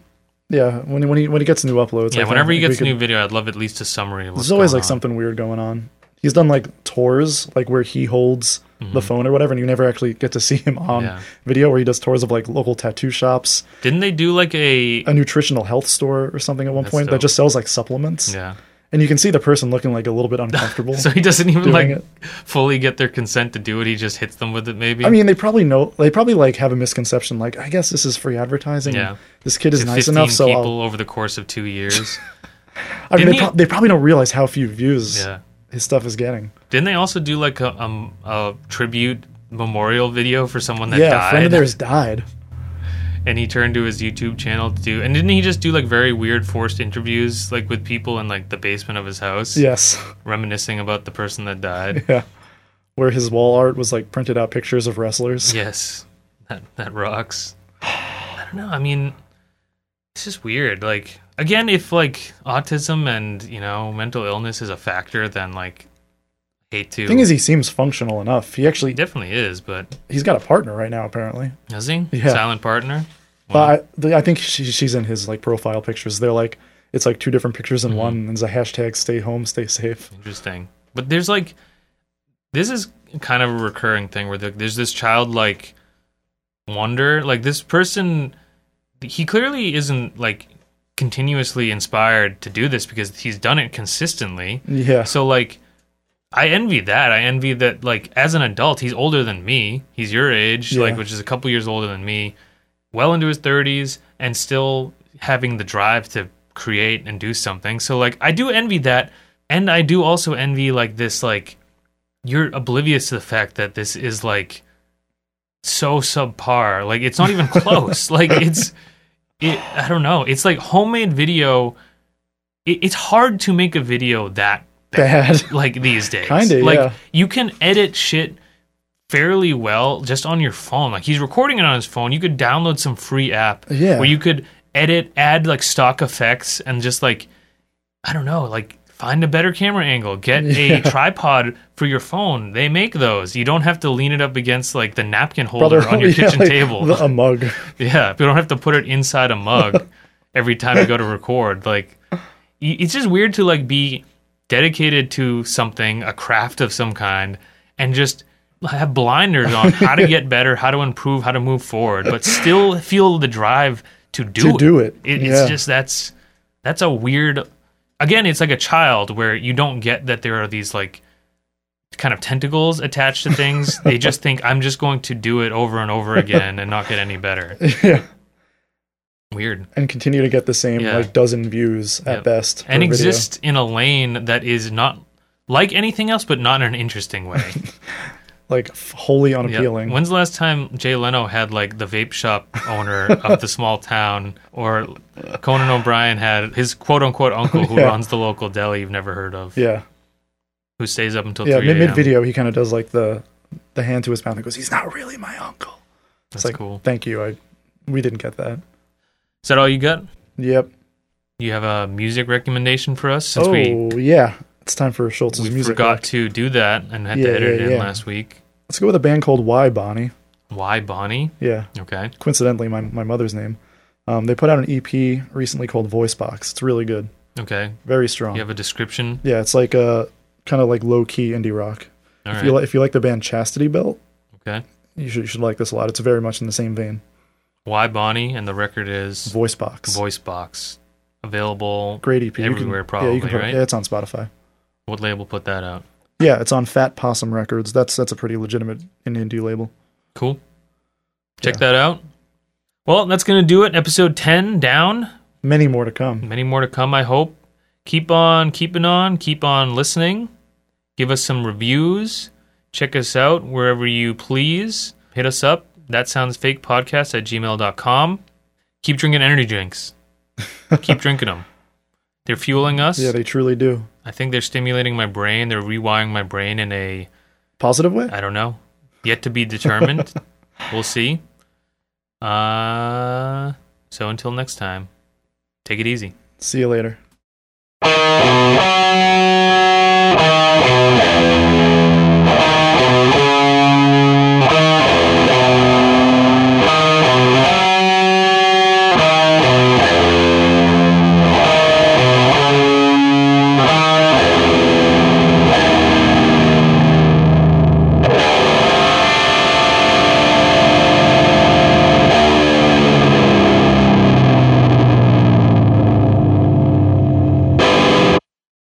Speaker 1: Yeah, when when he when he gets new uploads. I
Speaker 2: Yeah,
Speaker 1: think
Speaker 2: whenever he
Speaker 1: we
Speaker 2: gets a
Speaker 1: could-
Speaker 2: new video, I'd love at least a summary of what's
Speaker 1: there's always
Speaker 2: going
Speaker 1: like
Speaker 2: on.
Speaker 1: something weird going on. He's done like tours, like where he holds the phone or whatever, and you never actually get to see him on
Speaker 2: Mm-hmm. Yeah.
Speaker 1: video. Where he does tours of like local tattoo shops,
Speaker 2: Didn't they do like a
Speaker 1: a nutritional health store or something at one
Speaker 2: That's
Speaker 1: point
Speaker 2: dope.
Speaker 1: that just sells like supplements.
Speaker 2: yeah? <laughs>
Speaker 1: and you can see the person looking like a little bit uncomfortable.
Speaker 2: So he doesn't even
Speaker 1: Doing
Speaker 2: like
Speaker 1: it.
Speaker 2: fully get their consent to do it. He just hits them with it. Maybe
Speaker 1: I mean, they probably know. They probably like have a misconception. Like, I guess this is free advertising.
Speaker 2: Yeah.
Speaker 1: This kid is
Speaker 2: to
Speaker 1: nice
Speaker 2: 15
Speaker 1: enough, so
Speaker 2: people
Speaker 1: I'll,
Speaker 2: over the course of
Speaker 1: <laughs>
Speaker 2: two years.
Speaker 1: I mean,
Speaker 2: Didn't
Speaker 1: they,
Speaker 2: he-
Speaker 1: pro- they probably don't realize how few views
Speaker 2: yeah.
Speaker 1: his stuff is getting.
Speaker 2: Didn't they also do like a um, a tribute memorial video for someone that
Speaker 1: yeah, a friend
Speaker 2: died?
Speaker 1: of theirs died.
Speaker 2: and he turned to his YouTube channel to do. And didn't he just do like very weird forced interviews like with people in like the basement of his house,
Speaker 1: Yes,
Speaker 2: reminiscing about the person
Speaker 1: <laughs>
Speaker 2: that died?
Speaker 1: yeah. Where his wall art was like printed out pictures of wrestlers.
Speaker 2: yes, that that rocks. I don't know. I mean, it's just weird. Like again, if like autism and you know mental illness is a factor, then like. hate to.
Speaker 1: The thing is, he seems functional enough. He
Speaker 2: he
Speaker 1: actually
Speaker 2: definitely is, but
Speaker 1: he's got a partner right now, apparently.
Speaker 2: does he?
Speaker 1: Yeah.
Speaker 2: Silent partner.
Speaker 1: But I, the- I think she, she's in his like profile pictures. They're like it's like two different pictures
Speaker 2: Mm-hmm.
Speaker 1: in one, and there's a hashtag "Stay home, stay
Speaker 2: <laughs>
Speaker 1: safe."
Speaker 2: Interesting. But there's like, this is kind of a recurring thing where there- there's this childlike wonder. Like this person, he clearly isn't like continuously inspired to do this because he's done it consistently.
Speaker 1: Yeah,
Speaker 2: So like, I envy that. I envy that. Like as an adult, he's older than me. He's your age,
Speaker 1: Yeah.
Speaker 2: like which is a couple years older than me, well into his thirties, and still having the drive to create and do something. So like, I do envy that, and I do also envy like this like you're oblivious to the fact that this is like so subpar. Like it's not
Speaker 1: <laughs>
Speaker 2: even close. like it's it, I don't know. It's like homemade video. It, it's hard to make a video that
Speaker 1: bad. <laughs>
Speaker 2: <laughs> like these days.
Speaker 1: Kinda,
Speaker 2: like
Speaker 1: yeah.
Speaker 2: you can edit shit fairly well just on your phone. Like he's recording it on his phone. You could download some free app
Speaker 1: Yeah.
Speaker 2: where you could edit, add like stock effects, and just like I don't know, like find a better camera angle. Get
Speaker 1: <laughs> Yeah.
Speaker 2: a tripod for your phone. They make those. You don't have to lean it up against like the napkin holder
Speaker 1: Brother,
Speaker 2: on
Speaker 1: <laughs>
Speaker 2: your
Speaker 1: yeah,
Speaker 2: kitchen
Speaker 1: like,
Speaker 2: table.
Speaker 1: the- a mug. <laughs>
Speaker 2: <laughs> Yeah, if you don't have to put it inside a mug every time you go to record. Like, y- it's just weird to like be dedicated to something, a craft of some kind, and just have blinders on how to get better, how to improve, how to move forward, but still feel the drive to do
Speaker 1: To
Speaker 2: it.
Speaker 1: do it, yeah.
Speaker 2: It's just that's that's a weird. Again, it's like a child where you don't get that there are these like kind of tentacles attached to things.
Speaker 1: <laughs>
Speaker 2: they just think I'm just going to do it over and over again and not get any better.
Speaker 1: yeah,
Speaker 2: Weird.
Speaker 1: and continue to get the same
Speaker 2: Yeah.
Speaker 1: like dozen views at
Speaker 2: Yep.
Speaker 1: best. per
Speaker 2: And
Speaker 1: video.
Speaker 2: exist in a lane that is not like anything else, but not in an interesting
Speaker 1: <laughs>
Speaker 2: way.
Speaker 1: like f- wholly
Speaker 2: Yeah.
Speaker 1: unappealing.
Speaker 2: When's the last time Jay Leno had like the vape shop
Speaker 1: <laughs>
Speaker 2: owner of the small town, or Conan O'Brien had his quote unquote uncle who
Speaker 1: <laughs> Yeah.
Speaker 2: runs the local deli you've never heard of,
Speaker 1: Yeah,
Speaker 2: who stays up until
Speaker 1: yeah.
Speaker 2: three
Speaker 1: Mid
Speaker 2: a.m.
Speaker 1: video, he kind of does like the the hand to his mouth and goes, "He's not really my uncle."
Speaker 2: That's
Speaker 1: It's like,
Speaker 2: cool.
Speaker 1: Thank you. I we didn't get that.
Speaker 2: Is that all you got?
Speaker 1: Yep.
Speaker 2: You have a music recommendation for us since
Speaker 1: oh
Speaker 2: we
Speaker 1: yeah, it's time for Schultz's
Speaker 2: we
Speaker 1: music.
Speaker 2: forgot
Speaker 1: rec.
Speaker 2: to do that and had
Speaker 1: Yeah,
Speaker 2: to edit
Speaker 1: yeah,
Speaker 2: it in
Speaker 1: yeah.
Speaker 2: last week.
Speaker 1: Let's go with a band called Why Bonnie.
Speaker 2: Why Bonnie?
Speaker 1: Yeah,
Speaker 2: Okay.
Speaker 1: coincidentally, my my mother's name. Um, they put out an EP recently called Voice Box. It's really good,
Speaker 2: Okay.
Speaker 1: very strong.
Speaker 2: You have a description.
Speaker 1: Yeah, it's like a kind of like low key indie rock.
Speaker 2: All
Speaker 1: if
Speaker 2: right.
Speaker 1: you like, if you like the band Chastity Belt,
Speaker 2: okay.
Speaker 1: you should you should like this a lot. It's very much in the same vein.
Speaker 2: Why Bonnie and the record is
Speaker 1: Voice Box,
Speaker 2: Voice Box. Available.
Speaker 1: great EP. You
Speaker 2: everywhere
Speaker 1: yeah,
Speaker 2: probably,
Speaker 1: you can put,
Speaker 2: right?
Speaker 1: yeah, it's on Spotify.
Speaker 2: What label put that out?
Speaker 1: Yeah, it's on Fat Possum Records. That's that's a pretty legitimate indie label.
Speaker 2: Cool. Check
Speaker 1: Yeah.
Speaker 2: that out. Well, that's going to do it. Episode 10 down.
Speaker 1: Many more to come.
Speaker 2: Many more to come, I hope. Keep on keeping on. Keep on listening. Give us some reviews. Check us out wherever you please. Hit us up. That sounds fake podcast at gmail.com. Keep drinking
Speaker 1: <laughs>
Speaker 2: energy drinks. Keep drinking them. They're fueling us.
Speaker 1: Yeah, they truly do.
Speaker 2: I think they're stimulating my brain. They're rewiring my brain in a
Speaker 1: Positive way.
Speaker 2: I don't know. Yet to be determined. we'll see. Uh, so until next time, take it easy.
Speaker 1: See you later.